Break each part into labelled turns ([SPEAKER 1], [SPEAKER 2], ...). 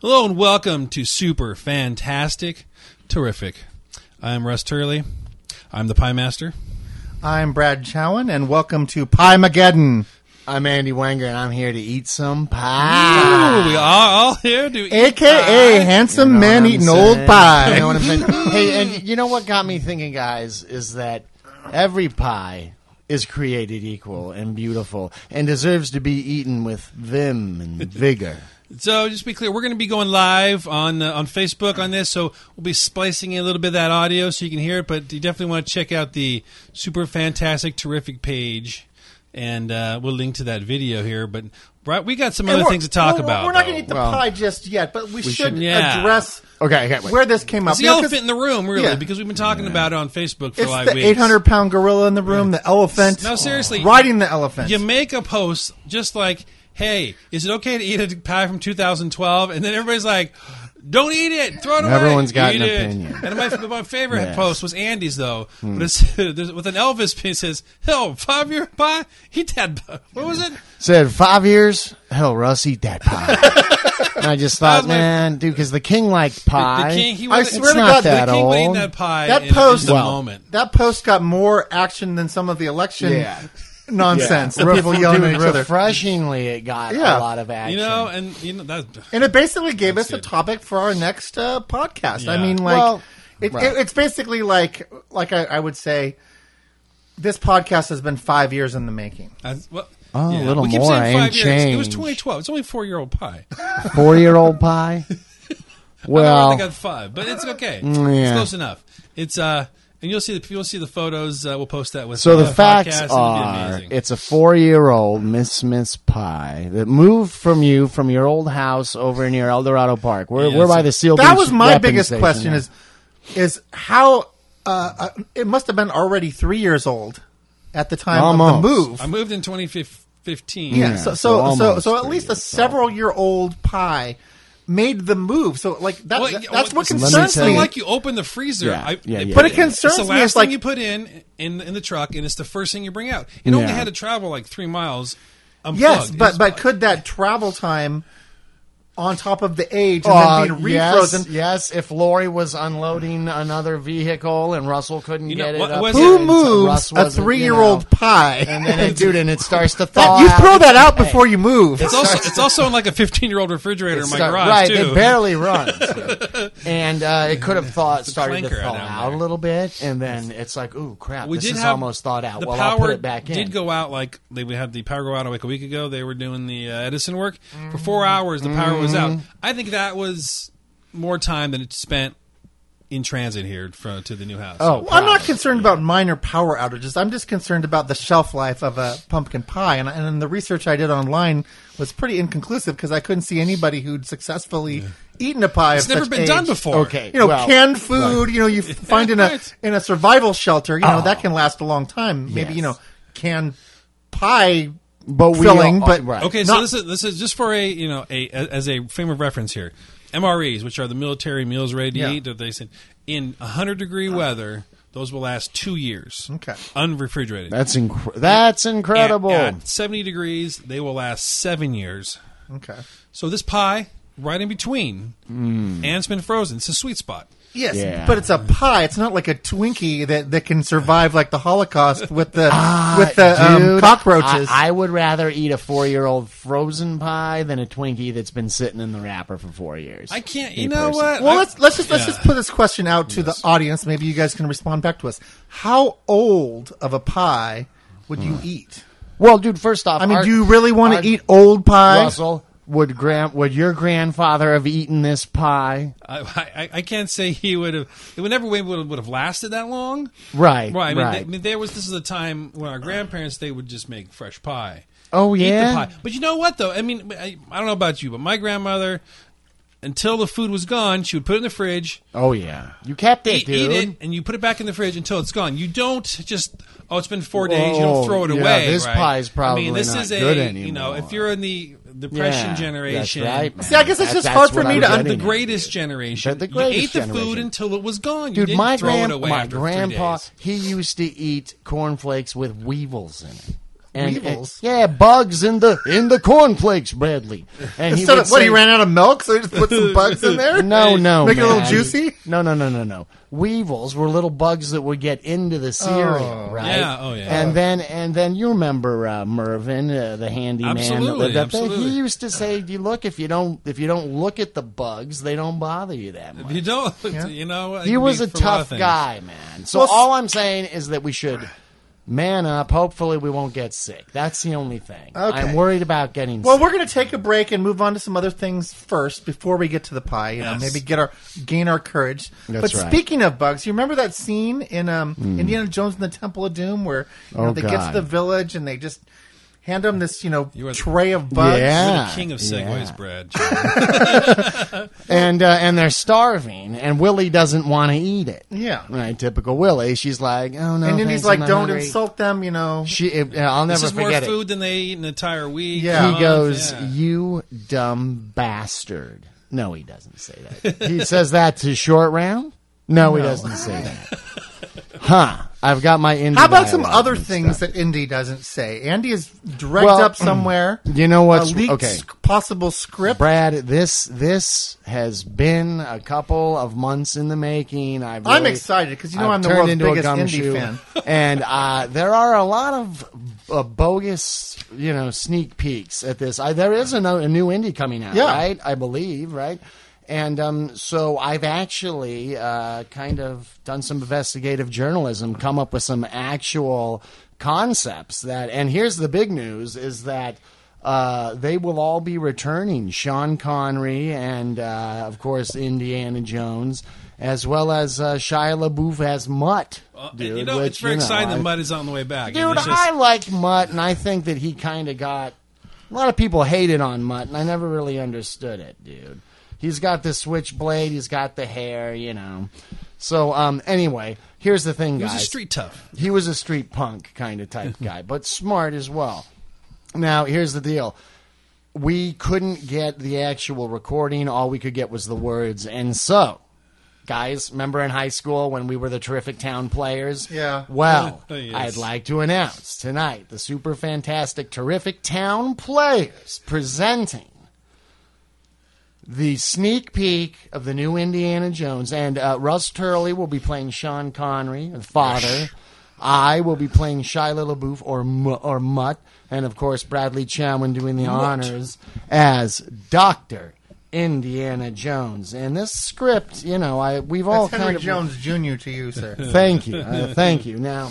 [SPEAKER 1] Hello and welcome to Super Fantastic Terrific. I'm Russ Turley. I'm the Pie Master.
[SPEAKER 2] I'm Brad Chowan, and welcome to Pie Mageddon. I'm Andy Wanger, and I'm here to eat some pie.
[SPEAKER 1] Ooh, we are all here to eat
[SPEAKER 2] AKA handsome man eating old pie.
[SPEAKER 3] You know what I'm
[SPEAKER 1] Mm.
[SPEAKER 3] saying? hey, and you know what got me thinking, guys, is that every pie is created equal and beautiful and deserves to be eaten with vim and vigor.
[SPEAKER 1] So just to be clear, we're going to be going live on uh, on Facebook on this, so we'll be splicing in a little bit of that audio so you can hear it. But you definitely want to check out the super fantastic, terrific page, and uh, we'll link to that video here. But right, we got some other things to talk about.
[SPEAKER 4] We're not
[SPEAKER 1] though.
[SPEAKER 4] going to eat the
[SPEAKER 3] Well,
[SPEAKER 4] pie just yet, but we, should
[SPEAKER 1] should- yeah.
[SPEAKER 4] address
[SPEAKER 3] Okay, okay, wait.
[SPEAKER 4] where this came up.
[SPEAKER 1] It's the
[SPEAKER 4] You know, 'cause
[SPEAKER 1] elephant in the room, really,
[SPEAKER 4] yeah.
[SPEAKER 1] because we've been talking about it on Facebook for
[SPEAKER 2] It's
[SPEAKER 1] like
[SPEAKER 2] the
[SPEAKER 1] weeks.
[SPEAKER 2] 800 pound gorilla in the room, the elephant.
[SPEAKER 1] No, seriously.
[SPEAKER 2] Riding the elephant.
[SPEAKER 1] You make a post just like, "Hey, is it okay to eat a pie from 2012?" And then everybody's like, "Don't eat it. Throw it away."
[SPEAKER 3] Everyone's got
[SPEAKER 1] Eat
[SPEAKER 3] an
[SPEAKER 1] it."
[SPEAKER 3] opinion.
[SPEAKER 1] And my, my favorite
[SPEAKER 3] Yes. Hmm.
[SPEAKER 1] post was Andy's though, but it's, there's, with an Elvis piece it says, "Hell, five year pie. Eat that. pie." What was it?
[SPEAKER 3] Said five years. Hell, Russ, eat that pie. and I just thought,
[SPEAKER 1] was my-
[SPEAKER 3] man, dude, because the king liked pie.
[SPEAKER 1] The king. He
[SPEAKER 2] I
[SPEAKER 1] was,
[SPEAKER 2] swear to
[SPEAKER 3] not
[SPEAKER 2] God,
[SPEAKER 3] that
[SPEAKER 1] the king would eat
[SPEAKER 3] old.
[SPEAKER 1] that pie.
[SPEAKER 2] That
[SPEAKER 1] in, in
[SPEAKER 2] post-
[SPEAKER 1] the
[SPEAKER 2] Well,
[SPEAKER 1] moment.
[SPEAKER 2] that post got more action than some of the election
[SPEAKER 3] Yeah.
[SPEAKER 2] nonsense. The
[SPEAKER 3] Ref-
[SPEAKER 2] people yelling
[SPEAKER 3] dude,
[SPEAKER 2] at each other.
[SPEAKER 3] refreshingly, it got
[SPEAKER 2] Yeah.
[SPEAKER 3] a lot of action.
[SPEAKER 1] You know, and you know that.
[SPEAKER 2] And it basically gave us a
[SPEAKER 1] good.
[SPEAKER 2] topic for our next uh, podcast. I
[SPEAKER 1] Yeah.
[SPEAKER 2] mean, like,
[SPEAKER 3] Well,
[SPEAKER 2] it,
[SPEAKER 3] right.
[SPEAKER 2] it, it's basically like, like I, I would say, this podcast has been five years in the making.
[SPEAKER 1] I, well,
[SPEAKER 3] Oh, a
[SPEAKER 1] yeah.
[SPEAKER 3] little
[SPEAKER 1] we keep
[SPEAKER 3] more,
[SPEAKER 1] saying five
[SPEAKER 3] ain't
[SPEAKER 1] years. It was
[SPEAKER 3] changed.
[SPEAKER 1] 2012. It's only a four year old pie.
[SPEAKER 3] four year old pie.
[SPEAKER 1] I
[SPEAKER 3] Well,
[SPEAKER 1] think I got five, but it's okay.
[SPEAKER 3] Mm,
[SPEAKER 1] It's
[SPEAKER 3] yeah.
[SPEAKER 1] close enough. It's uh, and you'll see the you'll see the photos. Uh, we'll post that with
[SPEAKER 3] So the
[SPEAKER 1] podcast.
[SPEAKER 3] facts
[SPEAKER 1] It'll be
[SPEAKER 3] are,
[SPEAKER 1] amazing.
[SPEAKER 3] it's a four-year-old Miss Smith's pie that moved from you from your old house over near El Dorado Park. We're,
[SPEAKER 1] Yeah,
[SPEAKER 3] we're
[SPEAKER 1] so-
[SPEAKER 3] by the Seal.
[SPEAKER 2] that
[SPEAKER 3] Beach
[SPEAKER 2] was my
[SPEAKER 3] weapons
[SPEAKER 2] biggest
[SPEAKER 3] station.
[SPEAKER 2] question is is how uh, uh, it must have been already three years old at the time of
[SPEAKER 3] Almost.
[SPEAKER 2] the move
[SPEAKER 1] I moved in 2015.
[SPEAKER 2] yeah, so so
[SPEAKER 3] so
[SPEAKER 2] so,
[SPEAKER 3] almost
[SPEAKER 2] so at
[SPEAKER 3] three
[SPEAKER 2] least a several year old pie made the move so like that,
[SPEAKER 1] Well,
[SPEAKER 2] that-
[SPEAKER 1] yeah,
[SPEAKER 2] that's
[SPEAKER 1] well,
[SPEAKER 2] what
[SPEAKER 1] it's
[SPEAKER 3] me
[SPEAKER 2] concerns
[SPEAKER 3] tell
[SPEAKER 1] It's
[SPEAKER 2] me
[SPEAKER 1] not like you open the freezer.
[SPEAKER 3] Yeah,
[SPEAKER 1] I,
[SPEAKER 3] yeah,
[SPEAKER 1] they
[SPEAKER 3] yeah,
[SPEAKER 1] put
[SPEAKER 2] yeah,
[SPEAKER 1] it
[SPEAKER 2] yeah.
[SPEAKER 1] in.
[SPEAKER 2] Concerns
[SPEAKER 1] it's the
[SPEAKER 2] me,
[SPEAKER 1] last
[SPEAKER 2] it's like-
[SPEAKER 1] thing you put in in in the truck, and it's the first thing you bring out. It only
[SPEAKER 3] Yeah.
[SPEAKER 1] had to travel like three miles. Unplugged.
[SPEAKER 2] yes
[SPEAKER 1] It
[SPEAKER 2] but
[SPEAKER 1] was-
[SPEAKER 2] but could that travel time on top of the age and
[SPEAKER 3] Uh,
[SPEAKER 2] then being refrozen
[SPEAKER 3] yes, yes, if Lori was unloading another vehicle and Russell couldn't
[SPEAKER 1] You know,
[SPEAKER 3] get
[SPEAKER 1] what-
[SPEAKER 3] it up,
[SPEAKER 1] was
[SPEAKER 2] who
[SPEAKER 1] it-
[SPEAKER 3] and
[SPEAKER 2] moves
[SPEAKER 3] Russ
[SPEAKER 2] a
[SPEAKER 3] wasn't, you
[SPEAKER 2] three year old
[SPEAKER 3] know,
[SPEAKER 2] pie
[SPEAKER 3] and then it, dude, and it starts to thaw.
[SPEAKER 2] That- you
[SPEAKER 3] out.
[SPEAKER 2] throw that out before you move
[SPEAKER 1] It's also it's also in like a 15 year old refrigerator in my
[SPEAKER 3] Start-
[SPEAKER 1] garage
[SPEAKER 3] right,
[SPEAKER 1] too.
[SPEAKER 3] it barely runs, and uh, it could have thought started to
[SPEAKER 1] clanker
[SPEAKER 3] thaw
[SPEAKER 1] down
[SPEAKER 3] out
[SPEAKER 1] there.
[SPEAKER 3] a little bit, and then it's like, ooh, crap,
[SPEAKER 1] we
[SPEAKER 3] this
[SPEAKER 1] did
[SPEAKER 3] is
[SPEAKER 1] have
[SPEAKER 3] almost thawed out.
[SPEAKER 1] The
[SPEAKER 3] Well,
[SPEAKER 1] power
[SPEAKER 3] I'll put it back in.
[SPEAKER 1] did go out like they we had the power go out like a week ago. They were doing the uh, Edison work for four
[SPEAKER 3] Mm-hmm.
[SPEAKER 1] hours. The power was out. I think that was more time than it spent in transit here from, to the new house.
[SPEAKER 3] Oh,
[SPEAKER 2] Well, I'm not concerned about minor power outages. I'm just concerned about the shelf life of a pumpkin pie. And, and the research I did online was pretty inconclusive because I couldn't see anybody who'd successfully eaten a pie.
[SPEAKER 1] it's
[SPEAKER 2] of
[SPEAKER 1] never
[SPEAKER 2] such
[SPEAKER 1] been
[SPEAKER 2] age.
[SPEAKER 1] done before.
[SPEAKER 3] okay,
[SPEAKER 2] You know,
[SPEAKER 3] well,
[SPEAKER 2] canned food. You know, you find in a
[SPEAKER 1] Right.
[SPEAKER 2] in a survival shelter. You know, that can last a long time. Maybe
[SPEAKER 3] Oh. Yes.
[SPEAKER 2] you know, canned pie
[SPEAKER 3] but we
[SPEAKER 2] filling.
[SPEAKER 3] all-
[SPEAKER 2] but
[SPEAKER 3] right.
[SPEAKER 1] Okay, so
[SPEAKER 2] Not-
[SPEAKER 1] this is this is just for a you know a as a frame of reference here. MREs, which are the military meals ready to
[SPEAKER 2] Yeah.
[SPEAKER 1] eat, that they said in 100 degree weather, those will last two years.
[SPEAKER 2] Okay.
[SPEAKER 1] unrefrigerated.
[SPEAKER 3] That's inc- that's incredible.
[SPEAKER 1] At, at 70 degrees, they will last seven years.
[SPEAKER 2] okay.
[SPEAKER 1] So this pie, right in between,
[SPEAKER 3] Hmm.
[SPEAKER 1] and it's been frozen. It's a sweet spot.
[SPEAKER 2] Yes,
[SPEAKER 3] Yeah.
[SPEAKER 2] but it's a pie. It's not like a Twinkie that, that can survive like the Holocaust with the with the um,
[SPEAKER 3] Ah, Dude,
[SPEAKER 2] cockroaches.
[SPEAKER 3] I, I would rather eat a four-year-old frozen pie than a Twinkie that's been sitting in the wrapper for four years.
[SPEAKER 1] I can't.
[SPEAKER 3] Me
[SPEAKER 1] You know
[SPEAKER 3] personally.
[SPEAKER 1] what?
[SPEAKER 2] Well,
[SPEAKER 1] I-
[SPEAKER 2] let's let's just let's
[SPEAKER 1] yeah.
[SPEAKER 2] just put this question out to the audience. Maybe you guys can respond back to us. How old of a pie would you
[SPEAKER 3] Hmm.
[SPEAKER 2] eat?
[SPEAKER 3] Well, dude, first off,
[SPEAKER 2] I mean,
[SPEAKER 3] our-
[SPEAKER 2] do you really want
[SPEAKER 3] our-
[SPEAKER 2] to eat old pie?
[SPEAKER 3] Russell? Would grand would your grandfather have eaten this pie?
[SPEAKER 1] I, I, I can't say he would have. It would never would have, would have lasted that long.
[SPEAKER 3] Right,
[SPEAKER 1] Right. I mean,
[SPEAKER 3] right.
[SPEAKER 1] They, I mean, there was this is a time when our grandparents they would just make fresh pie.
[SPEAKER 3] Oh
[SPEAKER 1] Eat the
[SPEAKER 3] yeah,
[SPEAKER 1] pie. But you know what though? I mean, I, I don't know about you, but my grandmother, until the food was gone, she would put it in the fridge.
[SPEAKER 3] Oh yeah, you kept it,
[SPEAKER 1] eat,
[SPEAKER 3] dude.
[SPEAKER 1] eat it and you put it back in the fridge until it's gone. You don't just oh it's been four
[SPEAKER 3] Whoa,
[SPEAKER 1] days. You don't throw it
[SPEAKER 3] yeah,
[SPEAKER 1] away.
[SPEAKER 3] this
[SPEAKER 1] right?
[SPEAKER 3] pie's
[SPEAKER 1] I
[SPEAKER 3] probably
[SPEAKER 1] mean, this
[SPEAKER 3] not
[SPEAKER 1] is a
[SPEAKER 3] good
[SPEAKER 1] you know
[SPEAKER 3] anymore.
[SPEAKER 1] if you're in the depression
[SPEAKER 3] Yeah,
[SPEAKER 1] generation,
[SPEAKER 3] That's right, man.
[SPEAKER 2] See, I guess it's
[SPEAKER 3] That-
[SPEAKER 2] just
[SPEAKER 3] that's
[SPEAKER 2] hard for
[SPEAKER 3] what
[SPEAKER 2] me
[SPEAKER 3] I'm
[SPEAKER 2] to
[SPEAKER 1] the-
[SPEAKER 2] un-
[SPEAKER 1] the
[SPEAKER 3] getting at.
[SPEAKER 1] greatest generation.
[SPEAKER 3] The greatest
[SPEAKER 1] you ate the food
[SPEAKER 3] generation.
[SPEAKER 1] until it was gone. you
[SPEAKER 3] Dude,
[SPEAKER 1] didn't
[SPEAKER 3] my
[SPEAKER 1] throw
[SPEAKER 3] grand,
[SPEAKER 1] it away
[SPEAKER 3] my
[SPEAKER 1] after three
[SPEAKER 3] grandpa,
[SPEAKER 1] days.
[SPEAKER 3] he used to eat cornflakes with weevils in it. and,
[SPEAKER 2] Weevils.
[SPEAKER 3] and- yeah, bugs in the in the cornflakes, Bradley. And
[SPEAKER 2] Instead
[SPEAKER 3] would
[SPEAKER 2] of what he
[SPEAKER 3] say-
[SPEAKER 2] ran out of milk, so he just put some bugs in there.
[SPEAKER 3] No, no,
[SPEAKER 2] Make it a little
[SPEAKER 3] man.
[SPEAKER 2] juicy?
[SPEAKER 3] No, no, no, no, no. Weevils were little bugs that would get into the cereal,
[SPEAKER 2] Oh.
[SPEAKER 3] right?
[SPEAKER 1] Yeah, oh, yeah.
[SPEAKER 3] And then, and then you remember uh, Mervin, uh, the handyman. that
[SPEAKER 1] Absolutely,
[SPEAKER 3] lived up there.
[SPEAKER 1] absolutely.
[SPEAKER 3] He used to say, "You look if you don't if you don't look at the bugs, they don't bother you that much."
[SPEAKER 1] You don't. You know. it
[SPEAKER 3] He
[SPEAKER 1] can
[SPEAKER 3] was
[SPEAKER 1] be
[SPEAKER 3] a
[SPEAKER 1] for lot of
[SPEAKER 3] tough
[SPEAKER 1] things.
[SPEAKER 3] guy, man. So
[SPEAKER 2] Well, s-
[SPEAKER 3] all I'm saying is that we should man up. Hopefully, we won't get sick. That's the only thing.
[SPEAKER 2] Okay.
[SPEAKER 3] I'm worried about getting
[SPEAKER 2] Well,
[SPEAKER 3] sick.
[SPEAKER 2] we're going to take a break and move on to some other things first before we get to the pie. You know,
[SPEAKER 1] Yes.
[SPEAKER 2] maybe get our gain our courage.
[SPEAKER 3] That's
[SPEAKER 2] but
[SPEAKER 3] right. Hmm.
[SPEAKER 2] speaking of bugs, you remember that scene in um, Indiana Jones and the Temple of Doom where you know,
[SPEAKER 3] Oh,
[SPEAKER 2] they get to
[SPEAKER 3] God.
[SPEAKER 2] the village and they just hand them this you know
[SPEAKER 1] You are the-
[SPEAKER 2] tray of bugs.
[SPEAKER 3] Yeah.
[SPEAKER 1] You're the king of segues,
[SPEAKER 3] Yeah.
[SPEAKER 1] Brad.
[SPEAKER 3] and uh, and they're starving, and Willie doesn't want to eat it.
[SPEAKER 2] Yeah.
[SPEAKER 3] right. Typical Willie. She's like, oh no.
[SPEAKER 2] And then
[SPEAKER 3] thanks,
[SPEAKER 2] he's like,
[SPEAKER 3] I'm
[SPEAKER 2] "Don't
[SPEAKER 3] hungry."
[SPEAKER 2] insult them," you know.
[SPEAKER 3] She, it, I'll never
[SPEAKER 1] This is more
[SPEAKER 3] forget
[SPEAKER 1] food than they eat in an entire week.
[SPEAKER 2] Yeah.
[SPEAKER 3] it.
[SPEAKER 2] than
[SPEAKER 1] month,
[SPEAKER 3] He goes,
[SPEAKER 1] yeah.
[SPEAKER 3] "You dumb bastard." No, he doesn't say that. he says that to Short Round. No, he doesn't say that. Huh? I've got my. indie
[SPEAKER 2] How about some
[SPEAKER 3] dialogue
[SPEAKER 2] other
[SPEAKER 3] mixed
[SPEAKER 2] things
[SPEAKER 3] up.
[SPEAKER 2] that Indy doesn't say? Andy is dregged
[SPEAKER 3] Well,
[SPEAKER 2] up somewhere.
[SPEAKER 3] you know
[SPEAKER 2] what?
[SPEAKER 3] what's-
[SPEAKER 2] leaked
[SPEAKER 3] okay.
[SPEAKER 2] sc- possible script.
[SPEAKER 3] Brad, this this has been a couple of months in the making. I've
[SPEAKER 2] I'm
[SPEAKER 3] really-
[SPEAKER 2] excited because you know
[SPEAKER 3] I've
[SPEAKER 2] I'm the
[SPEAKER 3] turned
[SPEAKER 2] world's
[SPEAKER 3] into a
[SPEAKER 2] biggest indie
[SPEAKER 3] gumshoe.
[SPEAKER 2] fan.
[SPEAKER 3] and uh, there are a lot of uh, bogus, you know, sneak peeks at this. I, there is a, no, a new indie coming out,
[SPEAKER 2] Yeah.
[SPEAKER 3] right? I believe, right? And um, so I've actually uh, kind of done some investigative journalism, come up with some actual concepts that. And here's the big news: is that. Uh, they will all be returning. Sean Connery and, uh, of course, Indiana Jones, as well as uh, Shia LaBeouf as Mutt.
[SPEAKER 1] Uh,
[SPEAKER 3] dude,
[SPEAKER 1] you know,
[SPEAKER 3] which,
[SPEAKER 1] it's very
[SPEAKER 3] you know,
[SPEAKER 1] exciting
[SPEAKER 3] I-
[SPEAKER 1] that Mud is on the way back.
[SPEAKER 3] Dude,
[SPEAKER 1] It's just-
[SPEAKER 3] I like Mutt, and I think that he kind of got a lot of people hated on Mutt, and I never really understood it, dude. He's got the switchblade, he's got the hair, you know. So, um, anyway, here's the thing,
[SPEAKER 1] he
[SPEAKER 3] guys.
[SPEAKER 1] was a street tough.
[SPEAKER 3] He was a street punk kind of type guy, but smart as well. Now, here's the deal. We couldn't get the actual recording. All we could get was the words. And so, guys, remember in high school when we were the terrific town players?
[SPEAKER 2] Yeah.
[SPEAKER 3] Well,
[SPEAKER 1] Oh, yes.
[SPEAKER 3] I'd like to announce tonight the super fantastic terrific town players presenting the sneak peek of the new Indiana Jones. And uh, Russ Turley will be playing Sean Connery, the father. I will be playing Shia LaBeouf or M- or Mutt, and of course Bradley Chowan doing the honors as Doctor Indiana Jones. And this script, you know, I we've all
[SPEAKER 2] That's Henry
[SPEAKER 3] kind of
[SPEAKER 2] Jones Jr. to you, sir.
[SPEAKER 3] thank you, uh, thank you. Now,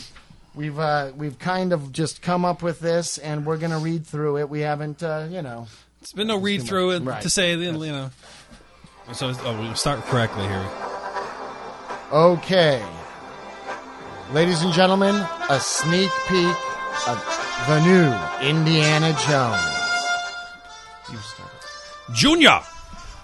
[SPEAKER 3] we've uh, we've kind of just come up with this, and we're gonna read through it. We haven't, uh, you know,
[SPEAKER 1] It's been no read through
[SPEAKER 3] Right.
[SPEAKER 1] to say, you know. So oh, we'll start correctly here.
[SPEAKER 3] Okay. Ladies and gentlemen, a sneak peek of the new Indiana Jones.
[SPEAKER 1] Junior,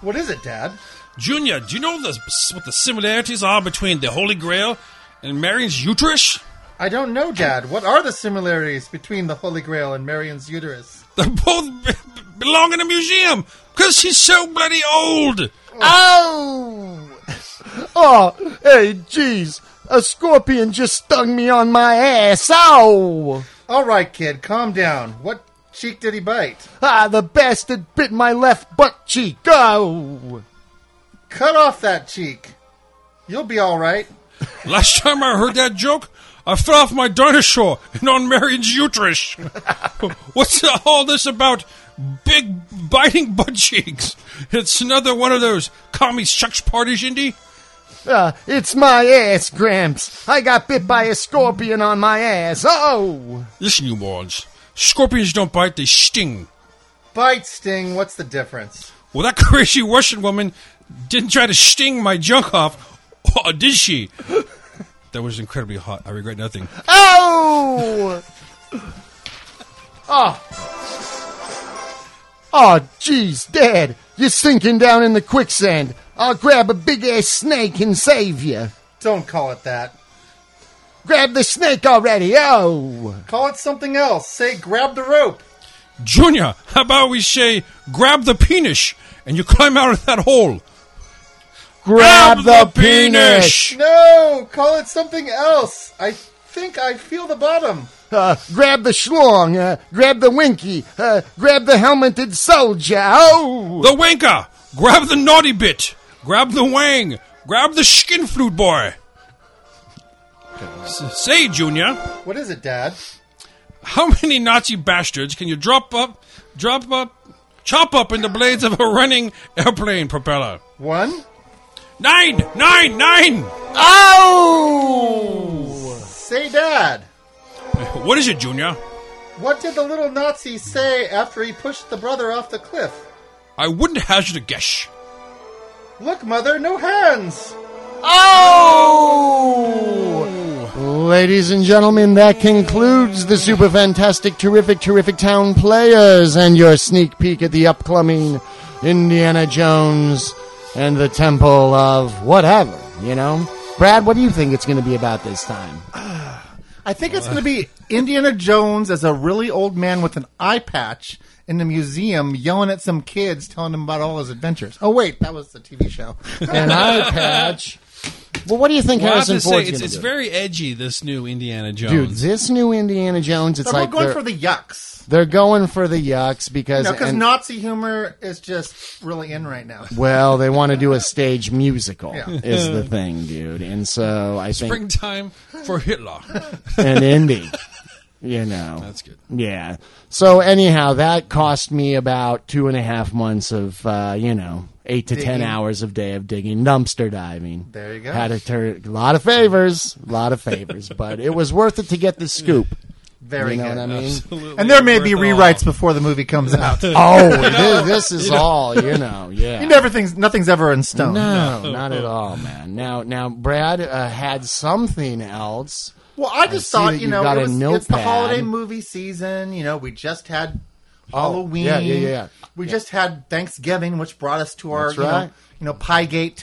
[SPEAKER 2] what is it, Dad?
[SPEAKER 1] Junior, do you know the, what the similarities are between the Holy Grail and Marion's uterus?
[SPEAKER 2] I don't know, Dad. What are the similarities between the Holy Grail and Marion's uterus?
[SPEAKER 1] They both b- b- belong in a museum because she's so bloody old.
[SPEAKER 3] Oh! Oh, hey, jeez. A scorpion just stung me on my ass. Oh! Ow!
[SPEAKER 2] All right, kid, calm down. What cheek did he bite?
[SPEAKER 3] Ah, the bastard bit my left butt cheek. Oh!
[SPEAKER 2] Cut off that cheek. You'll be all right.
[SPEAKER 1] Last time I heard that joke, I fell off my dinosaur and on Marion's uterus. What's all this about big biting butt cheeks? It's another one of those commie sex parties, Indy.
[SPEAKER 3] Uh, it's my ass, Gramps. I got bit by a scorpion on my ass. Oh!
[SPEAKER 1] Listen, you morons. Scorpions don't bite, they sting.
[SPEAKER 2] Bite, sting. What's the difference?
[SPEAKER 1] Well, that crazy Russian woman didn't try to sting my junk off, or did she? That was incredibly hot. I regret nothing.
[SPEAKER 3] Oh! oh. Oh, jeez, Dad. You're sinking down in the quicksand. I'll grab a big ass snake and save you.
[SPEAKER 2] Don't call it that.
[SPEAKER 3] Grab the snake already. Oh.
[SPEAKER 2] Call it something else. Say, grab the rope.
[SPEAKER 1] Junior, how about we say, grab the penis and you climb out of that hole?
[SPEAKER 3] Grab,
[SPEAKER 1] penis.
[SPEAKER 2] No, call it something else. I think I feel the bottom.
[SPEAKER 3] Uh, grab the schlong, uh, grab the winky, uh, grab the helmeted soldier. Oh!
[SPEAKER 1] The wanker! Grab the naughty bitch! Grab the wang! Grab the skin flute boy! S- say, Junior,
[SPEAKER 2] What is it, Dad?
[SPEAKER 1] how many Nazi bastards can you drop up, drop up, chop up in the blades of a running airplane propeller?
[SPEAKER 2] One,
[SPEAKER 1] Nine! Nine! Nine!
[SPEAKER 3] Oh!
[SPEAKER 2] say, Dad.
[SPEAKER 1] What is it, Junior?
[SPEAKER 2] What did the little Nazi say after he pushed the brother off the cliff?
[SPEAKER 1] I wouldn't hazard a guess.
[SPEAKER 2] Look, Mother, no hands.
[SPEAKER 3] Oh! Ladies and gentlemen, that concludes the super fantastic, terrific, terrific town players and your sneak peek at the upcoming Indiana Jones and the Temple of whatever, you know? Brad, what do you think it's going to be about this time?
[SPEAKER 2] I think it's going to be Indiana Jones as a really old man with an eye patch in a museum yelling at some kids, telling them about all his adventures. Oh, wait, that was the TV show.
[SPEAKER 3] An eye patch. Well, what do you think
[SPEAKER 1] Well, I have
[SPEAKER 3] Harrison
[SPEAKER 1] to say,
[SPEAKER 3] Ford's
[SPEAKER 1] it's,
[SPEAKER 3] going
[SPEAKER 1] it's
[SPEAKER 3] to do?
[SPEAKER 1] very edgy, this new Indiana
[SPEAKER 3] Dude,
[SPEAKER 1] Jones.
[SPEAKER 3] this new Indiana Jones, it's
[SPEAKER 2] So
[SPEAKER 3] like
[SPEAKER 2] we're going
[SPEAKER 3] they're,
[SPEAKER 2] for the yucks.
[SPEAKER 3] they're going for the yucks because
[SPEAKER 2] No, because
[SPEAKER 3] and-
[SPEAKER 2] Nazi humor is just really in right now.
[SPEAKER 3] Well, they want to do a stage musical
[SPEAKER 2] Yeah.
[SPEAKER 3] is the thing, dude. And so I think
[SPEAKER 1] Springtime for Hitler.
[SPEAKER 3] an indie, you know.
[SPEAKER 1] That's good.
[SPEAKER 3] Yeah. So anyhow, that cost me about two and a half months of uh, you know eight to ten
[SPEAKER 2] Digging.
[SPEAKER 3] hours of day of digging, dumpster diving.
[SPEAKER 2] There you go.
[SPEAKER 3] Had a tur- lot of favors, a lot of favors, but it was worth it to get the scoop.
[SPEAKER 2] Very
[SPEAKER 3] you know
[SPEAKER 2] good.
[SPEAKER 3] what I mean?
[SPEAKER 1] Absolutely
[SPEAKER 2] And there may
[SPEAKER 1] worth
[SPEAKER 2] be
[SPEAKER 1] it all.
[SPEAKER 2] rewrites before the movie comes out.
[SPEAKER 3] Oh, thi- this is all you know. Yeah.
[SPEAKER 2] You never thinks nothing's ever in stone.
[SPEAKER 3] no, not at all, man. Now, now, Brad uh, had something else.
[SPEAKER 2] Well, I just
[SPEAKER 3] see
[SPEAKER 2] thought
[SPEAKER 3] that
[SPEAKER 2] you
[SPEAKER 3] you've
[SPEAKER 2] know
[SPEAKER 3] got
[SPEAKER 2] it
[SPEAKER 3] a
[SPEAKER 2] was, it's the
[SPEAKER 3] notepad.
[SPEAKER 2] holiday movie season. You know, we just had Halloween.
[SPEAKER 3] Oh, yeah, yeah, yeah.
[SPEAKER 2] We just had Thanksgiving, which brought us to our
[SPEAKER 3] That's
[SPEAKER 2] you
[SPEAKER 3] right.
[SPEAKER 2] know you know Piegate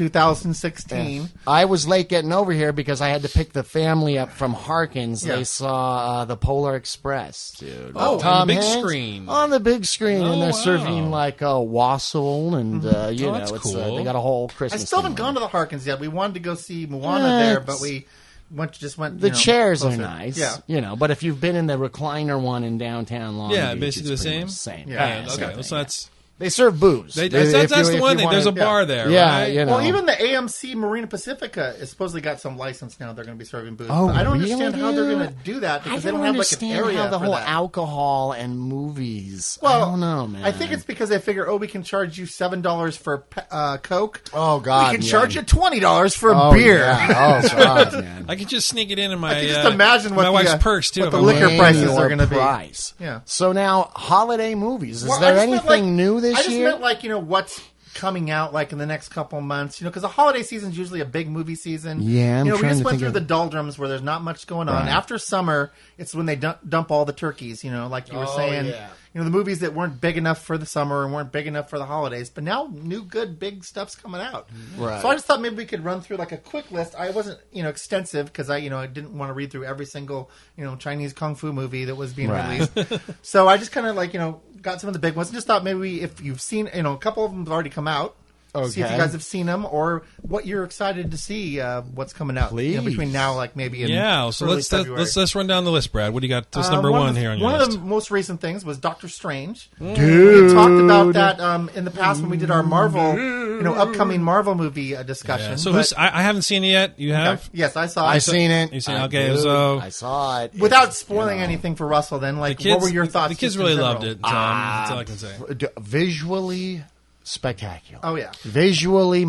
[SPEAKER 2] 2016.
[SPEAKER 3] I was late getting over here because I had to pick the family up from Harkins.
[SPEAKER 2] Yeah.
[SPEAKER 3] They saw uh, the Polar Express, dude.
[SPEAKER 1] Oh,
[SPEAKER 3] With
[SPEAKER 1] on the big screen.
[SPEAKER 3] On the big screen, and
[SPEAKER 1] Oh, wow.
[SPEAKER 3] they're serving like a wassail, and uh, you
[SPEAKER 1] Oh,
[SPEAKER 3] know,
[SPEAKER 1] that's
[SPEAKER 3] it's, uh,
[SPEAKER 1] cool.
[SPEAKER 3] they got a whole Christmas.
[SPEAKER 2] I still haven't
[SPEAKER 3] thing.
[SPEAKER 2] gone to the Harkins yet. We wanted to go see Moana
[SPEAKER 3] Yeah,
[SPEAKER 2] there,
[SPEAKER 3] it's-
[SPEAKER 2] but we went just went.
[SPEAKER 3] The
[SPEAKER 2] you know,
[SPEAKER 3] chairs
[SPEAKER 2] closer.
[SPEAKER 3] are nice,
[SPEAKER 2] Yeah.
[SPEAKER 3] you know. But if you've been in the recliner one in downtown Long
[SPEAKER 1] Yeah,
[SPEAKER 3] Beach,
[SPEAKER 1] basically
[SPEAKER 3] it's
[SPEAKER 1] the same?
[SPEAKER 3] pretty much same.
[SPEAKER 2] Yeah,
[SPEAKER 1] Yeah,
[SPEAKER 3] same
[SPEAKER 1] okay,
[SPEAKER 3] thing,
[SPEAKER 1] so
[SPEAKER 3] yeah.
[SPEAKER 1] that's
[SPEAKER 3] they serve booze.
[SPEAKER 1] they,
[SPEAKER 3] They-
[SPEAKER 1] that's,
[SPEAKER 3] if
[SPEAKER 1] that's the
[SPEAKER 3] you- if
[SPEAKER 1] one
[SPEAKER 3] you
[SPEAKER 1] thing. There's a
[SPEAKER 3] wanna-
[SPEAKER 1] bar there,
[SPEAKER 3] Yeah,
[SPEAKER 1] right?
[SPEAKER 3] you know.
[SPEAKER 2] Well, even the AMC Marina Pacifica is supposedly got some license now. They're going to be serving booze.
[SPEAKER 3] Oh,
[SPEAKER 2] But I don't
[SPEAKER 3] really,
[SPEAKER 2] understand how they're
[SPEAKER 3] dude?
[SPEAKER 2] going to do that
[SPEAKER 3] I
[SPEAKER 2] because they
[SPEAKER 3] don't
[SPEAKER 2] don't have like an
[SPEAKER 3] understand
[SPEAKER 2] area
[SPEAKER 3] how the
[SPEAKER 2] for
[SPEAKER 3] whole
[SPEAKER 2] that.
[SPEAKER 3] alcohol and movies.
[SPEAKER 2] Well,
[SPEAKER 3] I don't know, man.
[SPEAKER 2] I think it's because they figure, oh, we can charge you seven dollars for pe- uh, Coke.
[SPEAKER 3] Oh, God,
[SPEAKER 2] we can
[SPEAKER 3] yeah.
[SPEAKER 2] charge you twenty dollars for
[SPEAKER 3] Oh,
[SPEAKER 2] beer.
[SPEAKER 3] yeah. Oh God, man.
[SPEAKER 1] I could just sneak it in in my.
[SPEAKER 2] can just
[SPEAKER 1] uh,
[SPEAKER 2] imagine what
[SPEAKER 1] my
[SPEAKER 2] the,
[SPEAKER 1] wife's
[SPEAKER 2] uh,
[SPEAKER 1] perks too.
[SPEAKER 2] what
[SPEAKER 1] if
[SPEAKER 2] the
[SPEAKER 1] I
[SPEAKER 2] liquor
[SPEAKER 1] wanted
[SPEAKER 3] Name
[SPEAKER 1] to.
[SPEAKER 2] prices
[SPEAKER 3] your
[SPEAKER 2] are gonna be-
[SPEAKER 3] price.
[SPEAKER 2] Yeah.
[SPEAKER 3] So now holiday movies. Is
[SPEAKER 2] Well, I
[SPEAKER 3] there
[SPEAKER 2] just meant,
[SPEAKER 3] anything
[SPEAKER 2] like-
[SPEAKER 3] new this
[SPEAKER 2] I just
[SPEAKER 3] year?
[SPEAKER 2] meant like you know what's coming out like in the next couple months. You know, because the holiday season's usually a big movie season.
[SPEAKER 3] Yeah, I'm
[SPEAKER 2] you know, we
[SPEAKER 3] trying
[SPEAKER 2] just
[SPEAKER 3] to
[SPEAKER 2] went
[SPEAKER 3] think
[SPEAKER 2] through
[SPEAKER 3] of-
[SPEAKER 2] the doldrums where there's not much going on.
[SPEAKER 3] Right.
[SPEAKER 2] After summer, it's when they dump, dump all the turkeys. You know, like you were
[SPEAKER 3] Oh,
[SPEAKER 2] saying.
[SPEAKER 3] yeah.
[SPEAKER 2] You know, the movies that weren't big enough for the summer and weren't big enough for the holidays, but now new good big stuff's coming out.
[SPEAKER 3] Mm-hmm. Right.
[SPEAKER 2] So I just thought maybe we could run through like a quick list. I wasn't, you know, extensive because I, you know, I didn't want to read through every single, you know, Chinese kung fu movie that was being
[SPEAKER 3] Right.
[SPEAKER 2] released so I just kind of like you know got some of the big ones. and Just thought maybe we, if you've seen you know a couple of them have already come out. See if
[SPEAKER 3] Okay.
[SPEAKER 2] you guys have seen them or what you're excited to see. Uh, what's coming out? You know, between
[SPEAKER 3] Please.
[SPEAKER 2] now, like maybe in
[SPEAKER 1] Yeah, so
[SPEAKER 2] early
[SPEAKER 1] let's let's,
[SPEAKER 2] February.
[SPEAKER 1] let's let's run down the list, Brad. What do you got? That's
[SPEAKER 2] Uh,
[SPEAKER 1] number one,
[SPEAKER 2] of the-
[SPEAKER 1] here on your
[SPEAKER 2] One
[SPEAKER 1] list.
[SPEAKER 2] of the most recent things was Doctor Strange.
[SPEAKER 3] Mm. Dude.
[SPEAKER 2] We talked about that um, in the past when we did our Marvel, you know, upcoming Marvel movie uh, discussion.
[SPEAKER 1] Yeah, So
[SPEAKER 2] but-
[SPEAKER 1] who's? I, I haven't seen it yet. You have?
[SPEAKER 2] Yes, I saw.
[SPEAKER 3] I
[SPEAKER 2] it.
[SPEAKER 3] seen it.
[SPEAKER 1] You seen it?
[SPEAKER 3] I
[SPEAKER 1] Okay,
[SPEAKER 3] did.
[SPEAKER 1] so-
[SPEAKER 3] I saw it.
[SPEAKER 2] Without
[SPEAKER 3] It's,
[SPEAKER 2] spoiling
[SPEAKER 3] you know,
[SPEAKER 2] anything for Russell, then like,
[SPEAKER 1] The kids,
[SPEAKER 2] what were your thoughts?
[SPEAKER 1] The kids
[SPEAKER 2] just
[SPEAKER 1] really
[SPEAKER 2] in general? Ah,
[SPEAKER 1] loved it. so, um, that's all I can say.
[SPEAKER 3] d- visually spectacular.
[SPEAKER 2] Oh yeah.
[SPEAKER 3] Visually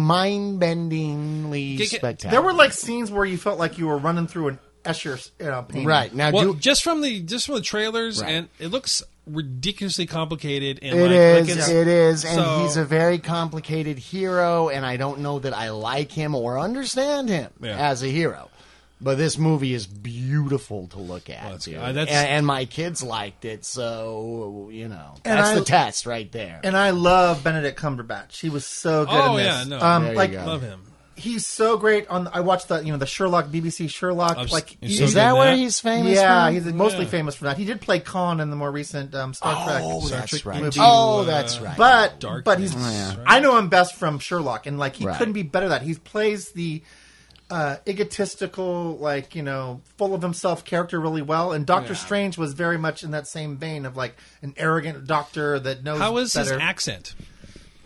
[SPEAKER 1] Get-
[SPEAKER 3] mind-bendingly
[SPEAKER 1] get-
[SPEAKER 3] spectacular.
[SPEAKER 2] There were like scenes where you felt like you were running through an Escher you know, painting.
[SPEAKER 3] right now.
[SPEAKER 1] Well,
[SPEAKER 3] do,
[SPEAKER 1] just from the just from the trailers,
[SPEAKER 3] Right.
[SPEAKER 1] and it looks ridiculously complicated. And
[SPEAKER 3] It
[SPEAKER 1] like,
[SPEAKER 3] is.
[SPEAKER 1] like it's,
[SPEAKER 3] it is, and
[SPEAKER 1] so-
[SPEAKER 3] he's a very complicated hero, and I don't know that I like him or understand him
[SPEAKER 1] Yeah.
[SPEAKER 3] as a hero. But this movie is beautiful to look at,
[SPEAKER 1] that's
[SPEAKER 3] dude.
[SPEAKER 1] good. Uh, that's-
[SPEAKER 3] and, and my kids liked it, so you know
[SPEAKER 2] And
[SPEAKER 3] that's
[SPEAKER 2] I-
[SPEAKER 3] the test right there.
[SPEAKER 2] And I love Benedict Cumberbatch. He was so good.
[SPEAKER 1] Oh,
[SPEAKER 2] in this.
[SPEAKER 1] yeah, no.
[SPEAKER 2] um,
[SPEAKER 3] There you
[SPEAKER 2] like
[SPEAKER 3] go.
[SPEAKER 1] Love him.
[SPEAKER 2] he's so great on. I watched the you know the Sherlock BBC Sherlock.
[SPEAKER 1] I've
[SPEAKER 2] like
[SPEAKER 1] s-
[SPEAKER 2] he-
[SPEAKER 1] seen
[SPEAKER 3] is that
[SPEAKER 1] in
[SPEAKER 3] where
[SPEAKER 1] that?
[SPEAKER 3] he's famous?
[SPEAKER 2] yeah,
[SPEAKER 3] from?
[SPEAKER 2] he's mostly
[SPEAKER 1] Yeah.
[SPEAKER 2] famous for that. He did play Khan in the more recent um, Star Trek.
[SPEAKER 3] oh,
[SPEAKER 2] Star
[SPEAKER 3] that's
[SPEAKER 2] Trek
[SPEAKER 3] right.
[SPEAKER 2] movie.
[SPEAKER 3] Oh,
[SPEAKER 1] uh,
[SPEAKER 3] that's right.
[SPEAKER 2] but
[SPEAKER 1] Darkness,
[SPEAKER 2] but he's
[SPEAKER 1] Oh, yeah.
[SPEAKER 2] I know him best from Sherlock, and like he
[SPEAKER 3] Right.
[SPEAKER 2] couldn't be better. At that he plays the uh, egotistical, like you know, full of himself character really well. And Doctor Strange was very much in that same vein of like an arrogant doctor that knows.
[SPEAKER 1] How was his
[SPEAKER 2] better.
[SPEAKER 1] accent?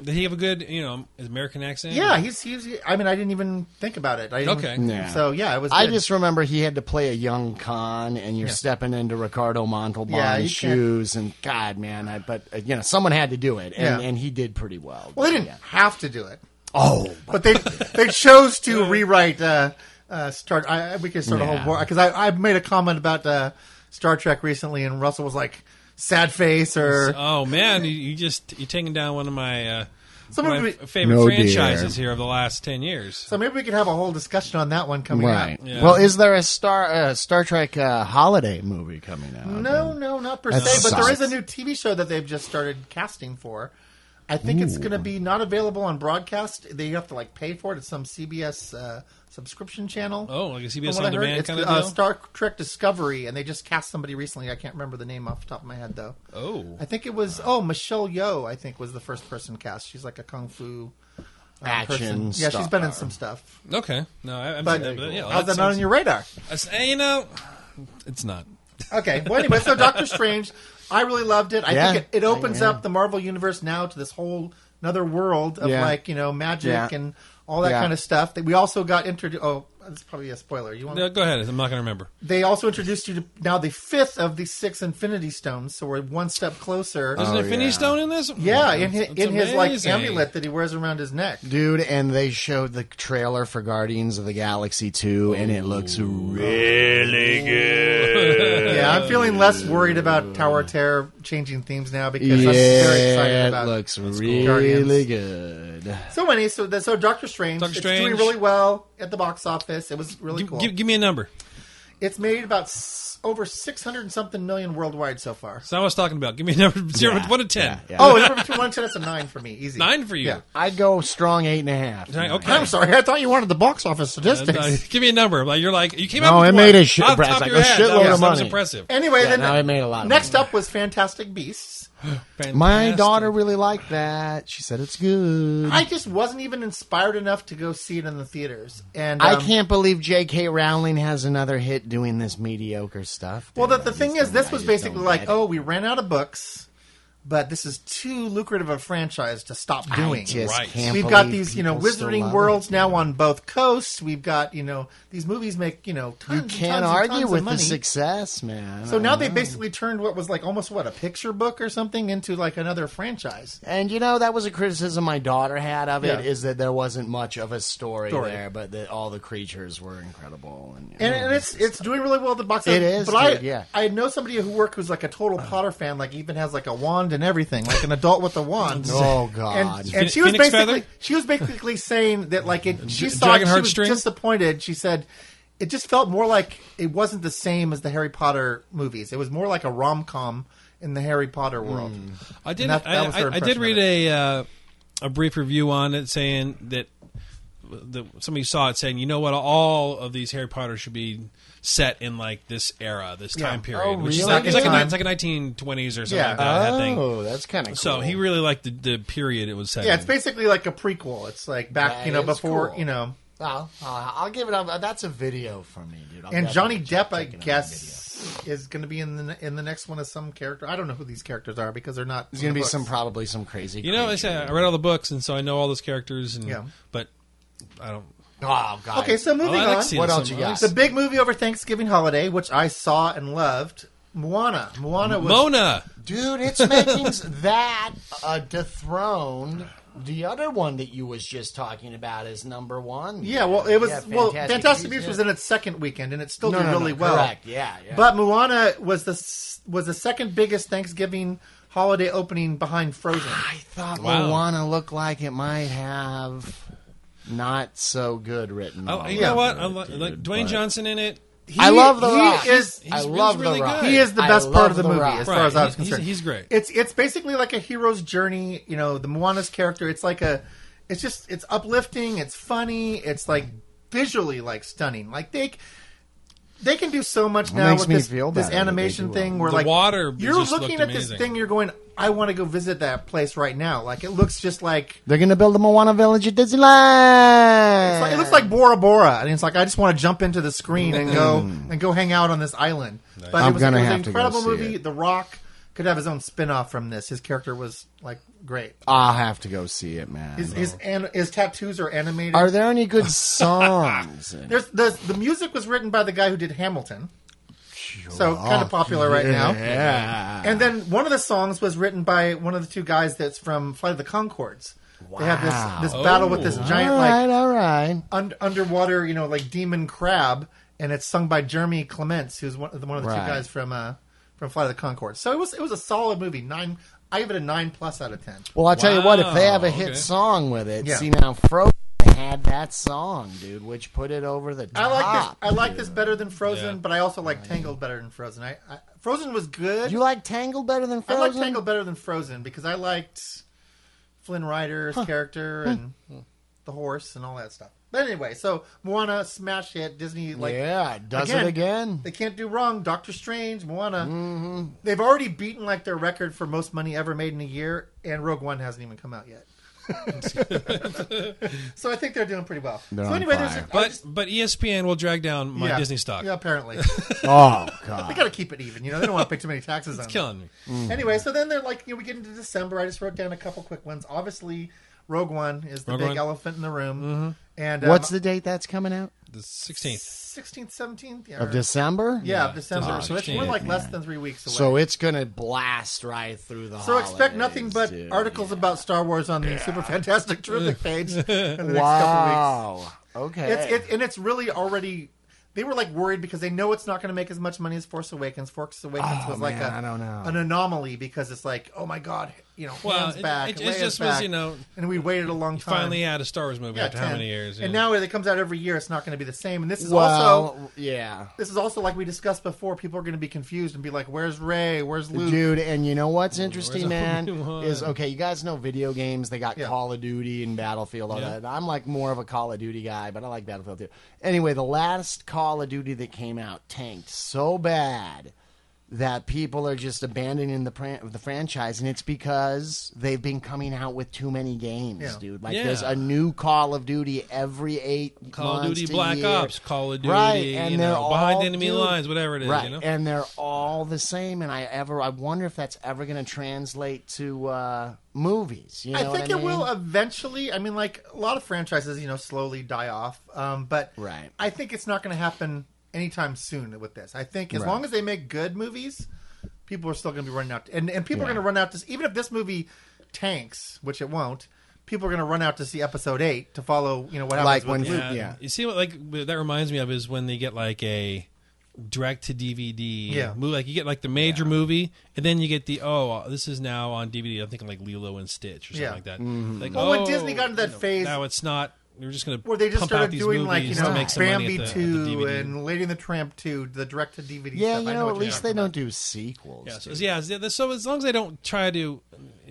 [SPEAKER 1] Did he have a good, you know, his American accent?
[SPEAKER 2] Yeah, he's, he's. I mean, I didn't even think about it. I didn't-
[SPEAKER 1] Okay.
[SPEAKER 3] Yeah.
[SPEAKER 2] So yeah, it was.
[SPEAKER 3] I
[SPEAKER 2] good.
[SPEAKER 3] just remember he had to play a young con, and you're stepping into Ricardo Montalban's
[SPEAKER 2] Yeah, you can't-
[SPEAKER 3] shoes, and God, man, I, but uh, you know someone had to do it, and,
[SPEAKER 2] Yeah.
[SPEAKER 3] and he did pretty well.
[SPEAKER 2] Well, they didn't
[SPEAKER 3] Yeah.
[SPEAKER 2] have to do it,
[SPEAKER 3] Oh,
[SPEAKER 2] but they they chose to rewrite. Uh, uh, Star. I, I- we could start a
[SPEAKER 3] Yeah.
[SPEAKER 2] whole war because I, I made a comment about uh, Star Trek recently, and Russell was like, "Sad face" or
[SPEAKER 1] Oh man, you, you just you're taking down one of my uh,
[SPEAKER 2] Some
[SPEAKER 1] one
[SPEAKER 2] of
[SPEAKER 1] of my
[SPEAKER 2] it-
[SPEAKER 1] f- favorite
[SPEAKER 3] No, dear.
[SPEAKER 1] franchises here of the last ten years.
[SPEAKER 2] So maybe we could have a whole discussion on that one coming up.
[SPEAKER 3] right.
[SPEAKER 1] Yeah.
[SPEAKER 3] Well, is there a Star uh, Star Trek uh, holiday movie coming out?
[SPEAKER 2] No, no, not per
[SPEAKER 3] That
[SPEAKER 2] se, but there
[SPEAKER 3] sucks.
[SPEAKER 2] is a new TV show that they've just started casting for. I think it's going to be not available on broadcast. They have to like pay for it. It's some CBS uh, subscription channel.
[SPEAKER 1] Oh, like a CBS
[SPEAKER 2] From what I
[SPEAKER 1] on
[SPEAKER 2] heard,
[SPEAKER 1] demand
[SPEAKER 2] it's,
[SPEAKER 1] kind of
[SPEAKER 2] uh,
[SPEAKER 1] deal.
[SPEAKER 2] Star Trek Discovery, and they just cast somebody recently. I can't remember the name off the top of my head though.
[SPEAKER 1] oh,
[SPEAKER 2] I think it was oh Michelle Yeoh. I think was the first person cast. She's like a kung fu uh,
[SPEAKER 3] Action
[SPEAKER 2] person. Yeah, she's been in
[SPEAKER 3] star.
[SPEAKER 2] some stuff.
[SPEAKER 1] okay. No, I, I'm
[SPEAKER 2] But
[SPEAKER 1] that, but yeah,
[SPEAKER 2] how's that not
[SPEAKER 1] sounds-
[SPEAKER 2] on your radar?
[SPEAKER 1] That's- eh, you know, it's not.
[SPEAKER 2] Okay. Well, anyway, so Doctor Strange, I really loved it. I
[SPEAKER 3] Yeah.
[SPEAKER 2] think it, it opens
[SPEAKER 3] Yeah.
[SPEAKER 2] up the Marvel universe now to this whole another world of
[SPEAKER 3] Yeah.
[SPEAKER 2] like you know magic
[SPEAKER 3] Yeah.
[SPEAKER 2] and all that
[SPEAKER 3] Yeah.
[SPEAKER 2] kind of stuff. That we also got introduced. Oh, that's probably a spoiler. You want?
[SPEAKER 1] No, go ahead. I'm not going to remember.
[SPEAKER 2] They also introduced you to now the fifth of the six Infinity Stones, so we're one step closer.
[SPEAKER 1] There's an Infinity
[SPEAKER 3] Oh, yeah.
[SPEAKER 1] Stone in this.
[SPEAKER 2] yeah, in his,
[SPEAKER 1] That's-
[SPEAKER 2] in
[SPEAKER 1] that's
[SPEAKER 2] his like
[SPEAKER 1] amazing.
[SPEAKER 2] amulet that he wears around his neck.
[SPEAKER 3] Dude, and they showed the trailer for Guardians of the Galaxy 2, and it looks really good.
[SPEAKER 2] Yeah, I'm feeling less worried about Tower of Terror changing themes now because
[SPEAKER 3] yeah,
[SPEAKER 2] I'm very excited
[SPEAKER 3] it
[SPEAKER 2] about
[SPEAKER 3] looks really
[SPEAKER 2] Guardians.
[SPEAKER 3] good.
[SPEAKER 2] So many. So that so Doctor Strange.
[SPEAKER 1] Doctor
[SPEAKER 2] It's
[SPEAKER 1] Strange.
[SPEAKER 2] doing really well at the box office. It was really
[SPEAKER 1] Give,
[SPEAKER 2] cool.
[SPEAKER 1] give, give me a number.
[SPEAKER 2] it's made about s- over six hundred and something million worldwide so far.
[SPEAKER 1] That's not what I was talking about. Give me a number. Zero,
[SPEAKER 3] Yeah,
[SPEAKER 1] one to ten.
[SPEAKER 3] yeah, yeah.
[SPEAKER 2] Oh, it's between one and ten. That's a nine for me. Easy
[SPEAKER 1] Nine for you.
[SPEAKER 2] Yeah.
[SPEAKER 3] I'd go strong eight and a half.
[SPEAKER 1] Nine- Okay.
[SPEAKER 2] I'm sorry. I thought you wanted the box office
[SPEAKER 1] Uh,
[SPEAKER 2] statistics.
[SPEAKER 1] uh, give me a number. Like you're like you came
[SPEAKER 3] No,
[SPEAKER 1] out. with
[SPEAKER 3] it
[SPEAKER 1] one.
[SPEAKER 3] made a shit-
[SPEAKER 1] Off the
[SPEAKER 3] it's
[SPEAKER 1] top
[SPEAKER 3] like
[SPEAKER 1] of your
[SPEAKER 3] a
[SPEAKER 1] head,
[SPEAKER 3] shitload
[SPEAKER 1] that was-
[SPEAKER 3] of
[SPEAKER 1] that was
[SPEAKER 3] money.
[SPEAKER 1] impressive.
[SPEAKER 2] Anyway,
[SPEAKER 3] Yeah,
[SPEAKER 2] then
[SPEAKER 3] no, it made a lot of
[SPEAKER 2] next
[SPEAKER 3] money.
[SPEAKER 2] up was Fantastic Beasts.
[SPEAKER 3] My
[SPEAKER 1] Fantastic.
[SPEAKER 3] daughter really liked that. She said it's good.
[SPEAKER 2] I just wasn't even inspired enough to go see it in the theaters, and
[SPEAKER 3] I
[SPEAKER 2] um,
[SPEAKER 3] can't believe J.K. Rowling has another hit doing this mediocre stuff.
[SPEAKER 2] Well,
[SPEAKER 3] dude.
[SPEAKER 2] the, the
[SPEAKER 3] I
[SPEAKER 2] thing
[SPEAKER 3] just
[SPEAKER 2] is, this
[SPEAKER 3] don't-
[SPEAKER 2] was
[SPEAKER 3] I just
[SPEAKER 2] basically
[SPEAKER 3] don't
[SPEAKER 2] like,
[SPEAKER 3] get it.
[SPEAKER 2] oh, we ran out of books, but this is too lucrative a franchise to stop doing.
[SPEAKER 3] I just
[SPEAKER 1] Right.
[SPEAKER 3] can't
[SPEAKER 2] We've got
[SPEAKER 3] believe
[SPEAKER 2] these, you know,
[SPEAKER 3] people still love
[SPEAKER 2] wizarding
[SPEAKER 3] it.
[SPEAKER 2] worlds now on both coasts. We've got, you know, these movies make, you know, tons
[SPEAKER 3] You
[SPEAKER 2] and
[SPEAKER 3] can't
[SPEAKER 2] tons and
[SPEAKER 3] argue
[SPEAKER 2] tons
[SPEAKER 3] with
[SPEAKER 2] of money.
[SPEAKER 3] the Mm-hmm. success, man.
[SPEAKER 2] So
[SPEAKER 3] I
[SPEAKER 2] now they
[SPEAKER 3] know.
[SPEAKER 2] basically turned what was like almost what a picture book or something into like another franchise.
[SPEAKER 3] And you know that was a criticism my daughter had of it
[SPEAKER 2] Yeah.
[SPEAKER 3] is that there wasn't much of a story,
[SPEAKER 2] Story.
[SPEAKER 3] there, but that all the creatures were incredible. And, you
[SPEAKER 2] And,
[SPEAKER 3] know,
[SPEAKER 2] and it's it's doing really well at the box.
[SPEAKER 3] Mm. It
[SPEAKER 2] office,
[SPEAKER 3] is,
[SPEAKER 2] but I
[SPEAKER 3] dude, yeah.
[SPEAKER 2] I know somebody who worked who's like a total Potter fan, like even has like a wand and everything, like an adult with a wand.
[SPEAKER 3] oh god,
[SPEAKER 2] and, and she was
[SPEAKER 1] Phoenix
[SPEAKER 2] basically
[SPEAKER 1] feather?
[SPEAKER 2] she was basically saying that like it she
[SPEAKER 1] Dra-
[SPEAKER 2] saw it,
[SPEAKER 1] dragon
[SPEAKER 2] she was
[SPEAKER 1] heartstrings?
[SPEAKER 2] disappointed she said it just felt more like it wasn't the same as the harry potter movies it was more like a rom-com in the harry potter world
[SPEAKER 3] Hmm.
[SPEAKER 1] I did.
[SPEAKER 2] And that- that
[SPEAKER 1] I,
[SPEAKER 2] was her
[SPEAKER 1] I, I did
[SPEAKER 2] impression of
[SPEAKER 1] read a uh, a brief review on it saying that the, somebody saw it saying, you know what, all of these Harry Potter should be set in like this era, this
[SPEAKER 2] Yeah.
[SPEAKER 1] time
[SPEAKER 2] Oh,
[SPEAKER 1] period, which is
[SPEAKER 3] really?
[SPEAKER 1] like, it's like, a,
[SPEAKER 2] Time.
[SPEAKER 1] it's like a 1920s or something
[SPEAKER 2] Yeah.
[SPEAKER 1] like that, that thing.
[SPEAKER 3] oh, that's kind of cool.
[SPEAKER 1] So he really liked the, the period it was set.
[SPEAKER 2] yeah
[SPEAKER 1] in.
[SPEAKER 2] it's basically like a prequel it's like back
[SPEAKER 3] That
[SPEAKER 2] you know
[SPEAKER 3] is
[SPEAKER 2] before
[SPEAKER 3] cool.
[SPEAKER 2] you know
[SPEAKER 3] I'll, I'll I'll give it up. That's a video for me, dude. I'll
[SPEAKER 2] and johnny
[SPEAKER 3] definitely check
[SPEAKER 2] depp i
[SPEAKER 3] it out on video.
[SPEAKER 2] guess is going to be in the in the next one as some character i don't know who these characters are because they're not
[SPEAKER 3] There's gonna be some probably some crazy.
[SPEAKER 1] you know, I,
[SPEAKER 3] creature.
[SPEAKER 1] said, I read all the books, and so I know all those characters. And
[SPEAKER 2] Yeah.
[SPEAKER 1] but I don't.
[SPEAKER 3] oh god.
[SPEAKER 2] okay so
[SPEAKER 1] I
[SPEAKER 2] moving
[SPEAKER 1] like
[SPEAKER 2] on
[SPEAKER 1] seeing
[SPEAKER 3] What
[SPEAKER 1] some-
[SPEAKER 3] else you
[SPEAKER 1] I
[SPEAKER 3] got?
[SPEAKER 1] like
[SPEAKER 2] the big movie over thanksgiving holiday which i saw and loved moana moana was
[SPEAKER 1] Mona.
[SPEAKER 3] Dude, it's making s- that uh, dethroned the other one that you was just talking about as number one.
[SPEAKER 2] Yeah, well, it was
[SPEAKER 3] Yeah,
[SPEAKER 2] well. Fantastic
[SPEAKER 3] Beasts,
[SPEAKER 2] Beasts was
[SPEAKER 3] yeah.
[SPEAKER 2] in its second weekend, and it still
[SPEAKER 3] No,
[SPEAKER 2] did
[SPEAKER 3] no, no,
[SPEAKER 2] really well.
[SPEAKER 3] correct, yeah, yeah.
[SPEAKER 2] But Moana was the s- was the second biggest Thanksgiving holiday opening behind Frozen.
[SPEAKER 3] I thought
[SPEAKER 1] Wow.
[SPEAKER 3] Moana looked like it might have not so good written.
[SPEAKER 1] I,
[SPEAKER 3] all
[SPEAKER 1] Oh, you know
[SPEAKER 3] over
[SPEAKER 1] what?
[SPEAKER 3] it,
[SPEAKER 1] I like,
[SPEAKER 3] dude,
[SPEAKER 1] like Dwayne
[SPEAKER 3] but-
[SPEAKER 1] Johnson in it.
[SPEAKER 2] He,
[SPEAKER 3] I love the
[SPEAKER 2] he
[SPEAKER 3] Rock.
[SPEAKER 2] Is,
[SPEAKER 3] I
[SPEAKER 1] he's
[SPEAKER 3] love
[SPEAKER 1] really
[SPEAKER 3] the rock.
[SPEAKER 1] good.
[SPEAKER 2] he is the
[SPEAKER 3] I
[SPEAKER 2] best part
[SPEAKER 3] love
[SPEAKER 2] of the,
[SPEAKER 3] The
[SPEAKER 2] movie,
[SPEAKER 3] Rock.
[SPEAKER 2] as
[SPEAKER 1] Right,
[SPEAKER 2] far as I was
[SPEAKER 1] he's- he's-
[SPEAKER 2] concerned.
[SPEAKER 1] he's great.
[SPEAKER 2] It's it's basically like a hero's journey. You know, the Moana's character. It's like a, it's just it's uplifting. It's funny. It's like visually like stunning. Like they, they can do so much now
[SPEAKER 3] makes
[SPEAKER 2] with
[SPEAKER 3] me
[SPEAKER 2] this,
[SPEAKER 3] feel
[SPEAKER 2] this
[SPEAKER 3] better that they
[SPEAKER 2] animation
[SPEAKER 3] do
[SPEAKER 2] thing
[SPEAKER 3] all-
[SPEAKER 2] where
[SPEAKER 1] The
[SPEAKER 2] like
[SPEAKER 1] water
[SPEAKER 2] you're
[SPEAKER 1] just
[SPEAKER 2] looking
[SPEAKER 1] looked
[SPEAKER 2] at this
[SPEAKER 1] amazing.
[SPEAKER 2] thing you're going I want to go visit that place right now like it looks just like
[SPEAKER 3] They're going to build the Moana Village at Disneyland.
[SPEAKER 2] it's like- it looks like Bora Bora, and it's like I just want to jump into the screen and go and go hang out on this island. But
[SPEAKER 3] Mm. I'm
[SPEAKER 2] it was,
[SPEAKER 3] gonna
[SPEAKER 2] it was
[SPEAKER 3] have
[SPEAKER 2] an
[SPEAKER 3] to go
[SPEAKER 2] incredible
[SPEAKER 3] see
[SPEAKER 2] movie.
[SPEAKER 3] it.
[SPEAKER 2] The Rock could have his own spin off from this. His character was like great.
[SPEAKER 3] I'll have to go see it, man.
[SPEAKER 2] His his, an, his tattoos are animated.
[SPEAKER 3] Are there any good songs? in it?
[SPEAKER 2] There's the the music was written by the guy who did Hamilton, so kind of popular right now.
[SPEAKER 3] Yeah.
[SPEAKER 2] And then one of the songs was written by one of the two guys that's from Flight of the Concords. They have this this battle with this giant
[SPEAKER 3] all
[SPEAKER 2] like
[SPEAKER 3] right, all right.
[SPEAKER 2] un- underwater, you know, like demon crab, and it's sung by Jeremy Clements, who's one, one of the
[SPEAKER 3] Right.
[SPEAKER 2] two guys from uh, from Flight of the Concord. So it was it was a solid movie. Nine, I give it a nine plus out of ten.
[SPEAKER 3] Well, I'll tell you what, if they have a
[SPEAKER 1] Wow,
[SPEAKER 3] hit
[SPEAKER 1] okay.
[SPEAKER 3] song with it,
[SPEAKER 2] Yeah.
[SPEAKER 3] see now Frozen had that song, dude, which put it over the
[SPEAKER 2] I
[SPEAKER 3] top.
[SPEAKER 2] like this. I like this better than Frozen,
[SPEAKER 1] Yeah.
[SPEAKER 2] but I also like Tangled better than Frozen. I, I Frozen was good.
[SPEAKER 3] You like Tangled better than
[SPEAKER 2] I
[SPEAKER 3] Frozen?
[SPEAKER 2] like Tangled better than Frozen because I liked Flynn Rider's character and the horse and all that stuff. But anyway, so Moana smash hit Disney like
[SPEAKER 3] yeah, it does it again?
[SPEAKER 2] They can't do wrong. Doctor Strange, Moana.
[SPEAKER 3] Mm-hmm.
[SPEAKER 2] They've already beaten like their record for most money ever made in a year, and Rogue One hasn't even come out yet. so I think they're doing pretty well.
[SPEAKER 3] They're
[SPEAKER 2] so
[SPEAKER 3] on
[SPEAKER 2] anyway,
[SPEAKER 3] fire.
[SPEAKER 2] there's a, I
[SPEAKER 1] But
[SPEAKER 2] just-
[SPEAKER 1] but E ESPN will drag down my
[SPEAKER 2] yeah.
[SPEAKER 1] Disney stock.
[SPEAKER 2] Yeah, apparently
[SPEAKER 3] Oh
[SPEAKER 2] they
[SPEAKER 3] god.
[SPEAKER 2] got to keep it even. You know, they don't want to pay too many taxes on. it.
[SPEAKER 1] Killing me.
[SPEAKER 2] Anyway, so then they're like, you know, we get into December. I just wrote down a couple quick ones. Obviously, Rogue One is the
[SPEAKER 1] Rogue
[SPEAKER 2] big
[SPEAKER 1] One. Mm-hmm.
[SPEAKER 2] elephant in the room. And um,
[SPEAKER 3] What's the date that's coming out?
[SPEAKER 1] The 16th.
[SPEAKER 2] 16th, 17th? Yeah,
[SPEAKER 3] Of
[SPEAKER 2] or-
[SPEAKER 3] December?
[SPEAKER 2] yeah, of
[SPEAKER 1] Ah,
[SPEAKER 2] December. so it's, we're
[SPEAKER 1] 16th,
[SPEAKER 2] like less than three weeks away.
[SPEAKER 3] So it's going to blast right through the
[SPEAKER 2] So expect nothing but
[SPEAKER 3] holidays, dude.
[SPEAKER 2] articles about Star Wars on the Super Fantastic Terrific page in the next couple
[SPEAKER 3] Wow.
[SPEAKER 2] weeks.
[SPEAKER 3] Okay.
[SPEAKER 2] It's, it, and it's really already. They were like worried because they know it's not going to make as much money as Force Awakens. Force Awakens
[SPEAKER 3] Oh,
[SPEAKER 2] was like
[SPEAKER 3] man,
[SPEAKER 2] a,
[SPEAKER 3] I don't know.
[SPEAKER 2] an anomaly because it's like, oh my god, you know,
[SPEAKER 1] Well,
[SPEAKER 2] hands
[SPEAKER 1] it-
[SPEAKER 2] back,
[SPEAKER 1] it- it
[SPEAKER 2] Leia's
[SPEAKER 1] just was,
[SPEAKER 2] back,
[SPEAKER 1] you know,
[SPEAKER 2] and we waited a long time.
[SPEAKER 1] Finally had a Star Wars movie
[SPEAKER 2] Yeah,
[SPEAKER 1] after how
[SPEAKER 2] 10.
[SPEAKER 1] many years?
[SPEAKER 2] And
[SPEAKER 1] yeah.
[SPEAKER 2] now they comes out every year. It's not going to be the same. And this is
[SPEAKER 3] well,
[SPEAKER 2] also
[SPEAKER 3] yeah.
[SPEAKER 2] this is also like we discussed before. People are going to be confused and be like, "Where's Ray? Where's Luke?"
[SPEAKER 3] Dude, and you know what's interesting,
[SPEAKER 1] all
[SPEAKER 3] man,
[SPEAKER 1] we want?
[SPEAKER 3] is okay. You guys know video games; they got
[SPEAKER 2] Yeah.
[SPEAKER 3] Call of Duty and Battlefield. All
[SPEAKER 1] Yeah.
[SPEAKER 3] that. I'm like more of a Call of Duty guy, but I like Battlefield too. Anyway, the last Call of Duty that came out tanked so bad that people are just abandoning the pran- the franchise, and it's because they've been coming out with too many games,
[SPEAKER 2] Yeah.
[SPEAKER 3] dude. Like
[SPEAKER 1] Yeah.
[SPEAKER 3] there's a new Call of Duty every eight
[SPEAKER 1] Call of
[SPEAKER 3] months
[SPEAKER 1] Duty
[SPEAKER 3] to
[SPEAKER 1] Black
[SPEAKER 3] year.
[SPEAKER 1] Ops, Call of Duty,
[SPEAKER 3] right? And
[SPEAKER 1] you
[SPEAKER 3] they're
[SPEAKER 1] know, behind
[SPEAKER 3] all-
[SPEAKER 1] enemy
[SPEAKER 3] dude,
[SPEAKER 1] lines, whatever it is,
[SPEAKER 3] right?
[SPEAKER 1] you know?
[SPEAKER 3] And they're all the same. And I ever, I wonder if that's ever going to translate to uh, movies. You know
[SPEAKER 2] I
[SPEAKER 3] what
[SPEAKER 2] think it
[SPEAKER 3] mean?
[SPEAKER 2] will uh, eventually. I mean, like a lot of franchises, you know, slowly die off. Um, but
[SPEAKER 3] Right.
[SPEAKER 2] I think it's not going to happen anytime soon with this. I think as
[SPEAKER 3] Right.
[SPEAKER 2] long as they make good movies, people are still going to be running out, and and people are
[SPEAKER 3] Yeah.
[SPEAKER 2] going to run out to s- even if this movie tanks, which it won't. People are going to run out to see episode eight to follow. You know what happens
[SPEAKER 3] Like
[SPEAKER 2] with
[SPEAKER 3] when
[SPEAKER 2] Luke.
[SPEAKER 3] Luke-
[SPEAKER 1] Yeah.
[SPEAKER 3] Yeah.
[SPEAKER 1] You see what like what that reminds me of is when they get like a direct to DVD
[SPEAKER 2] Yeah.
[SPEAKER 1] movie. Like you get like the major movie, and then you get the oh this is now on DVD. I'm thinking like Lilo and Stitch or something
[SPEAKER 2] Yeah. Mm-hmm.
[SPEAKER 1] like that. Like
[SPEAKER 2] Well, when
[SPEAKER 1] oh,
[SPEAKER 2] Disney got into
[SPEAKER 1] you
[SPEAKER 2] that
[SPEAKER 1] know,
[SPEAKER 2] phase-
[SPEAKER 1] now it's not. We're just gonna
[SPEAKER 2] where they just
[SPEAKER 1] pump out
[SPEAKER 2] started
[SPEAKER 1] these
[SPEAKER 2] doing like you
[SPEAKER 1] movies
[SPEAKER 2] know
[SPEAKER 1] to make some money
[SPEAKER 2] Bambi
[SPEAKER 1] at the- at the
[SPEAKER 2] two
[SPEAKER 1] DVD.
[SPEAKER 2] and Lady and the Tramp two, the direct to DVD.
[SPEAKER 3] Yeah,
[SPEAKER 2] stuff.
[SPEAKER 3] you
[SPEAKER 2] I
[SPEAKER 3] know,
[SPEAKER 2] what you're
[SPEAKER 3] at least
[SPEAKER 2] talking
[SPEAKER 3] they
[SPEAKER 2] about.
[SPEAKER 3] don't do sequels.
[SPEAKER 1] Yeah, so,
[SPEAKER 3] dude.
[SPEAKER 1] yeah, yeah, so as long as they don't try to, you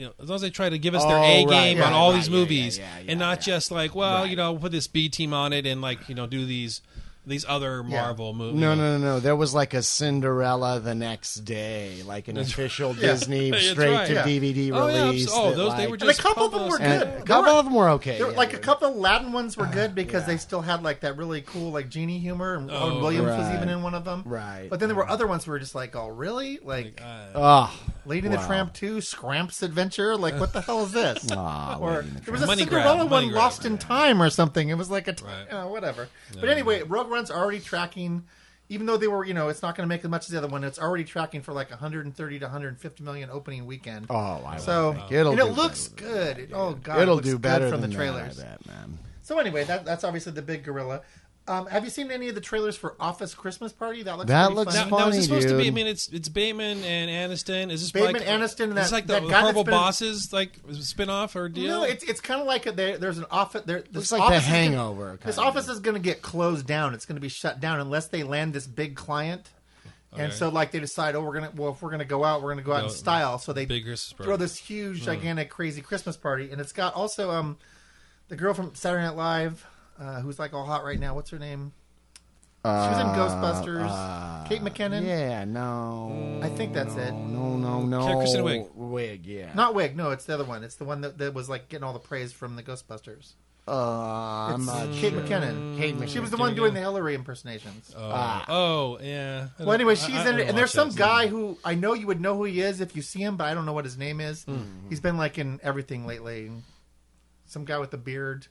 [SPEAKER 1] know, as long as they try to give us their
[SPEAKER 3] Oh,
[SPEAKER 1] A
[SPEAKER 3] right,
[SPEAKER 1] game
[SPEAKER 3] yeah,
[SPEAKER 1] on all
[SPEAKER 3] right,
[SPEAKER 1] these
[SPEAKER 3] yeah, yeah,
[SPEAKER 1] movies,
[SPEAKER 3] yeah, yeah,
[SPEAKER 1] and not
[SPEAKER 3] yeah.
[SPEAKER 1] just like, well,
[SPEAKER 3] Right.
[SPEAKER 1] you know, put this B team on it and like, you know, do these these other Marvel movies. Oh,
[SPEAKER 3] No, no, no, no. There was like a Cinderella the next day, like an official Disney
[SPEAKER 1] That's
[SPEAKER 3] straight
[SPEAKER 1] right.
[SPEAKER 3] to
[SPEAKER 1] Yeah.
[SPEAKER 3] DVD
[SPEAKER 1] Oh, yeah,
[SPEAKER 3] release.
[SPEAKER 1] oh,
[SPEAKER 3] that,
[SPEAKER 1] those- they
[SPEAKER 3] like-
[SPEAKER 1] were
[SPEAKER 2] And a
[SPEAKER 1] just
[SPEAKER 2] couple of them
[SPEAKER 1] Pablo's-
[SPEAKER 2] were good.
[SPEAKER 3] and
[SPEAKER 2] There
[SPEAKER 3] a couple
[SPEAKER 2] were-
[SPEAKER 3] of them were okay.
[SPEAKER 2] There,
[SPEAKER 3] yeah, Uh,
[SPEAKER 2] like a
[SPEAKER 3] they were-
[SPEAKER 2] couple Latin ones were good because they still had like that really cool like genie humor, and Robin
[SPEAKER 1] Oh,
[SPEAKER 2] Williams was
[SPEAKER 3] right.
[SPEAKER 2] even in one of them.
[SPEAKER 3] Right.
[SPEAKER 2] But then there were other ones who were just like, oh, really? Like
[SPEAKER 3] Ah,
[SPEAKER 2] Lady and the Tramp Two, Scramp's Adventure. Like, what the hell is this?
[SPEAKER 3] Ah,
[SPEAKER 2] or
[SPEAKER 3] Lady and the
[SPEAKER 2] there was a
[SPEAKER 1] Money grab,
[SPEAKER 2] Cinderella
[SPEAKER 1] money
[SPEAKER 2] one,
[SPEAKER 1] grab,
[SPEAKER 2] Lost in Time, or something. It was like a t-
[SPEAKER 1] Right.
[SPEAKER 2] you know, whatever. But anyway, Rogue Run's already tracking. Even though they were, you know, it's not going to make as much as the other one. It's already tracking for like 130 to 150 million opening weekend.
[SPEAKER 3] Oh, I
[SPEAKER 2] so
[SPEAKER 3] would think. It'll
[SPEAKER 2] and it
[SPEAKER 3] do
[SPEAKER 2] looks
[SPEAKER 3] better
[SPEAKER 2] good. It- oh god, it
[SPEAKER 3] it'll
[SPEAKER 2] looks
[SPEAKER 3] do
[SPEAKER 2] good
[SPEAKER 3] better
[SPEAKER 2] from
[SPEAKER 3] than
[SPEAKER 2] the trailers.
[SPEAKER 3] That, I bet, man.
[SPEAKER 2] So anyway, that, that's obviously the big gorilla. Um, have you seen any of the trailers for Office Christmas Party? That looks
[SPEAKER 3] That
[SPEAKER 2] pretty
[SPEAKER 3] looks
[SPEAKER 2] fun.
[SPEAKER 1] Now,
[SPEAKER 3] fun.
[SPEAKER 1] now is
[SPEAKER 3] funny,
[SPEAKER 1] this supposed to be? I
[SPEAKER 3] dude.
[SPEAKER 1] mean, it's it's Bateman and Aniston. Is this
[SPEAKER 2] Bateman,
[SPEAKER 1] like,
[SPEAKER 2] Aniston, and
[SPEAKER 1] is this
[SPEAKER 2] that-
[SPEAKER 1] like the
[SPEAKER 2] that guy that's
[SPEAKER 1] horrible
[SPEAKER 2] been in-
[SPEAKER 1] bosses like spinoff or deal?
[SPEAKER 2] No, it's it's kind of like a, there, there's an office. There, this
[SPEAKER 3] Looks like The
[SPEAKER 2] office is gonna-
[SPEAKER 3] Hangover kind
[SPEAKER 2] this
[SPEAKER 3] of.
[SPEAKER 2] office is going to get closed down. It's going to be shut down unless they land this big client. And
[SPEAKER 1] Okay.
[SPEAKER 2] so, like, they decide, oh, we're gonna well, if we're gonna go out, we're gonna go out in
[SPEAKER 1] Go-
[SPEAKER 2] style. So they
[SPEAKER 1] big Christmas party. Hmm.
[SPEAKER 2] throw this huge, gigantic, crazy Christmas party, and it's got also um, the girl from Saturday Night Live, uh, who's like all hot right now. What's her name? She was in Ghostbusters. Kate McKinnon.
[SPEAKER 3] uh, Yeah, no.
[SPEAKER 2] I think that's it.
[SPEAKER 3] No, no, no.
[SPEAKER 1] Yeah, Kristen Wiig.
[SPEAKER 3] Wig, yeah.
[SPEAKER 2] Not Wig. No, it's the other one. It's the one that, that was like getting all the praise from the Ghostbusters.
[SPEAKER 3] Uh, I'm
[SPEAKER 2] It's
[SPEAKER 3] not
[SPEAKER 2] Kate
[SPEAKER 3] sure.
[SPEAKER 2] McKinnon.
[SPEAKER 3] Kate McKinnon.
[SPEAKER 2] She was the one doing the Hillary impersonations.
[SPEAKER 1] Oh, oh yeah. I
[SPEAKER 2] well,
[SPEAKER 1] don't-
[SPEAKER 2] anyway,
[SPEAKER 1] I-
[SPEAKER 2] she's
[SPEAKER 1] I
[SPEAKER 2] in
[SPEAKER 1] don't
[SPEAKER 2] it, and
[SPEAKER 1] watch
[SPEAKER 2] there's some
[SPEAKER 1] that.
[SPEAKER 2] guy who I know you would know who he is if you see him, but I don't know what his name is.
[SPEAKER 3] Hmm.
[SPEAKER 2] He's been like in everything lately. Some guy with a beard.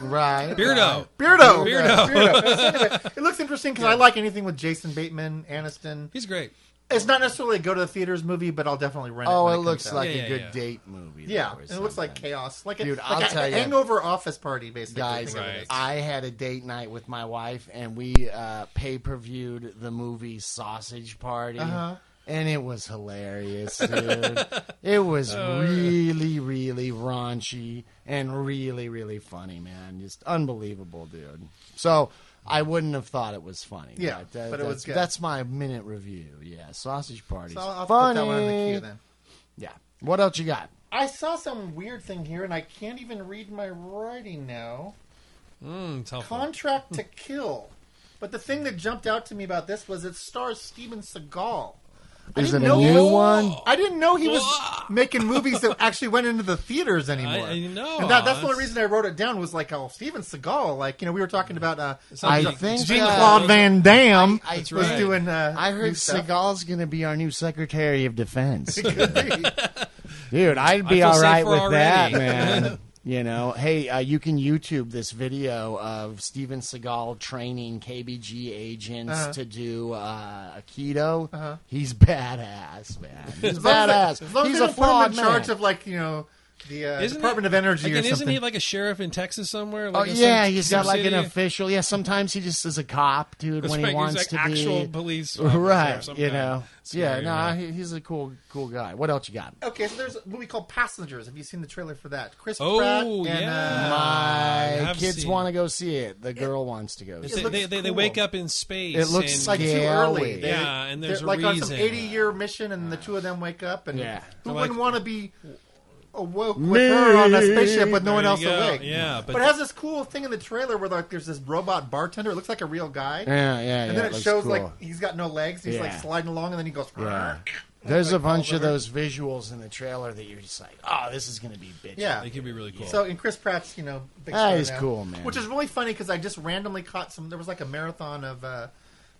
[SPEAKER 3] Right.
[SPEAKER 1] Beardo.
[SPEAKER 2] Beardo.
[SPEAKER 1] Beardo.
[SPEAKER 2] Beardo. anyway, it looks interesting because I like anything with Jason Bateman, Aniston.
[SPEAKER 1] He's great.
[SPEAKER 2] It's not necessarily a go to the theaters movie, but I'll definitely rent it.
[SPEAKER 3] Oh,
[SPEAKER 2] when
[SPEAKER 3] it
[SPEAKER 2] comes
[SPEAKER 3] looks
[SPEAKER 2] out.
[SPEAKER 3] like
[SPEAKER 1] Yeah,
[SPEAKER 3] a
[SPEAKER 1] yeah,
[SPEAKER 3] good
[SPEAKER 1] yeah.
[SPEAKER 3] date movie. though,
[SPEAKER 2] Yeah,
[SPEAKER 3] or
[SPEAKER 2] and it looks like
[SPEAKER 3] something.
[SPEAKER 2] chaos, like a,
[SPEAKER 3] Dude,
[SPEAKER 2] like
[SPEAKER 3] I'll
[SPEAKER 2] a
[SPEAKER 3] tell ya.
[SPEAKER 2] hangover office party, basically.
[SPEAKER 3] guys
[SPEAKER 2] Think of it
[SPEAKER 1] Right.
[SPEAKER 2] as.
[SPEAKER 3] i had a date night with my wife and we uh, pay-per-viewed the movie sausage party
[SPEAKER 2] Uh-huh.
[SPEAKER 3] and it was hilarious dude it was
[SPEAKER 2] Oh,
[SPEAKER 3] really really raunchy and really really funny man just unbelievable dude so I wouldn't have thought it was funny.
[SPEAKER 2] Yeah,
[SPEAKER 3] but,
[SPEAKER 2] but it
[SPEAKER 3] that's,
[SPEAKER 2] was good.
[SPEAKER 3] that's my minute review. Yeah, sausage party.
[SPEAKER 2] So I'll, I'll
[SPEAKER 3] funny.
[SPEAKER 2] put that one in the queue then.
[SPEAKER 3] Yeah. What else you got?
[SPEAKER 2] I saw some weird thing here, and I can't even read my writing now.
[SPEAKER 1] Mm, it's helpful.
[SPEAKER 2] Contract to Kill. But the thing that jumped out to me about this was it stars Steven Seagal. I
[SPEAKER 3] Is it
[SPEAKER 2] didn't
[SPEAKER 3] a
[SPEAKER 2] know
[SPEAKER 3] new one?
[SPEAKER 2] I didn't know he was making movies that actually went into the theaters anymore.
[SPEAKER 1] I know.
[SPEAKER 2] And that, that's
[SPEAKER 1] That's-
[SPEAKER 2] the only reason I wrote it down was like, oh, Steven Seagal. Like, you know, we were talking about uh,
[SPEAKER 1] not
[SPEAKER 3] I
[SPEAKER 1] Jean-
[SPEAKER 3] think,
[SPEAKER 1] it's
[SPEAKER 3] uh,
[SPEAKER 2] Claude Van Damme
[SPEAKER 3] I- I
[SPEAKER 2] was
[SPEAKER 1] think-
[SPEAKER 2] doing. Uh,
[SPEAKER 3] I heard
[SPEAKER 2] new stuff.
[SPEAKER 3] Seagal's going to be our new Secretary of Defense.
[SPEAKER 2] Could be.
[SPEAKER 3] Dude, I'd be
[SPEAKER 1] feel
[SPEAKER 3] all right
[SPEAKER 1] safer
[SPEAKER 3] with that,
[SPEAKER 1] already.
[SPEAKER 3] man. you know, hey, uh, you can YouTube this video of Steven Seagal training KBG agents
[SPEAKER 2] Uh-huh.
[SPEAKER 3] to do uh, Aikido.
[SPEAKER 2] Uh-huh.
[SPEAKER 3] He's badass, man. He's
[SPEAKER 2] As long as
[SPEAKER 3] badass.
[SPEAKER 2] they- as long as
[SPEAKER 3] He's
[SPEAKER 2] they
[SPEAKER 3] a
[SPEAKER 2] don't put him
[SPEAKER 3] flawed
[SPEAKER 2] in
[SPEAKER 3] man.
[SPEAKER 2] charge of like you know the uh,
[SPEAKER 1] Isn't
[SPEAKER 2] Department
[SPEAKER 1] it-
[SPEAKER 2] of Energy
[SPEAKER 1] Like,
[SPEAKER 2] or
[SPEAKER 1] and isn't
[SPEAKER 2] something.
[SPEAKER 1] he like a sheriff in Texas somewhere?
[SPEAKER 3] Oh
[SPEAKER 1] Like in some-
[SPEAKER 3] yeah, he's got
[SPEAKER 1] some
[SPEAKER 3] like an
[SPEAKER 1] city?
[SPEAKER 3] official. Yeah, sometimes he just is a cop, dude.
[SPEAKER 1] That's
[SPEAKER 3] when
[SPEAKER 1] right, he's
[SPEAKER 3] he wants
[SPEAKER 1] like
[SPEAKER 3] to
[SPEAKER 1] actual
[SPEAKER 3] be,
[SPEAKER 1] police, officer of
[SPEAKER 3] right?
[SPEAKER 1] some
[SPEAKER 3] You
[SPEAKER 1] kind.
[SPEAKER 3] know, yeah.
[SPEAKER 1] Scary,
[SPEAKER 3] No,
[SPEAKER 1] huh?
[SPEAKER 3] he- he's a cool, cool guy. What else you got?
[SPEAKER 2] okay, so there's a movie called Passengers. Have you seen the trailer for that? Chris
[SPEAKER 1] Oh,
[SPEAKER 2] Pratt and
[SPEAKER 1] yeah.
[SPEAKER 2] uh,
[SPEAKER 1] I
[SPEAKER 3] My
[SPEAKER 1] have
[SPEAKER 3] kids
[SPEAKER 1] seen
[SPEAKER 3] want to go see it. The girl wants to go.
[SPEAKER 1] They-
[SPEAKER 3] see it.
[SPEAKER 2] looks
[SPEAKER 1] they, they, they
[SPEAKER 2] cool.
[SPEAKER 1] wake up in space.
[SPEAKER 3] It looks
[SPEAKER 1] and-
[SPEAKER 2] it's like too
[SPEAKER 3] Yeah,
[SPEAKER 2] early.
[SPEAKER 3] wait.
[SPEAKER 1] Yeah, and there's
[SPEAKER 2] they're
[SPEAKER 1] a
[SPEAKER 2] like on some
[SPEAKER 1] reason.
[SPEAKER 2] 80 year mission, and the two of them wake up, and
[SPEAKER 3] Yeah.
[SPEAKER 2] who
[SPEAKER 1] They're
[SPEAKER 2] wouldn't
[SPEAKER 1] like-
[SPEAKER 2] want to be awoke with her on a spaceship with no one
[SPEAKER 1] There
[SPEAKER 2] else
[SPEAKER 1] you go.
[SPEAKER 2] awake?
[SPEAKER 1] Yeah,
[SPEAKER 2] but,
[SPEAKER 1] but-
[SPEAKER 2] it has this cool thing in the trailer where like there's this robot bartender. It looks like a real guy.
[SPEAKER 3] Yeah, yeah,
[SPEAKER 2] And
[SPEAKER 3] yeah,
[SPEAKER 2] then it
[SPEAKER 3] looks
[SPEAKER 2] shows
[SPEAKER 3] cool.
[SPEAKER 2] like he's got no legs. He's like
[SPEAKER 3] Yeah.
[SPEAKER 2] sliding along, and then he goes.
[SPEAKER 3] Yeah. There's a
[SPEAKER 2] Like,
[SPEAKER 3] bunch
[SPEAKER 2] all
[SPEAKER 3] of
[SPEAKER 2] over.
[SPEAKER 3] those visuals in the trailer that you're just like, oh, this is gonna be bitch.
[SPEAKER 2] Yeah.
[SPEAKER 1] It could be really cool.
[SPEAKER 2] So and Chris Pratt's, you know, big
[SPEAKER 3] That
[SPEAKER 2] star
[SPEAKER 3] is
[SPEAKER 2] now.
[SPEAKER 3] Ah, cool, man.
[SPEAKER 2] Which is really funny because I just randomly caught some. There was like a marathon of uh,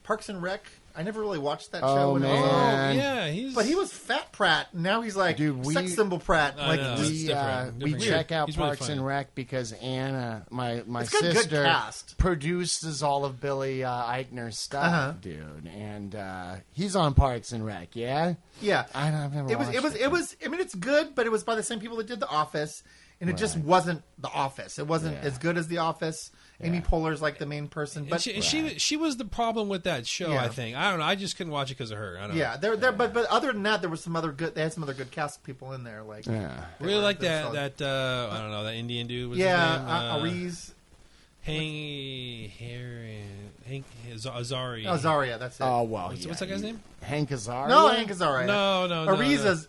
[SPEAKER 2] Parks and Rec. I never really watched that show.
[SPEAKER 3] Oh,
[SPEAKER 2] when It
[SPEAKER 1] oh
[SPEAKER 2] was on.
[SPEAKER 3] man.
[SPEAKER 1] yeah, he's
[SPEAKER 2] But he was fat Pratt. and Now he's like
[SPEAKER 3] Dude, we-
[SPEAKER 2] sex symbol Pratt.
[SPEAKER 1] I
[SPEAKER 2] Like
[SPEAKER 1] know.
[SPEAKER 2] just-
[SPEAKER 1] it's
[SPEAKER 3] we
[SPEAKER 1] different,
[SPEAKER 3] uh, we
[SPEAKER 1] different
[SPEAKER 3] check
[SPEAKER 1] kid.
[SPEAKER 3] out
[SPEAKER 1] He's really
[SPEAKER 3] Parks and
[SPEAKER 1] funny.
[SPEAKER 3] Rec because Anna, my my
[SPEAKER 2] It's got good
[SPEAKER 3] sister,
[SPEAKER 2] cast.
[SPEAKER 3] produces all of Billy uh, Eichner's stuff,
[SPEAKER 2] Uh-huh.
[SPEAKER 3] dude, and uh, he's on Parks and Rec. Yeah,
[SPEAKER 2] yeah.
[SPEAKER 3] I, I've never.
[SPEAKER 2] it was. It
[SPEAKER 3] watched
[SPEAKER 2] was. It was. I mean, it's good, but it was by the same people that did The Office, and it just wasn't The Office. It wasn't
[SPEAKER 3] Yeah.
[SPEAKER 2] as good as The Office. Amy
[SPEAKER 3] Yeah.
[SPEAKER 2] Poehler's like the main person,
[SPEAKER 1] And
[SPEAKER 2] but
[SPEAKER 1] she, and she she was the problem with that show.
[SPEAKER 2] Yeah.
[SPEAKER 1] I think I don't know. I just couldn't watch it because of her. I don't know.
[SPEAKER 2] yeah, there, there. But but other than that, there was some other good. They had some other good cast people in there, like
[SPEAKER 3] Yeah.
[SPEAKER 2] they
[SPEAKER 1] Really
[SPEAKER 2] were-
[SPEAKER 1] like
[SPEAKER 2] they were
[SPEAKER 1] that
[SPEAKER 2] solid.
[SPEAKER 1] that uh, I don't know that Indian dude. Was
[SPEAKER 2] Yeah,
[SPEAKER 1] his name?
[SPEAKER 2] uh,
[SPEAKER 1] Uh,
[SPEAKER 2] Ariz
[SPEAKER 1] Hank Aaron- Hank Az- Azari.
[SPEAKER 2] Azaria. That's it.
[SPEAKER 3] Oh well,
[SPEAKER 1] What's,
[SPEAKER 3] yeah.
[SPEAKER 1] what's that guy's name?
[SPEAKER 3] Hank Azaria.
[SPEAKER 2] no, I think it's Azaria.
[SPEAKER 1] No, no, no,
[SPEAKER 2] Ariza's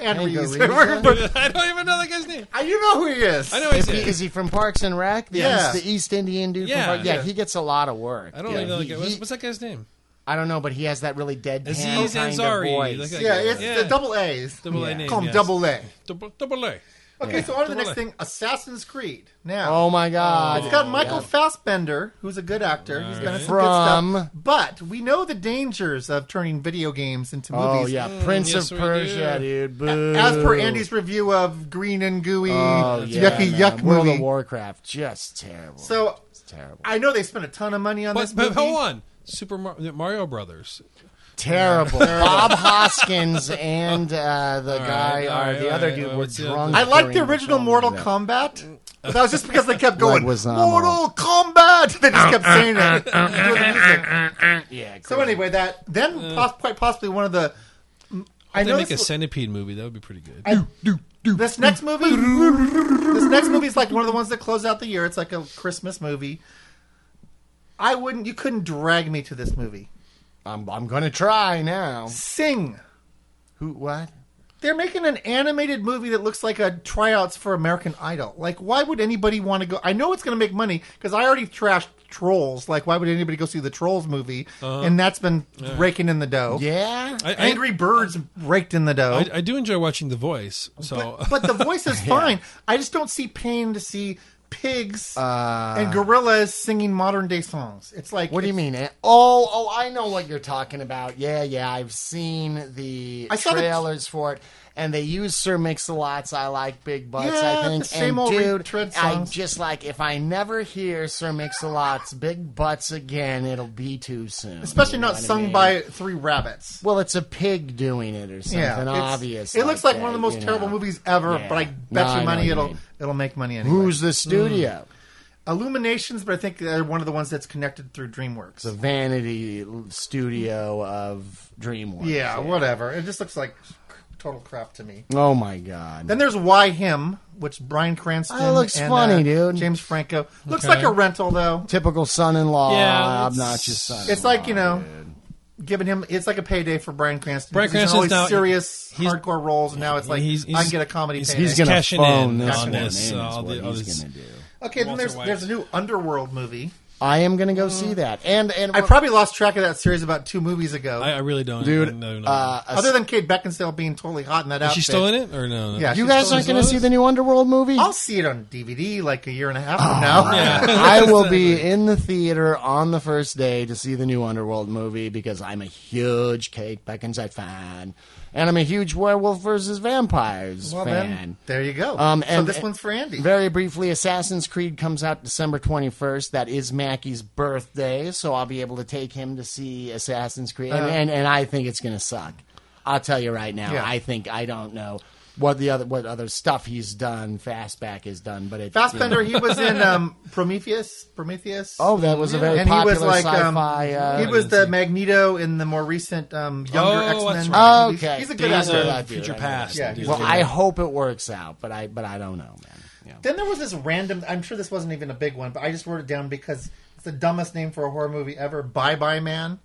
[SPEAKER 2] and
[SPEAKER 3] Hank
[SPEAKER 2] Reese.
[SPEAKER 3] Ariza?
[SPEAKER 2] But
[SPEAKER 1] I don't even know that guy's name.
[SPEAKER 2] I do know who he is.
[SPEAKER 1] I know
[SPEAKER 3] If
[SPEAKER 1] he's
[SPEAKER 3] he,
[SPEAKER 1] in.
[SPEAKER 3] is he from Parks and Rec? The
[SPEAKER 2] Yeah.
[SPEAKER 3] East, the East Indian dude.
[SPEAKER 1] Yeah.
[SPEAKER 3] from Parks, yeah,
[SPEAKER 2] Yeah.
[SPEAKER 3] He gets a lot of work.
[SPEAKER 1] I don't
[SPEAKER 3] dude.
[SPEAKER 1] even know that
[SPEAKER 3] He-
[SPEAKER 1] guy. What's,
[SPEAKER 3] he-
[SPEAKER 1] what's that guy's name?
[SPEAKER 3] I don't know, but he has that really deadpan
[SPEAKER 1] Aziz
[SPEAKER 3] kind
[SPEAKER 1] Ansari,
[SPEAKER 3] of voice.
[SPEAKER 1] like a-
[SPEAKER 2] Yeah, it's
[SPEAKER 1] Yeah.
[SPEAKER 2] the double A's.
[SPEAKER 1] Double A
[SPEAKER 3] Yeah.
[SPEAKER 1] name.
[SPEAKER 2] Call him
[SPEAKER 1] yes.
[SPEAKER 2] double A.
[SPEAKER 1] Double, double A.
[SPEAKER 2] Okay, so on to the
[SPEAKER 1] Double
[SPEAKER 2] next
[SPEAKER 1] A.
[SPEAKER 2] thing, Assassin's Creed. Now
[SPEAKER 3] oh my God!
[SPEAKER 2] it's got Michael Fassbender, who's a good actor. He's done some good
[SPEAKER 3] From-
[SPEAKER 2] stuff. But we know the dangers of turning video games into
[SPEAKER 3] Oh
[SPEAKER 2] movies.
[SPEAKER 3] yeah, Prince
[SPEAKER 1] yes,
[SPEAKER 3] of
[SPEAKER 1] we do.
[SPEAKER 3] Persia, dude. Boo.
[SPEAKER 2] As per Andy's review of Green and Gooey
[SPEAKER 3] oh, yeah,
[SPEAKER 2] Yucky
[SPEAKER 3] man.
[SPEAKER 2] Yuck
[SPEAKER 3] World of
[SPEAKER 2] movie.
[SPEAKER 3] Warcraft, just terrible.
[SPEAKER 2] So
[SPEAKER 3] it's terrible,
[SPEAKER 2] I know they spent a ton of money on this
[SPEAKER 1] But,
[SPEAKER 2] movie.
[SPEAKER 1] but hold on, Super Mar- Mario Brothers.
[SPEAKER 3] terrible. Bob Hoskins and uh, the
[SPEAKER 1] right,
[SPEAKER 3] guy,
[SPEAKER 1] all
[SPEAKER 3] or
[SPEAKER 1] right,
[SPEAKER 3] the
[SPEAKER 1] all
[SPEAKER 3] other
[SPEAKER 1] right,
[SPEAKER 3] dude,
[SPEAKER 1] well,
[SPEAKER 3] were
[SPEAKER 1] what's the
[SPEAKER 3] drunk.
[SPEAKER 2] I like the
[SPEAKER 3] during
[SPEAKER 2] original
[SPEAKER 3] filming
[SPEAKER 2] Mortal
[SPEAKER 3] that.
[SPEAKER 2] Kombat. But that was just because they kept going
[SPEAKER 3] Leguizamo.
[SPEAKER 2] Mortal Kombat. They just kept saying it. Doing the music.
[SPEAKER 3] Yeah.
[SPEAKER 2] So
[SPEAKER 3] great.
[SPEAKER 2] anyway, that then pos- quite possibly one of the. I
[SPEAKER 1] If Uh. they
[SPEAKER 2] know
[SPEAKER 1] make a
[SPEAKER 2] this,
[SPEAKER 1] centipede movie, that would be pretty good.
[SPEAKER 2] this next movie. this next movie is like one of the ones that close out the year. It's like a Christmas movie. I wouldn't. You couldn't drag me to this movie.
[SPEAKER 3] I'm I'm gonna try now.
[SPEAKER 2] Sing.
[SPEAKER 3] Who? What?
[SPEAKER 2] They're making an animated movie that looks like a tryouts for American Idol. Like, why would anybody want to go? I know it's going to make money because I already trashed trolls. Like, why would anybody go see the trolls movie? And that's been raking in the dough.
[SPEAKER 3] Uh-huh. Yeah.
[SPEAKER 1] I, I-
[SPEAKER 2] Angry Birds raked in the dough.
[SPEAKER 1] I, I do enjoy watching The Voice. So
[SPEAKER 2] but, but the voice is fine. I just don't see pain to see pigs
[SPEAKER 3] Uh,
[SPEAKER 2] and gorillas singing modern day songs. It's like
[SPEAKER 3] What do you
[SPEAKER 2] it's-
[SPEAKER 3] mean? eh? Oh, oh, I know what you're talking about. Yeah, yeah, I've seen the
[SPEAKER 2] I saw the-
[SPEAKER 3] trailers for it, and they use Sir Mix-a-Lot's "I Like Big Butts."
[SPEAKER 2] Yeah,
[SPEAKER 3] I think,
[SPEAKER 2] the same
[SPEAKER 3] and
[SPEAKER 2] old retread
[SPEAKER 3] dude, I
[SPEAKER 2] songs.
[SPEAKER 3] just like if I never hear Sir Mix-a-Lot's "Big Butts" again, it'll be too soon.
[SPEAKER 2] Especially
[SPEAKER 3] You know
[SPEAKER 2] not
[SPEAKER 3] what I
[SPEAKER 2] sung
[SPEAKER 3] mean?
[SPEAKER 2] by three rabbits.
[SPEAKER 3] Well, it's a pig doing it or something
[SPEAKER 2] Yeah, it's-
[SPEAKER 3] obvious.
[SPEAKER 2] It looks like
[SPEAKER 3] that,
[SPEAKER 2] one of the most
[SPEAKER 3] you
[SPEAKER 2] terrible
[SPEAKER 3] know.
[SPEAKER 2] movies ever,
[SPEAKER 3] Yeah.
[SPEAKER 2] but I
[SPEAKER 3] No,
[SPEAKER 2] bet
[SPEAKER 3] I know
[SPEAKER 2] you
[SPEAKER 3] what
[SPEAKER 2] money
[SPEAKER 3] you
[SPEAKER 2] it'll
[SPEAKER 3] mean.
[SPEAKER 2] it'll make money anyway.
[SPEAKER 3] Who's the studio?
[SPEAKER 2] Illuminations? But I think they're one of the ones that's connected through DreamWorks.
[SPEAKER 3] The vanity studio of DreamWorks.
[SPEAKER 2] yeah, whatever. It just looks like total crap to me.
[SPEAKER 3] Oh my god.
[SPEAKER 2] Then there's Why Him, which Brian Cranston.
[SPEAKER 3] That Oh, looks
[SPEAKER 2] and,
[SPEAKER 3] funny,
[SPEAKER 2] uh,
[SPEAKER 3] dude.
[SPEAKER 2] James Franco looks
[SPEAKER 1] Okay.
[SPEAKER 2] like a rental though.
[SPEAKER 3] Typical son-in-law,
[SPEAKER 1] Yeah, it's-
[SPEAKER 3] obnoxious son.
[SPEAKER 2] It's like you
[SPEAKER 3] Oh,
[SPEAKER 2] know, giving him. It's like a payday for Brian Cranston.
[SPEAKER 1] Bryan
[SPEAKER 2] 'cause he's in
[SPEAKER 1] Cranston's
[SPEAKER 2] all
[SPEAKER 1] now-
[SPEAKER 2] these serious
[SPEAKER 1] he's-
[SPEAKER 2] hardcore roles, and now it's like
[SPEAKER 1] He's-
[SPEAKER 2] I
[SPEAKER 1] he's-
[SPEAKER 2] can get a comedy.
[SPEAKER 1] he's-
[SPEAKER 2] payday.
[SPEAKER 3] He's gonna
[SPEAKER 1] cashing
[SPEAKER 3] phone
[SPEAKER 1] in
[SPEAKER 3] this
[SPEAKER 1] on
[SPEAKER 3] one
[SPEAKER 1] this,
[SPEAKER 3] in,
[SPEAKER 1] uh,
[SPEAKER 3] is
[SPEAKER 1] all
[SPEAKER 3] what
[SPEAKER 1] the- all
[SPEAKER 3] he's
[SPEAKER 1] this-
[SPEAKER 3] gonna do.
[SPEAKER 2] okay. Then
[SPEAKER 1] Walter
[SPEAKER 2] there's
[SPEAKER 1] White.
[SPEAKER 2] there's a new Underworld movie.
[SPEAKER 3] I am gonna go see that. And and
[SPEAKER 2] I probably lost track of that series about two movies ago.
[SPEAKER 1] I, I really don't.
[SPEAKER 3] dude.
[SPEAKER 1] I don't know.
[SPEAKER 3] uh, a-
[SPEAKER 2] Other than Kate Beckinsale being totally hot in that
[SPEAKER 1] is
[SPEAKER 2] outfit,
[SPEAKER 1] she still in it or no? no?
[SPEAKER 2] Yeah,
[SPEAKER 3] you
[SPEAKER 2] she's
[SPEAKER 3] guys
[SPEAKER 2] still in
[SPEAKER 3] aren't
[SPEAKER 2] it.
[SPEAKER 3] gonna
[SPEAKER 1] Lois?
[SPEAKER 3] see the new Underworld movie.
[SPEAKER 2] I'll see it on DVD like a year and a half
[SPEAKER 3] Oh,
[SPEAKER 2] from now.
[SPEAKER 3] I will be in the theater on the first day to see the new Underworld movie because I'm a huge Kate Beckinsale fan, and I'm a huge werewolf versus vampires
[SPEAKER 2] Well
[SPEAKER 3] fan.
[SPEAKER 2] then, there you go.
[SPEAKER 3] Um, and,
[SPEAKER 2] so this one's for Andy.
[SPEAKER 3] Very briefly, Assassin's Creed comes out December 21st. That is Mackie's birthday, so I'll be able to take him to see Assassin's Creed. And, and, and I think it's going to suck. I'll tell you right now.
[SPEAKER 2] Uh-huh. Yeah.
[SPEAKER 3] I think I don't know what the other what other stuff he's done. Fastback has done, but it,
[SPEAKER 2] Fassbender, he was in um, Prometheus. Prometheus.
[SPEAKER 3] Oh, that was a very
[SPEAKER 2] and he
[SPEAKER 3] popular
[SPEAKER 2] was like um,
[SPEAKER 3] sci-fi. uh,
[SPEAKER 2] he was the Magneto in the more recent um, younger
[SPEAKER 1] Oh,
[SPEAKER 2] X
[SPEAKER 1] that's
[SPEAKER 2] Men.
[SPEAKER 1] right.
[SPEAKER 3] Okay.
[SPEAKER 2] he's a good
[SPEAKER 3] He's
[SPEAKER 2] actor.
[SPEAKER 3] a- that dude,
[SPEAKER 1] future
[SPEAKER 3] I know
[SPEAKER 1] past.
[SPEAKER 2] that
[SPEAKER 1] dude.
[SPEAKER 2] dude.
[SPEAKER 3] well, I hope it works out, but I but I don't know, man. Yeah.
[SPEAKER 2] Then there was this random. I'm sure this wasn't even a big one, but I just wrote it down because it's the dumbest name for a horror movie ever. Bye Bye Man.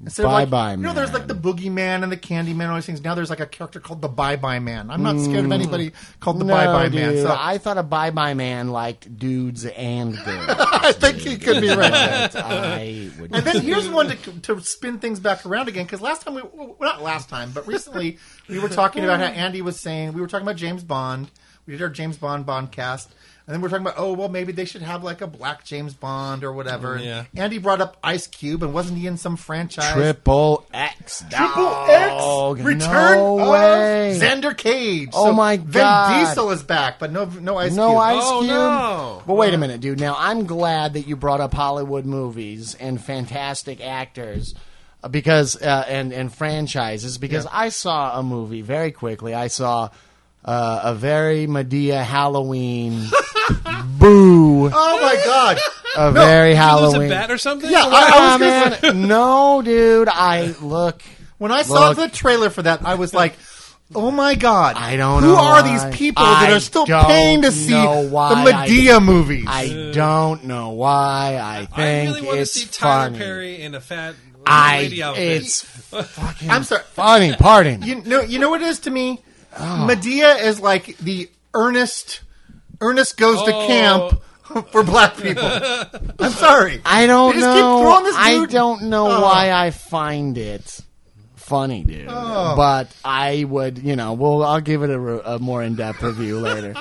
[SPEAKER 2] Instead of, like-
[SPEAKER 3] Bye Bye
[SPEAKER 2] You know, there's like
[SPEAKER 3] Man.
[SPEAKER 2] the Boogeyman and the Candyman and all these things. Now there's like a character called the Bye Bye Man. I'm not scared of anybody called the
[SPEAKER 3] Mm. No,
[SPEAKER 2] Bye Bye Man.
[SPEAKER 3] dude,
[SPEAKER 2] So I,
[SPEAKER 3] I thought a Bye Bye Man liked dudes and girls.
[SPEAKER 2] think he could be right. there.
[SPEAKER 3] But I would.
[SPEAKER 2] And then here's one to, to spin things back around again because last time we well, not last time but recently we were talking about how Andy was saying we were talking about James Bond we did our James Bond Bondcast and then we are talking about oh well maybe they should have like a black James Bond or whatever And
[SPEAKER 1] Yeah.
[SPEAKER 2] Andy brought up Ice Cube and wasn't he in some franchise
[SPEAKER 3] Triple X.
[SPEAKER 2] Triple
[SPEAKER 3] dog.
[SPEAKER 2] X Return
[SPEAKER 3] Oh, no
[SPEAKER 2] of
[SPEAKER 3] way.
[SPEAKER 2] Xander Cage
[SPEAKER 3] Oh my God.
[SPEAKER 2] Vin Diesel is back but no no Ice
[SPEAKER 3] no
[SPEAKER 2] Cube
[SPEAKER 3] Ice
[SPEAKER 1] Oh,
[SPEAKER 3] Cube.
[SPEAKER 1] no.
[SPEAKER 3] But wait a minute, dude. Now I'm glad that you brought up Hollywood movies and fantastic actors uh, because uh, and and franchises because I saw a movie very quickly. I saw uh, a very Medea Halloween. Boo!
[SPEAKER 2] oh my God
[SPEAKER 3] A very
[SPEAKER 1] Lose a
[SPEAKER 3] Halloween.
[SPEAKER 1] bat or something?
[SPEAKER 2] yeah I, I was gonna say-
[SPEAKER 3] Ah, man. no, dude. I look.
[SPEAKER 2] When I saw
[SPEAKER 3] Look.
[SPEAKER 2] the trailer for that, I was like, "Oh my god!
[SPEAKER 3] I don't
[SPEAKER 2] who
[SPEAKER 3] know
[SPEAKER 2] are
[SPEAKER 3] why.
[SPEAKER 2] these people that
[SPEAKER 3] I
[SPEAKER 2] are still
[SPEAKER 3] don't
[SPEAKER 2] paying to see
[SPEAKER 3] know why
[SPEAKER 2] the Medea movies?"
[SPEAKER 3] I don't know why. I think
[SPEAKER 1] I really want to
[SPEAKER 3] it's
[SPEAKER 1] see Tyler
[SPEAKER 3] funny.
[SPEAKER 1] Perry in a fat
[SPEAKER 3] I
[SPEAKER 1] lady outfit.
[SPEAKER 3] it's fucking
[SPEAKER 2] I'm sorry.
[SPEAKER 3] funny parting.
[SPEAKER 2] You know, you know what it is to me.
[SPEAKER 3] Oh.
[SPEAKER 2] Medea is like the Ernest. Ernest goes
[SPEAKER 1] Oh.
[SPEAKER 2] to camp for black people. I'm sorry.
[SPEAKER 3] I don't
[SPEAKER 2] They just keep
[SPEAKER 3] know.
[SPEAKER 2] throwing this
[SPEAKER 3] I
[SPEAKER 2] dude-
[SPEAKER 3] don't know
[SPEAKER 2] Oh.
[SPEAKER 3] why I find it funny, dude. But I would, you know, well, I'll give it a, re- a more in depth review later.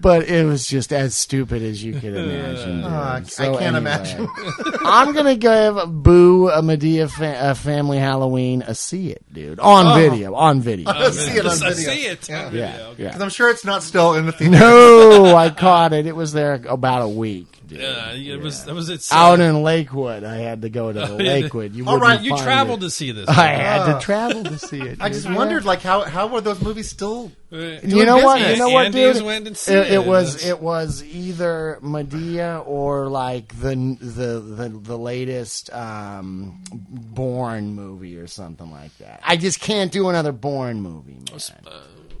[SPEAKER 3] But it was just as stupid as you could imagine. dude.
[SPEAKER 2] Uh, I- I
[SPEAKER 3] So
[SPEAKER 2] can't
[SPEAKER 3] anyway,
[SPEAKER 2] imagine.
[SPEAKER 1] Oh,
[SPEAKER 3] I'm gonna give Boo a Medea fa- a Family Halloween a see it, dude, on video, on video.
[SPEAKER 2] I see it on
[SPEAKER 1] I
[SPEAKER 2] video.
[SPEAKER 1] see it. on video.
[SPEAKER 3] yeah, yeah.
[SPEAKER 2] Because I'm sure it's not still in the theater.
[SPEAKER 3] No, I caught it. It was there about a week. Dude.
[SPEAKER 1] Yeah, it was that was it.
[SPEAKER 3] Out in Lakewood, I had to go to the
[SPEAKER 1] Oh, yeah.
[SPEAKER 3] Lakewood. You
[SPEAKER 1] All right,
[SPEAKER 3] wouldn't
[SPEAKER 1] you
[SPEAKER 3] find
[SPEAKER 1] traveled
[SPEAKER 3] it.
[SPEAKER 1] to see this.
[SPEAKER 3] I had to travel to see it.
[SPEAKER 2] I just wondered, like, how how were those movies still?
[SPEAKER 1] Right.
[SPEAKER 3] You know what?
[SPEAKER 2] business.
[SPEAKER 3] You know what,
[SPEAKER 1] Andy just
[SPEAKER 3] dude?
[SPEAKER 1] went and see
[SPEAKER 3] it, it
[SPEAKER 1] it.
[SPEAKER 3] was it was either Medea or like the the the, the latest um, Born movie or something like that. I just can't do another Born movie, man.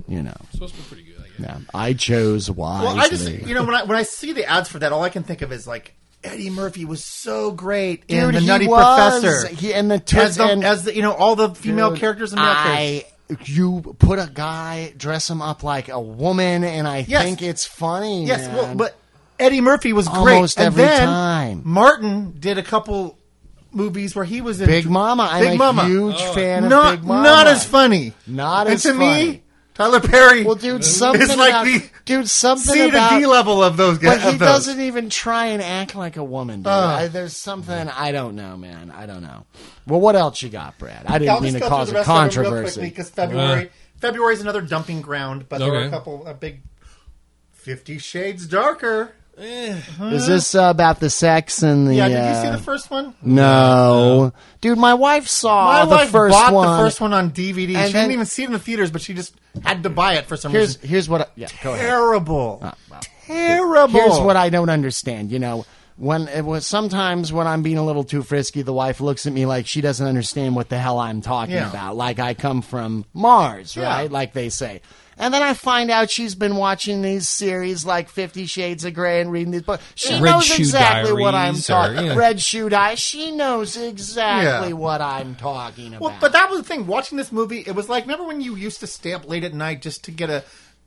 [SPEAKER 3] You know,
[SPEAKER 1] supposed to be pretty good. I guess.
[SPEAKER 3] yeah. I chose wisely.
[SPEAKER 2] Well, I just you know when I when I see the ads for that, all I can think of is like Eddie Murphy was so great in
[SPEAKER 3] Dude,
[SPEAKER 2] the
[SPEAKER 3] he
[SPEAKER 2] Nutty
[SPEAKER 3] was.
[SPEAKER 2] Professor.
[SPEAKER 3] He and the
[SPEAKER 2] as
[SPEAKER 3] tits
[SPEAKER 2] the,
[SPEAKER 3] and-
[SPEAKER 2] as the, you know, all the female
[SPEAKER 3] Dude,
[SPEAKER 2] characters and male characters.
[SPEAKER 3] I you put a guy dress him up like a woman, and I
[SPEAKER 2] Yes.
[SPEAKER 3] think it's funny.
[SPEAKER 2] Yes,
[SPEAKER 3] man.
[SPEAKER 2] well, but Eddie Murphy was great.
[SPEAKER 3] Almost
[SPEAKER 2] and
[SPEAKER 3] every
[SPEAKER 2] then
[SPEAKER 3] time.
[SPEAKER 2] Martin did a couple movies where he was in
[SPEAKER 3] Big Mama. I'm
[SPEAKER 2] Big
[SPEAKER 3] a
[SPEAKER 2] Mama.
[SPEAKER 3] huge fan
[SPEAKER 2] not,
[SPEAKER 3] of Big Mama.
[SPEAKER 2] Not as funny.
[SPEAKER 3] Not
[SPEAKER 2] and
[SPEAKER 3] as
[SPEAKER 2] to
[SPEAKER 3] funny.
[SPEAKER 2] me, Tyler Perry.
[SPEAKER 3] Well, dude, something
[SPEAKER 2] It's like
[SPEAKER 3] about
[SPEAKER 2] the
[SPEAKER 3] dude, something
[SPEAKER 2] C
[SPEAKER 3] about
[SPEAKER 2] to D level of those guys.
[SPEAKER 3] But he
[SPEAKER 2] of those. Uh.
[SPEAKER 3] doesn't even try and act like a woman. Dude. I, there's something I don't know, man. I don't know. Well, what else you got, Brad? I didn't
[SPEAKER 2] I'll
[SPEAKER 3] mean
[SPEAKER 2] just
[SPEAKER 3] to
[SPEAKER 2] go through
[SPEAKER 3] cause
[SPEAKER 2] the rest
[SPEAKER 3] a
[SPEAKER 2] of them real
[SPEAKER 3] controversy.
[SPEAKER 2] because February February is another dumping ground, but there were a
[SPEAKER 1] Okay.
[SPEAKER 2] couple a big Fifty Shades Darker.
[SPEAKER 1] Eh.
[SPEAKER 3] Is this uh, about the sex and the?
[SPEAKER 2] Yeah, did you
[SPEAKER 3] uh,
[SPEAKER 2] see the first one?
[SPEAKER 3] no. dude, my wife saw
[SPEAKER 2] My
[SPEAKER 3] the
[SPEAKER 2] wife
[SPEAKER 3] first
[SPEAKER 2] bought
[SPEAKER 3] one.
[SPEAKER 2] the first one on DVD.
[SPEAKER 3] And
[SPEAKER 2] she
[SPEAKER 3] then-
[SPEAKER 2] didn't even see it in the theaters, but she just had to buy it for some
[SPEAKER 3] Here's
[SPEAKER 2] reason.
[SPEAKER 3] here's what. I, yeah, go ahead. Uh,
[SPEAKER 2] Terrible, terrible.
[SPEAKER 3] Here's what I don't understand. You know, when it was sometimes when I'm being a little too frisky, the wife looks at me like she doesn't understand what the hell I'm talking
[SPEAKER 2] Yeah.
[SPEAKER 3] about. Like I come from Mars,
[SPEAKER 2] Yeah.
[SPEAKER 3] right? Like they say. And then I find out she's been watching these series like Fifty Shades of Grey and reading these books. She
[SPEAKER 1] Red
[SPEAKER 3] knows
[SPEAKER 1] Shoe
[SPEAKER 3] exactly what I'm
[SPEAKER 1] Diaries
[SPEAKER 3] talking.
[SPEAKER 1] or, yeah.
[SPEAKER 3] Red Shoe Diaries. She knows exactly
[SPEAKER 2] Yeah.
[SPEAKER 3] what I'm talking about.
[SPEAKER 2] Well, but that was the thing. Watching this movie, it was like remember when you used to stay up late at night just to get a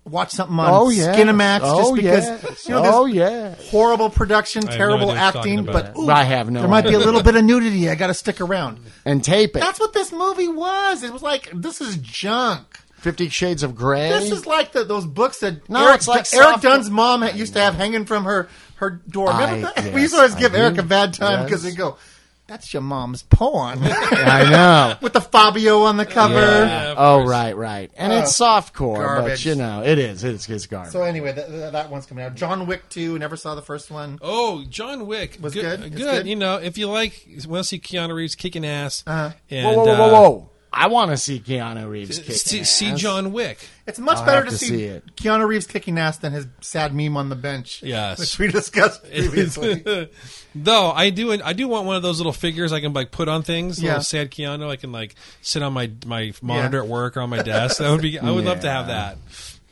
[SPEAKER 2] watch something on
[SPEAKER 3] Oh, yes.
[SPEAKER 2] Skinamax
[SPEAKER 3] Oh,
[SPEAKER 2] just because
[SPEAKER 3] yes.
[SPEAKER 2] you know there's
[SPEAKER 3] Oh, yes.
[SPEAKER 2] horrible production,
[SPEAKER 1] have no idea
[SPEAKER 2] terrible
[SPEAKER 1] what you're
[SPEAKER 2] acting,
[SPEAKER 1] talking
[SPEAKER 2] but
[SPEAKER 1] about.
[SPEAKER 2] ooh,
[SPEAKER 3] I have no
[SPEAKER 2] there might be a
[SPEAKER 3] idea.
[SPEAKER 2] little bit of nudity. I got to stick around.
[SPEAKER 3] and tape it.
[SPEAKER 2] That's what this movie was. It was like this is junk.
[SPEAKER 3] Fifty Shades of Grey.
[SPEAKER 2] This is like the, those books that
[SPEAKER 3] No,
[SPEAKER 2] Eric,
[SPEAKER 3] it's like
[SPEAKER 2] Eric
[SPEAKER 3] soft-
[SPEAKER 2] Dunn's mom had- used to have hanging from her her door.
[SPEAKER 3] I-
[SPEAKER 2] Remember that?
[SPEAKER 3] yes,
[SPEAKER 2] we used to always
[SPEAKER 3] I
[SPEAKER 2] give
[SPEAKER 3] do.
[SPEAKER 2] Eric a bad time
[SPEAKER 3] Yes.
[SPEAKER 2] because we go, "That's your mom's porn."
[SPEAKER 3] I know.
[SPEAKER 2] With the Fabio on the cover.
[SPEAKER 1] Yeah. Of
[SPEAKER 3] Oh
[SPEAKER 1] course.
[SPEAKER 3] right, right, and it's soft core, but
[SPEAKER 2] garbage.
[SPEAKER 3] you know it is. It's, it's garbage.
[SPEAKER 2] So anyway, th- th- that one's coming out. John Wick Two. Never saw the first one.
[SPEAKER 1] Oh, John Wick
[SPEAKER 2] Was good?
[SPEAKER 1] Good,
[SPEAKER 2] It's good?
[SPEAKER 1] You know, if you like, want to see Keanu Reeves kicking ass.
[SPEAKER 2] Uh-huh.
[SPEAKER 1] And,
[SPEAKER 3] whoa, whoa, whoa,
[SPEAKER 1] uh,
[SPEAKER 3] whoa, whoa! I want to see Keanu Reeves kick
[SPEAKER 1] see,
[SPEAKER 3] ass.
[SPEAKER 1] see John Wick.
[SPEAKER 2] It's much
[SPEAKER 3] I'll
[SPEAKER 2] better
[SPEAKER 3] have
[SPEAKER 2] to,
[SPEAKER 3] to
[SPEAKER 2] see,
[SPEAKER 3] see it.
[SPEAKER 2] Keanu Reeves kicking ass than his sad meme on the bench.
[SPEAKER 1] Yes.
[SPEAKER 2] which we discussed previously.
[SPEAKER 1] Though I do, I do want one of those little figures I can like put on things.
[SPEAKER 2] Yeah.
[SPEAKER 1] Little sad Keanu. I can like sit on my my monitor at work or on my desk. That would be. I would love to have that.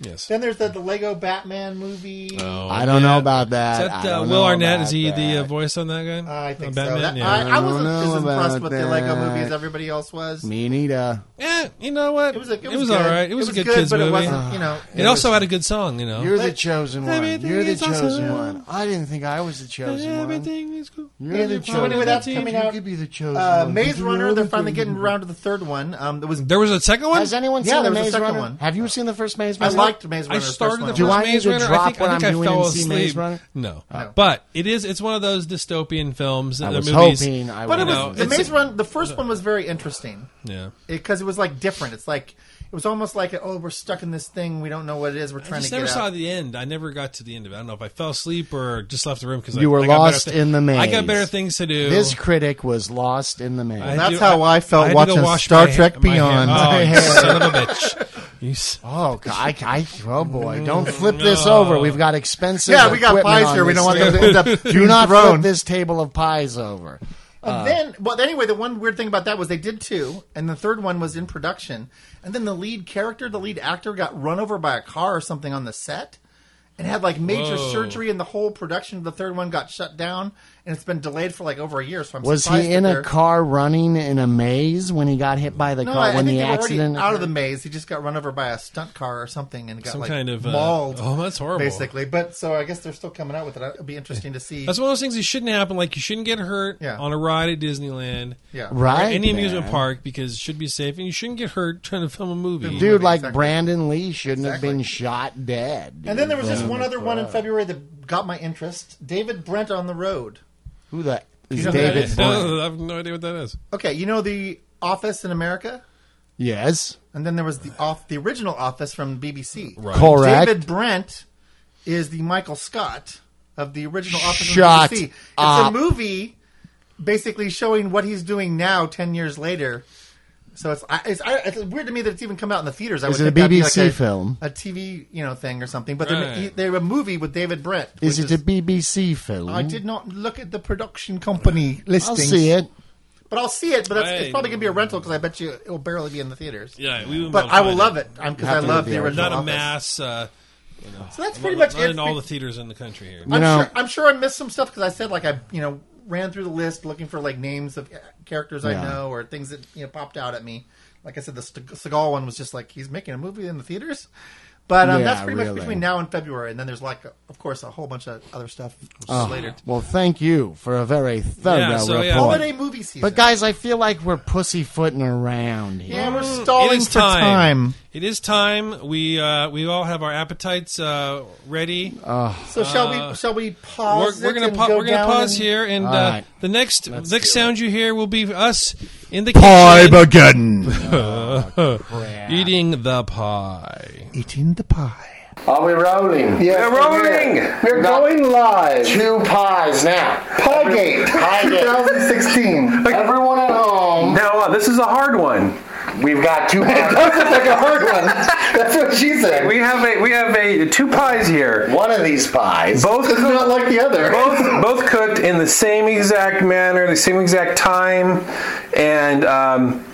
[SPEAKER 1] Yes.
[SPEAKER 2] then there's the, the Lego Batman movie.
[SPEAKER 3] I don't know about that.
[SPEAKER 1] Is that
[SPEAKER 3] I
[SPEAKER 1] uh,
[SPEAKER 3] don't
[SPEAKER 1] Will
[SPEAKER 3] know
[SPEAKER 1] Arnett?
[SPEAKER 3] about
[SPEAKER 1] Is he the uh,
[SPEAKER 3] that.
[SPEAKER 1] voice on that guy?
[SPEAKER 2] I think
[SPEAKER 1] On
[SPEAKER 2] so.
[SPEAKER 1] Batman?
[SPEAKER 2] That-
[SPEAKER 1] yeah.
[SPEAKER 2] I, I
[SPEAKER 3] I
[SPEAKER 2] wasn't
[SPEAKER 3] don't know
[SPEAKER 2] as impressed
[SPEAKER 3] about
[SPEAKER 2] with the Lego
[SPEAKER 3] that.
[SPEAKER 2] movie as everybody else was.
[SPEAKER 3] Me neither.
[SPEAKER 1] Eh, you know what?
[SPEAKER 2] It was a- it was
[SPEAKER 1] all
[SPEAKER 2] good.
[SPEAKER 1] right. It was, a good, kids
[SPEAKER 2] but
[SPEAKER 1] movie.
[SPEAKER 2] it wasn't. You know,
[SPEAKER 1] It also had a good song. You know.
[SPEAKER 3] You're the chosen one.
[SPEAKER 1] Everything
[SPEAKER 3] You're the
[SPEAKER 1] is
[SPEAKER 3] chosen
[SPEAKER 1] awesome.
[SPEAKER 3] one. I didn't think I was the chosen one.
[SPEAKER 1] Everything is cool.
[SPEAKER 3] You're the
[SPEAKER 2] So
[SPEAKER 3] chosen
[SPEAKER 2] anyway,
[SPEAKER 3] one.
[SPEAKER 2] that's
[SPEAKER 1] You
[SPEAKER 2] coming
[SPEAKER 3] You
[SPEAKER 2] out.
[SPEAKER 3] could be the chosen
[SPEAKER 2] Uh,
[SPEAKER 3] one.
[SPEAKER 2] Maze
[SPEAKER 3] You
[SPEAKER 2] Runner.
[SPEAKER 3] know
[SPEAKER 2] They're
[SPEAKER 3] the
[SPEAKER 2] finally
[SPEAKER 3] chosen
[SPEAKER 2] getting
[SPEAKER 3] one.
[SPEAKER 2] around to the third one. Um, that was
[SPEAKER 1] There was a second one.
[SPEAKER 3] Has anyone
[SPEAKER 2] Yeah,
[SPEAKER 3] seen the
[SPEAKER 2] there was a
[SPEAKER 3] Maze
[SPEAKER 2] second
[SPEAKER 3] Runner?
[SPEAKER 2] one.
[SPEAKER 3] Have you seen the first Maze
[SPEAKER 2] I
[SPEAKER 3] Runner?
[SPEAKER 2] liked Maze Runner.
[SPEAKER 1] I
[SPEAKER 2] the first
[SPEAKER 1] started
[SPEAKER 2] one.
[SPEAKER 1] the
[SPEAKER 3] Do
[SPEAKER 1] first
[SPEAKER 3] I need
[SPEAKER 1] Maze
[SPEAKER 3] to
[SPEAKER 1] Runner.
[SPEAKER 3] drop
[SPEAKER 1] I think,
[SPEAKER 3] what
[SPEAKER 1] I, think
[SPEAKER 3] I'm
[SPEAKER 1] I
[SPEAKER 3] doing
[SPEAKER 1] fell
[SPEAKER 3] and see
[SPEAKER 1] asleep.
[SPEAKER 3] Maze Runner?
[SPEAKER 1] No,
[SPEAKER 2] No.
[SPEAKER 1] but it is. It's one of those dystopian films.
[SPEAKER 3] I
[SPEAKER 1] the
[SPEAKER 3] was
[SPEAKER 1] movies.
[SPEAKER 3] hoping I
[SPEAKER 2] But
[SPEAKER 3] would.
[SPEAKER 2] it was
[SPEAKER 1] No,
[SPEAKER 2] the
[SPEAKER 1] it's-
[SPEAKER 2] Maze Run. The first one was very interesting
[SPEAKER 1] Yeah.
[SPEAKER 2] because it was like different. It's like it was almost like oh, we're stuck in this thing. We don't know what it is. We're
[SPEAKER 1] I
[SPEAKER 2] trying
[SPEAKER 1] just
[SPEAKER 2] to get
[SPEAKER 1] never saw
[SPEAKER 2] out.
[SPEAKER 1] the end. I never got to the end of it. I don't know if I fell asleep or just left the room because
[SPEAKER 3] You
[SPEAKER 1] I,
[SPEAKER 3] were
[SPEAKER 1] I got better
[SPEAKER 3] lost
[SPEAKER 1] thi-
[SPEAKER 3] in the maze.
[SPEAKER 1] I got better things to do.
[SPEAKER 3] This critic was lost in the maze.
[SPEAKER 1] I had
[SPEAKER 2] That's
[SPEAKER 1] to-
[SPEAKER 2] how I felt
[SPEAKER 1] had to
[SPEAKER 2] watching
[SPEAKER 1] go wash
[SPEAKER 2] Star
[SPEAKER 1] my ha-
[SPEAKER 2] Trek
[SPEAKER 1] my hair.
[SPEAKER 2] Beyond.
[SPEAKER 1] Oh, you son of a bitch! You s-
[SPEAKER 3] Oh, I, I, oh boy! Don't flip this over. We've got expensive.
[SPEAKER 2] Yeah, we got
[SPEAKER 3] equipment
[SPEAKER 2] pies
[SPEAKER 3] on
[SPEAKER 2] here. We
[SPEAKER 3] this
[SPEAKER 2] don't want
[SPEAKER 3] table.
[SPEAKER 2] them to end up
[SPEAKER 3] Do not
[SPEAKER 2] thrown.
[SPEAKER 3] flip this table of pies over.
[SPEAKER 2] But then, well, anyway, the one weird thing about that was they did two, and the third one was in production. And then the lead character, the lead actor, got run over by a car or something on the set, and had like major
[SPEAKER 1] Whoa.
[SPEAKER 2] surgery, and the whole production of the third one got shut down, and it's been delayed for like over a year. So I'm
[SPEAKER 3] Was
[SPEAKER 2] surprised
[SPEAKER 3] he in
[SPEAKER 2] that
[SPEAKER 3] a
[SPEAKER 2] they're-
[SPEAKER 3] car running in a maze when he got hit by the
[SPEAKER 2] No,
[SPEAKER 3] car
[SPEAKER 2] I, I
[SPEAKER 3] when
[SPEAKER 2] think they
[SPEAKER 3] the
[SPEAKER 2] were
[SPEAKER 3] accident?
[SPEAKER 2] already out of the maze. He just got run over by a stunt car or something, and got
[SPEAKER 1] Some
[SPEAKER 2] like
[SPEAKER 1] kind of, uh,
[SPEAKER 2] mauled.
[SPEAKER 1] oh, that's horrible.
[SPEAKER 2] Basically, but so I guess they're still coming out with it. It'll be interesting to see.
[SPEAKER 1] That's one of those things that shouldn't happen. Like you shouldn't get hurt
[SPEAKER 2] Yeah.
[SPEAKER 1] on a ride at Disneyland,
[SPEAKER 2] yeah,
[SPEAKER 1] or
[SPEAKER 3] right?
[SPEAKER 1] any amusement
[SPEAKER 3] man.
[SPEAKER 1] park, because it should be safe, and you shouldn't get hurt trying to film a movie.
[SPEAKER 2] Dude,
[SPEAKER 3] Dude, like
[SPEAKER 2] Exactly.
[SPEAKER 3] Brandon Lee shouldn't have been
[SPEAKER 2] Exactly.
[SPEAKER 3] shot dead.
[SPEAKER 2] And then there was
[SPEAKER 1] Oh,
[SPEAKER 2] just one other one in February that got my interest. David Brent on the road.
[SPEAKER 3] Who the is
[SPEAKER 2] know who that
[SPEAKER 3] David?
[SPEAKER 2] is?
[SPEAKER 3] Brent?
[SPEAKER 1] I have no idea what that is.
[SPEAKER 2] Okay, you know the Office in America,
[SPEAKER 3] Yes,
[SPEAKER 2] and then there was the off the original Office from BBC.
[SPEAKER 1] Right.
[SPEAKER 3] correct.
[SPEAKER 2] David Brent is the Michael Scott of the original Office
[SPEAKER 3] Shut
[SPEAKER 2] from BBC. It's
[SPEAKER 3] up.
[SPEAKER 2] a movie, basically showing what he's doing now, ten years later. So it's I- it's, I, it's weird to me that it's even come out in the theaters. I
[SPEAKER 3] Is
[SPEAKER 2] would
[SPEAKER 3] it
[SPEAKER 2] think
[SPEAKER 3] a
[SPEAKER 2] that'd be like
[SPEAKER 3] BBC film?
[SPEAKER 2] a TV you know thing or something? But
[SPEAKER 1] Right.
[SPEAKER 2] they're, they're a movie with David Brent.
[SPEAKER 3] is
[SPEAKER 2] which
[SPEAKER 3] it a BBC film?
[SPEAKER 2] I did not look at the production company
[SPEAKER 3] Hmm. I'll
[SPEAKER 2] listing.
[SPEAKER 3] see it.
[SPEAKER 2] But I'll see it. But that's, it's
[SPEAKER 1] I-
[SPEAKER 2] probably gonna be a rental because I bet you it will barely be in the theaters.
[SPEAKER 1] Yeah, we won't
[SPEAKER 2] But I will
[SPEAKER 1] find
[SPEAKER 2] love it because I
[SPEAKER 3] Have to
[SPEAKER 2] love
[SPEAKER 3] be
[SPEAKER 2] the
[SPEAKER 3] there.
[SPEAKER 2] original.
[SPEAKER 1] Not a
[SPEAKER 2] Office.
[SPEAKER 1] mass. Uh,
[SPEAKER 2] So that's pretty
[SPEAKER 1] not,
[SPEAKER 2] much
[SPEAKER 1] not
[SPEAKER 2] it.
[SPEAKER 1] in all the theaters in the country here.
[SPEAKER 2] I'm,
[SPEAKER 3] You know-
[SPEAKER 2] sure, I'm sure I missed some stuff because I said like I you know ran through the list looking for like names of characters I
[SPEAKER 3] Yeah.
[SPEAKER 2] know or things that you know popped out at me. Like I said, the St- Seagal one was just like he's making a movie in the theaters. But um,
[SPEAKER 3] Yeah,
[SPEAKER 2] that's pretty much
[SPEAKER 3] really.
[SPEAKER 2] between now and February, and then there's like, of course, a whole bunch of other stuff
[SPEAKER 3] Oh.
[SPEAKER 2] later.
[SPEAKER 3] Well, thank you for a very thorough
[SPEAKER 1] Yeah, so, yeah.
[SPEAKER 3] report.
[SPEAKER 2] Holiday movie season.
[SPEAKER 3] But guys, I feel like we're pussyfooting around here.
[SPEAKER 2] yeah, Mm. we're stalling
[SPEAKER 1] it is
[SPEAKER 2] for time.
[SPEAKER 1] It is time. We uh, we all have our appetites uh, ready.
[SPEAKER 2] So shall we? Shall we
[SPEAKER 1] Uh, we're,
[SPEAKER 2] pause?
[SPEAKER 1] we're
[SPEAKER 2] it
[SPEAKER 1] gonna
[SPEAKER 2] and
[SPEAKER 1] pa-
[SPEAKER 2] go
[SPEAKER 1] we're gonna
[SPEAKER 2] down
[SPEAKER 1] pause
[SPEAKER 2] and-
[SPEAKER 1] here, and uh,
[SPEAKER 3] All right.
[SPEAKER 1] the next next sound you hear will be us in the kitchen
[SPEAKER 2] Pie
[SPEAKER 1] eating the pie.
[SPEAKER 2] Eating the pie.
[SPEAKER 3] Are we rolling? Yeah,
[SPEAKER 4] We're rolling. We're going live.
[SPEAKER 3] Two pies now.
[SPEAKER 4] Piegate.
[SPEAKER 3] Piegate.
[SPEAKER 4] 2016.
[SPEAKER 3] Everyone at home,
[SPEAKER 4] Now, uh, this is a hard one.
[SPEAKER 3] we've got two pies.
[SPEAKER 4] That's like a hard one. That's what she said. We have a we have a two pies here.
[SPEAKER 3] One of these pies
[SPEAKER 4] Both
[SPEAKER 3] is not like the other.
[SPEAKER 4] Both both cooked in the same exact manner, the same exact time, and um,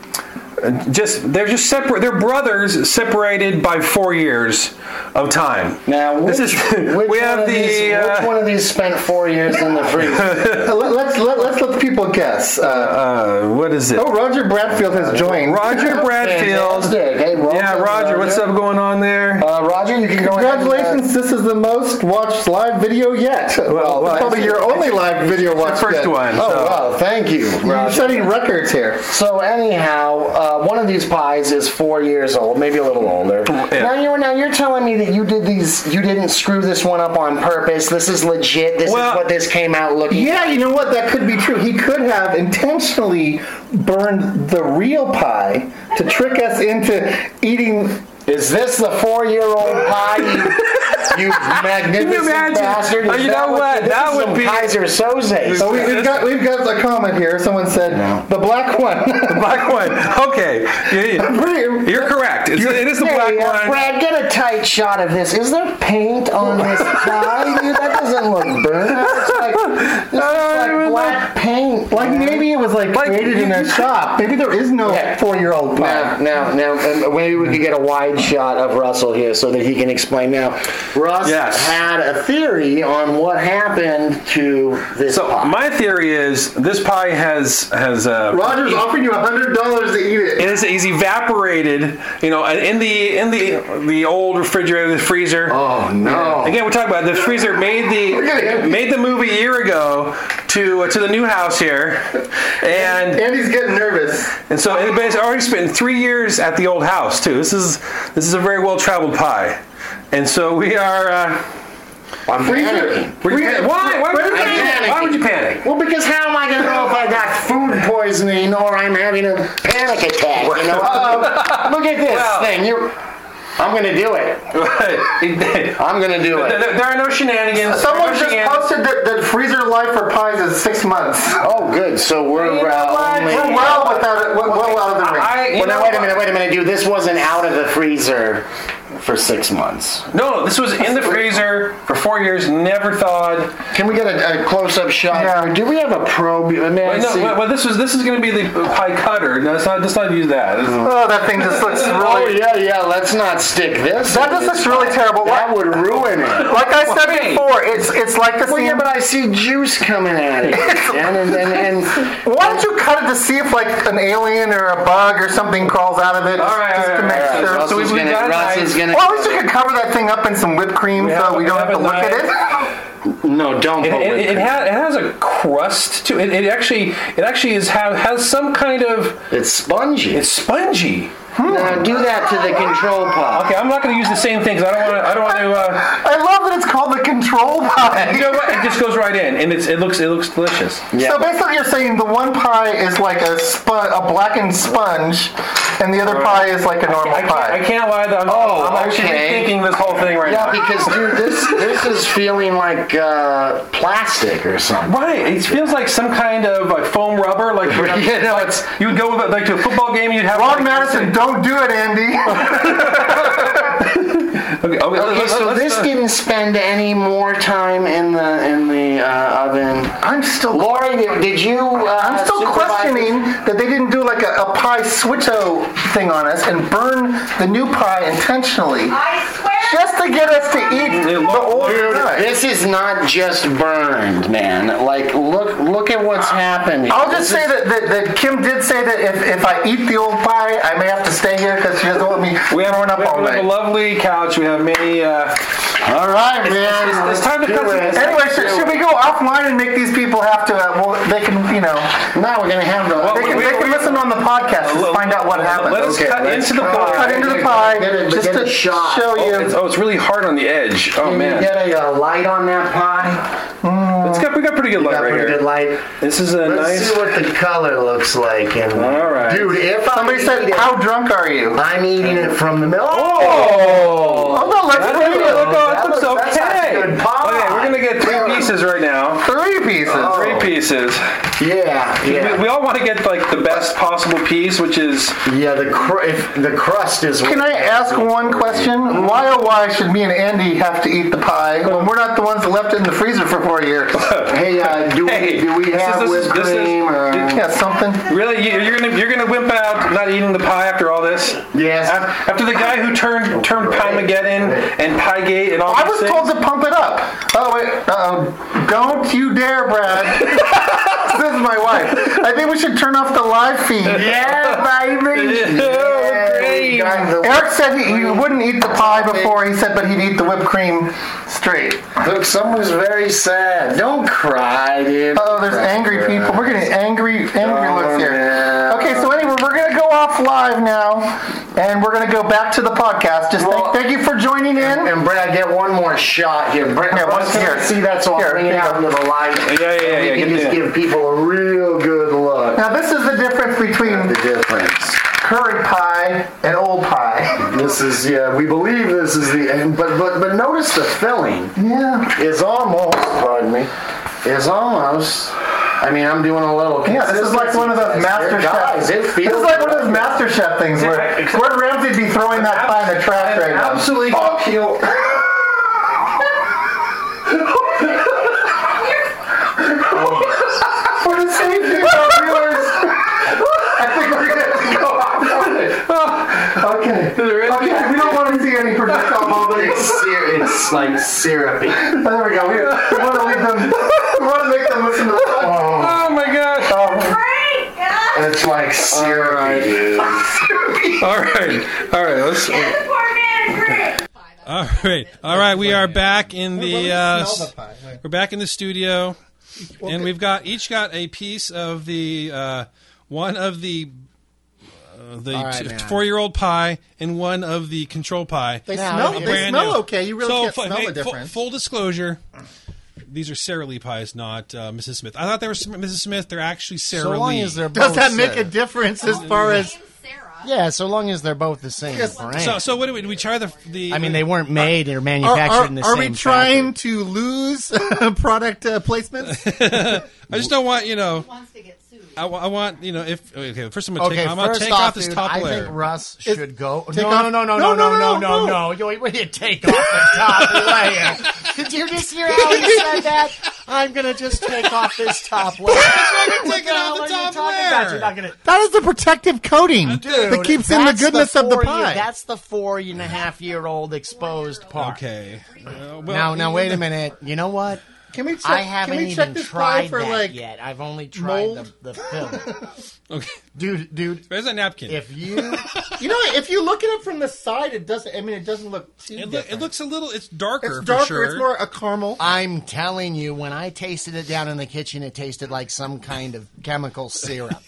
[SPEAKER 4] just they're just separate. They're brothers separated by four years of time.
[SPEAKER 3] Now, which,
[SPEAKER 4] this is
[SPEAKER 3] which one
[SPEAKER 4] we have
[SPEAKER 3] of
[SPEAKER 4] the.
[SPEAKER 3] these,
[SPEAKER 4] uh,
[SPEAKER 3] which one of these spent four years in the freezer?
[SPEAKER 5] Let, let's let, let's let the people guess. Uh,
[SPEAKER 4] uh, what is it?
[SPEAKER 5] oh, Roger Bradfield has joined.
[SPEAKER 4] Roger Bradfield.
[SPEAKER 5] Fantastic. Hey, welcome,
[SPEAKER 4] Yeah, Roger, what's up going on there?
[SPEAKER 5] Uh, Roger, you can go ahead and, uh,
[SPEAKER 3] Congratulations,
[SPEAKER 5] this is the most watched live video yet. Well,
[SPEAKER 4] well,
[SPEAKER 5] it's probably
[SPEAKER 4] it's-
[SPEAKER 5] your only live video watched
[SPEAKER 4] first
[SPEAKER 5] yet.
[SPEAKER 4] one,
[SPEAKER 5] Oh,
[SPEAKER 4] so-
[SPEAKER 5] wow.
[SPEAKER 3] Oh, thank you,
[SPEAKER 5] You're
[SPEAKER 3] Roger.
[SPEAKER 5] setting records here.
[SPEAKER 3] So anyhow, uh, one of these pies is four years old, maybe a little older.
[SPEAKER 4] yeah.
[SPEAKER 3] Now you're now you're telling me that you did these, you didn't screw this one up on purpose. This is legit. This
[SPEAKER 4] Well-
[SPEAKER 3] is what this came out looking.
[SPEAKER 5] Yeah, you know what? That could be true. He could have intentionally burned the real pie to trick us into eating.
[SPEAKER 3] Is this the four-year-old pie? You, you magnificent
[SPEAKER 4] Can you imagine?
[SPEAKER 3] bastard!
[SPEAKER 4] Oh,
[SPEAKER 3] Is
[SPEAKER 4] you
[SPEAKER 3] that
[SPEAKER 4] know what?
[SPEAKER 3] This
[SPEAKER 4] That
[SPEAKER 3] is
[SPEAKER 4] would
[SPEAKER 3] some
[SPEAKER 4] be-
[SPEAKER 3] Kaiser Soze.
[SPEAKER 5] Oh, we, we've got we've got a comment here. Someone said the black one.
[SPEAKER 4] Black one. Okay. Yeah, yeah.
[SPEAKER 5] Pretty-
[SPEAKER 4] You're correct. It's, it is the black
[SPEAKER 3] Hey, uh,
[SPEAKER 4] one.
[SPEAKER 3] Brad, get a tight shot of this. Is there paint on this pie? Dude, that doesn't look burnt. It's like, this
[SPEAKER 4] I
[SPEAKER 3] is
[SPEAKER 4] don't
[SPEAKER 3] like
[SPEAKER 4] even
[SPEAKER 3] black paint.
[SPEAKER 5] Like maybe it was like,
[SPEAKER 4] Like,
[SPEAKER 5] created in a shop. Maybe there is no
[SPEAKER 3] Yeah.
[SPEAKER 5] four-year-old
[SPEAKER 3] Now,
[SPEAKER 5] pie.
[SPEAKER 3] now, now, um, maybe we could get a wide shot of Russell here so that he can explain. Now, Russ
[SPEAKER 4] Yes.
[SPEAKER 3] had a theory on what happened to this.
[SPEAKER 4] So
[SPEAKER 3] pie.
[SPEAKER 4] my theory is this pie has has uh,
[SPEAKER 5] Roger's offering you hundred dollars to eat it.
[SPEAKER 4] it is, is evaporated. You know, in the in the the old refrigerator, the freezer.
[SPEAKER 3] oh no!
[SPEAKER 4] Again, we're talking about the freezer made the made the move a year ago to uh, to the new house here, and
[SPEAKER 5] Andy's getting nervous.
[SPEAKER 4] And so anybody's already spent three years at the old house too. This is this is a very well traveled pie, and so we are. Uh,
[SPEAKER 3] I'm
[SPEAKER 5] Freezer.
[SPEAKER 3] panicking.
[SPEAKER 4] we're
[SPEAKER 5] Freezer.
[SPEAKER 4] why? Why would, you
[SPEAKER 5] Freezer.
[SPEAKER 4] panic? why would you panic?
[SPEAKER 3] Well, because how am I going to know if I got food poisoning or I'm having a panic attack? You know, Uh, look at this
[SPEAKER 4] Well-
[SPEAKER 3] thing. You're, I'm going to do it. I'm going to do
[SPEAKER 4] there,
[SPEAKER 3] it.
[SPEAKER 4] there- there are no shenanigans.
[SPEAKER 5] Someone
[SPEAKER 4] no
[SPEAKER 5] just
[SPEAKER 4] shenanigans.
[SPEAKER 5] posted that, that freezer life for pies is six months.
[SPEAKER 3] Oh, good. So we're uh, only.
[SPEAKER 5] We're well without it. We're well out of the ring.
[SPEAKER 4] I, you
[SPEAKER 3] Well,
[SPEAKER 4] know
[SPEAKER 3] now, wait a
[SPEAKER 4] what?
[SPEAKER 3] minute, wait a minute, dude. This wasn't out of the freezer for six months.
[SPEAKER 4] No, this was in the freezer for four years, never thawed.
[SPEAKER 3] Can we get a, a close-up shot?
[SPEAKER 5] Yeah.
[SPEAKER 3] Do we have a probe? Man,
[SPEAKER 4] Wait, no,
[SPEAKER 3] see-
[SPEAKER 4] well, well, this was this is going to be the pie cutter. No, let's not let's not use that.
[SPEAKER 5] oh, that thing just looks
[SPEAKER 3] oh
[SPEAKER 5] really.
[SPEAKER 3] yeah, yeah. Let's not stick this.
[SPEAKER 5] That
[SPEAKER 3] in.
[SPEAKER 5] just looks really terrible.
[SPEAKER 3] That would ruin it.
[SPEAKER 5] Like I said
[SPEAKER 4] Wait.
[SPEAKER 5] before, it's it's like the
[SPEAKER 3] well,
[SPEAKER 5] scene.
[SPEAKER 3] yeah, but I see juice coming at it, and and and, and
[SPEAKER 5] Why don't you cut it to see if like an alien or a bug or something crawls out of it?
[SPEAKER 4] All right,
[SPEAKER 5] just
[SPEAKER 4] all
[SPEAKER 5] to
[SPEAKER 4] right,
[SPEAKER 5] make
[SPEAKER 4] all
[SPEAKER 5] sure.
[SPEAKER 4] right. So we-
[SPEAKER 3] Russell's
[SPEAKER 4] we
[SPEAKER 3] gonna,
[SPEAKER 4] got
[SPEAKER 3] Russell's
[SPEAKER 4] knives.
[SPEAKER 3] gonna.
[SPEAKER 5] well, at least you could cover that thing up in some whipped cream
[SPEAKER 4] Yeah,
[SPEAKER 5] so we don't have to
[SPEAKER 4] but
[SPEAKER 5] look at
[SPEAKER 4] I-
[SPEAKER 5] it.
[SPEAKER 3] no, don't
[SPEAKER 4] It,
[SPEAKER 3] put
[SPEAKER 4] it, it, ha- it has a crust to it. It actually, it actually is have, has some kind of
[SPEAKER 3] It's spongy.
[SPEAKER 4] it's spongy.
[SPEAKER 3] now do that to the control pop.
[SPEAKER 4] Okay, I'm not going to use the same things. I don't want to. I don't want to.
[SPEAKER 5] I
[SPEAKER 4] Uh,
[SPEAKER 5] love that it's called the control
[SPEAKER 4] you
[SPEAKER 5] pie.
[SPEAKER 4] know what? It just goes right in, and it's it looks it looks delicious.
[SPEAKER 5] So basically, you're saying the one pie is like a spon- a blackened sponge, and the other pie is like a normal
[SPEAKER 4] I can't,
[SPEAKER 5] pie.
[SPEAKER 4] I can't lie. That I'm,
[SPEAKER 3] Oh,
[SPEAKER 4] I'm actually
[SPEAKER 3] okay.
[SPEAKER 4] rethinking this whole thing right
[SPEAKER 3] Yeah,
[SPEAKER 4] now.
[SPEAKER 3] because dude, this this is feeling like uh, plastic or something.
[SPEAKER 4] Right, it feels like some kind of like foam rubber. Like you know,
[SPEAKER 3] Yeah, no,
[SPEAKER 4] like,
[SPEAKER 3] it's-
[SPEAKER 4] you would go with, like to a football game. You'd have
[SPEAKER 5] Ron
[SPEAKER 4] like,
[SPEAKER 5] Madison, don't do it, Andy.
[SPEAKER 4] Okay, okay,
[SPEAKER 3] Okay,
[SPEAKER 4] let's-
[SPEAKER 3] so
[SPEAKER 4] let's,
[SPEAKER 3] this
[SPEAKER 4] uh,
[SPEAKER 3] didn't spend any more time in the in the uh, oven.
[SPEAKER 5] I'm still.
[SPEAKER 3] Lori, did, did you? Uh,
[SPEAKER 5] I'm still
[SPEAKER 3] supervise-
[SPEAKER 5] questioning that they didn't do like a, a pie switcho thing on us and burn the new pie intentionally
[SPEAKER 6] I swear.
[SPEAKER 5] just to get us to eat the old
[SPEAKER 3] Dude,
[SPEAKER 5] pie.
[SPEAKER 3] this is not just burned, man. Like, look, look at
[SPEAKER 6] what's happened.
[SPEAKER 5] I'll just say that, that, that Kim did say that if, if I eat the old pie, I may have to stay here because she doesn't want me
[SPEAKER 4] We have,
[SPEAKER 5] throwing up
[SPEAKER 4] we have-
[SPEAKER 5] all
[SPEAKER 4] we have a
[SPEAKER 5] night.
[SPEAKER 4] lovely couch. We have many. Uh,
[SPEAKER 5] All right, man.
[SPEAKER 4] it's- it's time to
[SPEAKER 5] Do
[SPEAKER 4] cut some-
[SPEAKER 5] it. Anyway, should, should we go offline and make these people have to? Uh, well, they can, you know,
[SPEAKER 6] Now we're going to have the.
[SPEAKER 5] they can, they can listen on the podcast to find out what happened.
[SPEAKER 4] let us cut
[SPEAKER 5] let's
[SPEAKER 4] into the
[SPEAKER 5] cut-
[SPEAKER 4] pie.
[SPEAKER 5] Cut into the
[SPEAKER 6] Get a-
[SPEAKER 5] pie,
[SPEAKER 6] get a-
[SPEAKER 5] just
[SPEAKER 6] get
[SPEAKER 5] to
[SPEAKER 6] a shot.
[SPEAKER 5] show
[SPEAKER 4] oh,
[SPEAKER 5] you.
[SPEAKER 4] it's, oh, it's really hard on the edge. Oh
[SPEAKER 6] Can you
[SPEAKER 4] man,
[SPEAKER 6] get a, uh, light on that pie?
[SPEAKER 4] it's got, we got pretty good light
[SPEAKER 6] Got
[SPEAKER 4] right
[SPEAKER 6] pretty
[SPEAKER 4] here.
[SPEAKER 6] good light.
[SPEAKER 4] This is a
[SPEAKER 6] Let's
[SPEAKER 4] nice.
[SPEAKER 6] see what the color looks like. And
[SPEAKER 4] All right.
[SPEAKER 6] dude, if
[SPEAKER 5] Somebody
[SPEAKER 6] I'm
[SPEAKER 5] said,
[SPEAKER 6] eating,
[SPEAKER 5] "How drunk are you?"
[SPEAKER 6] I'm eating it from the middle.
[SPEAKER 4] Oh,
[SPEAKER 5] Hold on, let's
[SPEAKER 4] That
[SPEAKER 5] read
[SPEAKER 4] looks,
[SPEAKER 5] it.
[SPEAKER 4] look, oh,
[SPEAKER 6] That
[SPEAKER 4] it looks
[SPEAKER 6] looks- that's
[SPEAKER 4] okay.
[SPEAKER 6] a good pie. Oh,
[SPEAKER 4] Okay, we're gonna get three pieces right now. Oh.
[SPEAKER 5] Three pieces.
[SPEAKER 4] Three pieces.
[SPEAKER 6] Yeah,
[SPEAKER 4] We,
[SPEAKER 6] yeah,
[SPEAKER 4] we all want to get like the best possible piece, which is
[SPEAKER 6] yeah. The cr- if the crust is.
[SPEAKER 5] Can I ask one question? Why oh why should me and Andy have to eat the pie when we're not the ones that left it in the freezer for four years?
[SPEAKER 6] Hey, uh, do
[SPEAKER 4] Hey,
[SPEAKER 6] we do we
[SPEAKER 4] this
[SPEAKER 6] have
[SPEAKER 4] is- this is-
[SPEAKER 6] whipped
[SPEAKER 4] this is-
[SPEAKER 6] cream or?
[SPEAKER 5] yeah, something.
[SPEAKER 4] really you, you're gonna you're gonna wimp out not eating the pie after all this.
[SPEAKER 6] Yes.
[SPEAKER 4] Af- After the guy who turned turned Palmageddon and Piegate and all.
[SPEAKER 5] I
[SPEAKER 4] these
[SPEAKER 5] was
[SPEAKER 4] things.
[SPEAKER 5] told to pump it up. Oh wait, uh-oh. Don't you dare, Brad. this is my wife. I think we should turn off the live feed.
[SPEAKER 6] Yeah, baby.
[SPEAKER 4] Yeah,
[SPEAKER 6] we got the
[SPEAKER 5] Eric said he, he wouldn't eat the pie before. He said, but he'd eat the whipped cream straight.
[SPEAKER 6] Look, someone's very sad. Don't cry, dude.
[SPEAKER 5] Oh, there's angry people. We're getting angry, angry
[SPEAKER 6] Oh,
[SPEAKER 5] looks here. Okay, so anyway, we're gonna go off live now, and we're gonna go back to the podcast. Just thank, thank you for joining in.
[SPEAKER 6] And Brad, get one more shot here. Brad,
[SPEAKER 5] Yeah, one- here.
[SPEAKER 6] See, that's all.
[SPEAKER 5] Here,
[SPEAKER 6] Bring it
[SPEAKER 5] here you
[SPEAKER 6] out
[SPEAKER 5] go.
[SPEAKER 6] into the light.
[SPEAKER 4] Yeah, yeah, yeah,
[SPEAKER 6] We
[SPEAKER 4] yeah, get
[SPEAKER 6] can just
[SPEAKER 4] the-
[SPEAKER 6] give people a real good look.
[SPEAKER 5] Now, this is the difference
[SPEAKER 6] The
[SPEAKER 5] between
[SPEAKER 6] difference.
[SPEAKER 5] current pie and old pie.
[SPEAKER 6] This is yeah. We believe this is the end, but but but notice the filling
[SPEAKER 5] Yeah,
[SPEAKER 6] is almost. Pardon me. Is almost. I mean, I'm doing a little.
[SPEAKER 5] yeah. This is like one of those
[SPEAKER 6] consistency
[SPEAKER 5] master
[SPEAKER 6] test here. Guys, it
[SPEAKER 5] chef. This
[SPEAKER 6] feels
[SPEAKER 5] is like one of
[SPEAKER 6] good.
[SPEAKER 5] those master chef things where Gordon Ramsay'd be throwing that pie in the trash right now.
[SPEAKER 6] Absolutely.
[SPEAKER 5] For the safety of our viewers, I think we're gonna have to go off. Okay. Okay. We don't want to see any projectile vomiting.
[SPEAKER 6] It's, syr- it's like syrupy.
[SPEAKER 5] Oh, there we go. We, we want to leave them. We want to make them listen to the podcast.
[SPEAKER 4] Oh my gosh!
[SPEAKER 5] Uh,
[SPEAKER 6] It's like syrupy. dude.
[SPEAKER 4] All right, all right. Let's.
[SPEAKER 1] All right, all right. We are back in the uh,
[SPEAKER 2] smell the
[SPEAKER 1] s-
[SPEAKER 2] pie. Wait.
[SPEAKER 1] we're back in the studio, and we've got each got a piece of the uh, one of the uh, the
[SPEAKER 2] right,
[SPEAKER 1] t-
[SPEAKER 2] man.
[SPEAKER 1] four-year-old pie and one of the control pie.
[SPEAKER 2] They
[SPEAKER 3] Now,
[SPEAKER 2] smell.
[SPEAKER 3] they-
[SPEAKER 2] They
[SPEAKER 1] Brand
[SPEAKER 2] smell
[SPEAKER 1] new.
[SPEAKER 2] okay. You really
[SPEAKER 1] So,
[SPEAKER 2] can't
[SPEAKER 1] fu-
[SPEAKER 2] smell
[SPEAKER 1] hey,
[SPEAKER 2] the
[SPEAKER 1] fu-
[SPEAKER 2] difference.
[SPEAKER 1] Full disclosure. These are Sara Lee pies, not uh, Mrs. Smith. I thought they were Sm- Mrs. Smith. They're actually Sara
[SPEAKER 3] So
[SPEAKER 1] Lee.
[SPEAKER 3] long as they're
[SPEAKER 2] Does
[SPEAKER 3] both
[SPEAKER 1] Oh,
[SPEAKER 2] that make a
[SPEAKER 3] Sarah.
[SPEAKER 2] difference as
[SPEAKER 1] Mm-hmm.
[SPEAKER 2] far as?
[SPEAKER 3] Yeah, so long as they're both the same
[SPEAKER 2] Yes.
[SPEAKER 3] brand.
[SPEAKER 1] so, so what do we, do we try the, the?
[SPEAKER 3] I mean, they weren't made or
[SPEAKER 2] Are,
[SPEAKER 3] manufactured
[SPEAKER 2] are,
[SPEAKER 3] in the
[SPEAKER 2] are
[SPEAKER 3] same.
[SPEAKER 2] we trying to lose product uh, placements?
[SPEAKER 1] I just don't want you know.
[SPEAKER 7] Wants to get sued.
[SPEAKER 1] I, wa- I want you know if okay. First, I'm gonna
[SPEAKER 3] factory?
[SPEAKER 1] take,
[SPEAKER 3] Okay,
[SPEAKER 1] I'm gonna
[SPEAKER 3] first
[SPEAKER 1] take
[SPEAKER 3] off,
[SPEAKER 1] off, this
[SPEAKER 3] dude,
[SPEAKER 1] top
[SPEAKER 3] I
[SPEAKER 1] layer.
[SPEAKER 3] think Russ should go. No,
[SPEAKER 2] off-
[SPEAKER 3] no, no, no,
[SPEAKER 2] No,
[SPEAKER 3] no, no,
[SPEAKER 2] no, no,
[SPEAKER 3] no, no, no. You- What do you take off the top layer? Did you just hear how he said that? I'm gonna just take off this top layer.
[SPEAKER 1] take it off the
[SPEAKER 3] What the hell are
[SPEAKER 1] top
[SPEAKER 3] you talking about?
[SPEAKER 1] layer.
[SPEAKER 3] You're not gonna.
[SPEAKER 2] that is the protective coating that
[SPEAKER 3] Dude,
[SPEAKER 2] keeps in the
[SPEAKER 3] that's
[SPEAKER 2] goodness of the
[SPEAKER 3] four year-
[SPEAKER 2] pie.
[SPEAKER 3] that's the four and a half year old exposed part.
[SPEAKER 1] Okay. Uh, well,
[SPEAKER 3] Now, now, wait a minute. You know what?
[SPEAKER 2] can we check?
[SPEAKER 3] I haven't
[SPEAKER 2] can we
[SPEAKER 3] even
[SPEAKER 2] check this pie
[SPEAKER 3] tried
[SPEAKER 2] for
[SPEAKER 3] that
[SPEAKER 2] like?
[SPEAKER 3] yet. I've only tried
[SPEAKER 2] mold?
[SPEAKER 3] the, the film.
[SPEAKER 1] Okay.
[SPEAKER 3] dude, dude,
[SPEAKER 1] There's a napkin.
[SPEAKER 3] if you
[SPEAKER 2] You know, if you look at it from the side, it doesn't. I mean, it doesn't look too.
[SPEAKER 1] it, loo- it
[SPEAKER 2] different.
[SPEAKER 1] looks a little. It's darker.
[SPEAKER 2] It's darker.
[SPEAKER 1] For sure.
[SPEAKER 2] It's more a caramel.
[SPEAKER 3] I'm telling you, when I tasted it down in the kitchen, it tasted like some kind of chemical syrup.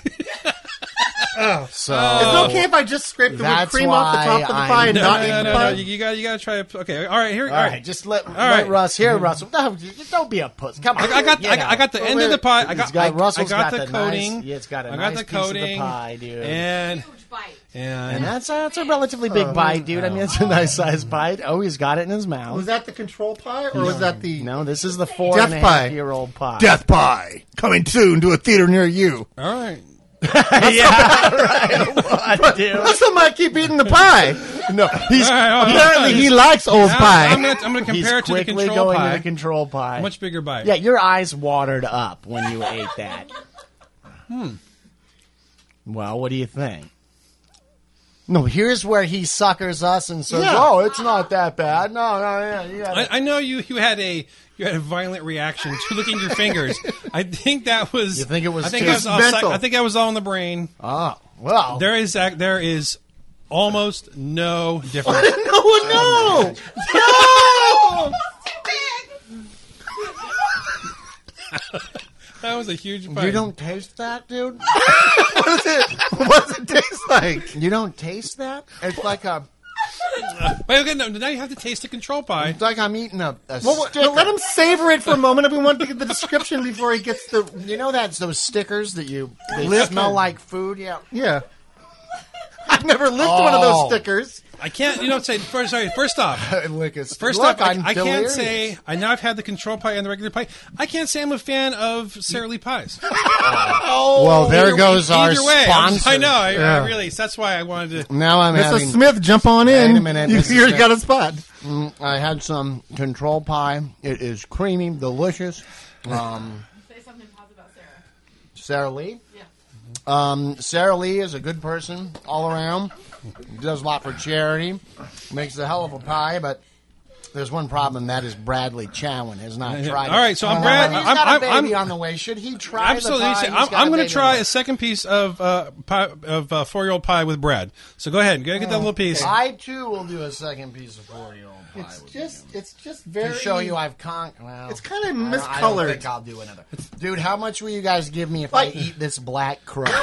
[SPEAKER 1] Oh.
[SPEAKER 3] so
[SPEAKER 2] it's okay if I just scrape the whipped
[SPEAKER 3] That's
[SPEAKER 2] cream off the top
[SPEAKER 3] why
[SPEAKER 2] of the
[SPEAKER 3] I'm-
[SPEAKER 2] pie and
[SPEAKER 1] No,
[SPEAKER 2] not
[SPEAKER 1] Um, no,
[SPEAKER 2] eat
[SPEAKER 1] no,
[SPEAKER 2] the
[SPEAKER 1] no,
[SPEAKER 2] pie.
[SPEAKER 1] no, You, you got. You got to try. it. Okay. All right. Here.
[SPEAKER 3] All right, just let, let
[SPEAKER 1] right. Mm-hmm.
[SPEAKER 3] Russ here, Russell. No, don't be a puss. Come on,
[SPEAKER 1] I got.
[SPEAKER 3] you
[SPEAKER 1] I,
[SPEAKER 3] know.
[SPEAKER 1] got- I got the end of the pie. I
[SPEAKER 3] He's
[SPEAKER 1] got.
[SPEAKER 3] got-
[SPEAKER 1] I,
[SPEAKER 3] Russell's
[SPEAKER 1] I got,
[SPEAKER 3] got
[SPEAKER 1] the
[SPEAKER 3] the
[SPEAKER 1] coating.
[SPEAKER 3] nice- yeah, it's got a
[SPEAKER 1] I got
[SPEAKER 3] nice
[SPEAKER 1] the
[SPEAKER 3] piece of the
[SPEAKER 1] coating.
[SPEAKER 3] pie, dude.
[SPEAKER 1] And Oh,
[SPEAKER 7] Huge bite.
[SPEAKER 1] and
[SPEAKER 3] And that's that's a relatively big bite, dude. I mean, it's a nice sized bite. Oh, he's got it in his mouth.
[SPEAKER 2] Was that the control pie or was that the
[SPEAKER 3] No, this is the four
[SPEAKER 2] Death
[SPEAKER 3] and a
[SPEAKER 2] pie.
[SPEAKER 3] half year old pie.
[SPEAKER 2] Death Pie coming soon to a theater near you?
[SPEAKER 1] all right.
[SPEAKER 3] yeah, right. What, dude?
[SPEAKER 2] Russell might keep eating the pie. No, he's
[SPEAKER 1] All right, all right.
[SPEAKER 2] apparently he likes old
[SPEAKER 1] Now,
[SPEAKER 2] pie.
[SPEAKER 1] I'm gonna, I'm gonna
[SPEAKER 3] He's
[SPEAKER 1] compare it to the
[SPEAKER 3] quickly
[SPEAKER 1] control
[SPEAKER 3] going
[SPEAKER 1] pie.
[SPEAKER 3] to the control pie.
[SPEAKER 1] Much bigger bite.
[SPEAKER 3] Yeah, your eyes watered up when you ate that. Hmm. Well, what do you think? No, here's where he suckers us and says,
[SPEAKER 2] Yeah.
[SPEAKER 3] "Oh, it's not that bad." No, no, yeah, you got
[SPEAKER 1] I, I know you, you had a you had a violent reaction to looking at your fingers. I think that was.
[SPEAKER 3] You think it was
[SPEAKER 1] I think
[SPEAKER 3] just
[SPEAKER 1] I was, all psych-
[SPEAKER 2] mental.
[SPEAKER 1] I think I was all in the brain.
[SPEAKER 3] Oh, well,
[SPEAKER 1] There is ac- there is almost no difference.
[SPEAKER 2] Oh no!
[SPEAKER 1] that was a huge. Fight.
[SPEAKER 3] you don't taste that, dude.
[SPEAKER 2] What does it? What does it taste like?
[SPEAKER 3] You don't taste that. It's like a,
[SPEAKER 1] Wait, okay, no, now you have to taste the control pie.
[SPEAKER 3] it's like I'm eating a. a
[SPEAKER 2] Well, what-
[SPEAKER 3] sticker.
[SPEAKER 2] let him savor it for a moment. If we want to get the description before he gets the
[SPEAKER 3] You know that's those stickers that you they
[SPEAKER 2] Listen.
[SPEAKER 3] smell like food. Yeah.
[SPEAKER 2] yeah. I've never licked one of
[SPEAKER 3] Oh.
[SPEAKER 2] those stickers.
[SPEAKER 1] I can't. You don't say. First, sorry. First off,
[SPEAKER 3] Lick is-
[SPEAKER 1] First off,
[SPEAKER 3] Look,
[SPEAKER 1] I,
[SPEAKER 3] I'm
[SPEAKER 1] I can't
[SPEAKER 3] delirious.
[SPEAKER 1] say I now I've had the control pie and the regular pie. I can't say I'm a fan of Sara Lee pies.
[SPEAKER 3] Well, there goes our
[SPEAKER 1] Oh, Either way, I'm-
[SPEAKER 3] sponsor.
[SPEAKER 1] I know. I,
[SPEAKER 2] Yeah.
[SPEAKER 1] I really. That's why I wanted to.
[SPEAKER 3] Now I'm
[SPEAKER 2] Mr.
[SPEAKER 3] having.
[SPEAKER 2] Smith, jump on in.
[SPEAKER 3] Wait a minute,
[SPEAKER 2] you,
[SPEAKER 3] Mrs.
[SPEAKER 2] you
[SPEAKER 3] Smith.
[SPEAKER 2] got a spot.
[SPEAKER 3] I had some control pie. It is creamy, delicious. Um,
[SPEAKER 7] Say something positive about
[SPEAKER 3] Sarah
[SPEAKER 7] Sarah.
[SPEAKER 3] Lee.
[SPEAKER 7] Yeah.
[SPEAKER 3] Um, Sarah Lee is a good person all around. Does a lot for charity. Makes a hell of a pie, but there's one problem and that is Bradley Chowan has not
[SPEAKER 1] Yeah.
[SPEAKER 3] tried.
[SPEAKER 1] All right, so I'm Brad-
[SPEAKER 3] He's
[SPEAKER 1] I'm-
[SPEAKER 3] got
[SPEAKER 1] I'm-
[SPEAKER 3] a baby
[SPEAKER 1] I'm-
[SPEAKER 3] on the way. Should he try
[SPEAKER 1] Absolutely,
[SPEAKER 3] the pie?
[SPEAKER 1] say-
[SPEAKER 3] He's
[SPEAKER 1] I'm,
[SPEAKER 3] got
[SPEAKER 1] I'm
[SPEAKER 3] a
[SPEAKER 1] going
[SPEAKER 3] baby
[SPEAKER 1] to try
[SPEAKER 3] on
[SPEAKER 1] a second piece of uh, pie, of uh, four year old pie with Brad. So go ahead, go get that little
[SPEAKER 3] the
[SPEAKER 1] piece.
[SPEAKER 3] way. I too will do a second piece of four year old pie. with you.
[SPEAKER 2] it's just
[SPEAKER 3] to
[SPEAKER 2] very.
[SPEAKER 3] show you I've con. Well,
[SPEAKER 2] It's kinda
[SPEAKER 3] I don't- I don't
[SPEAKER 2] miscolored.
[SPEAKER 3] think I'll do another. Dude, how much will you guys give me if
[SPEAKER 2] Like-
[SPEAKER 3] I eat this black crust?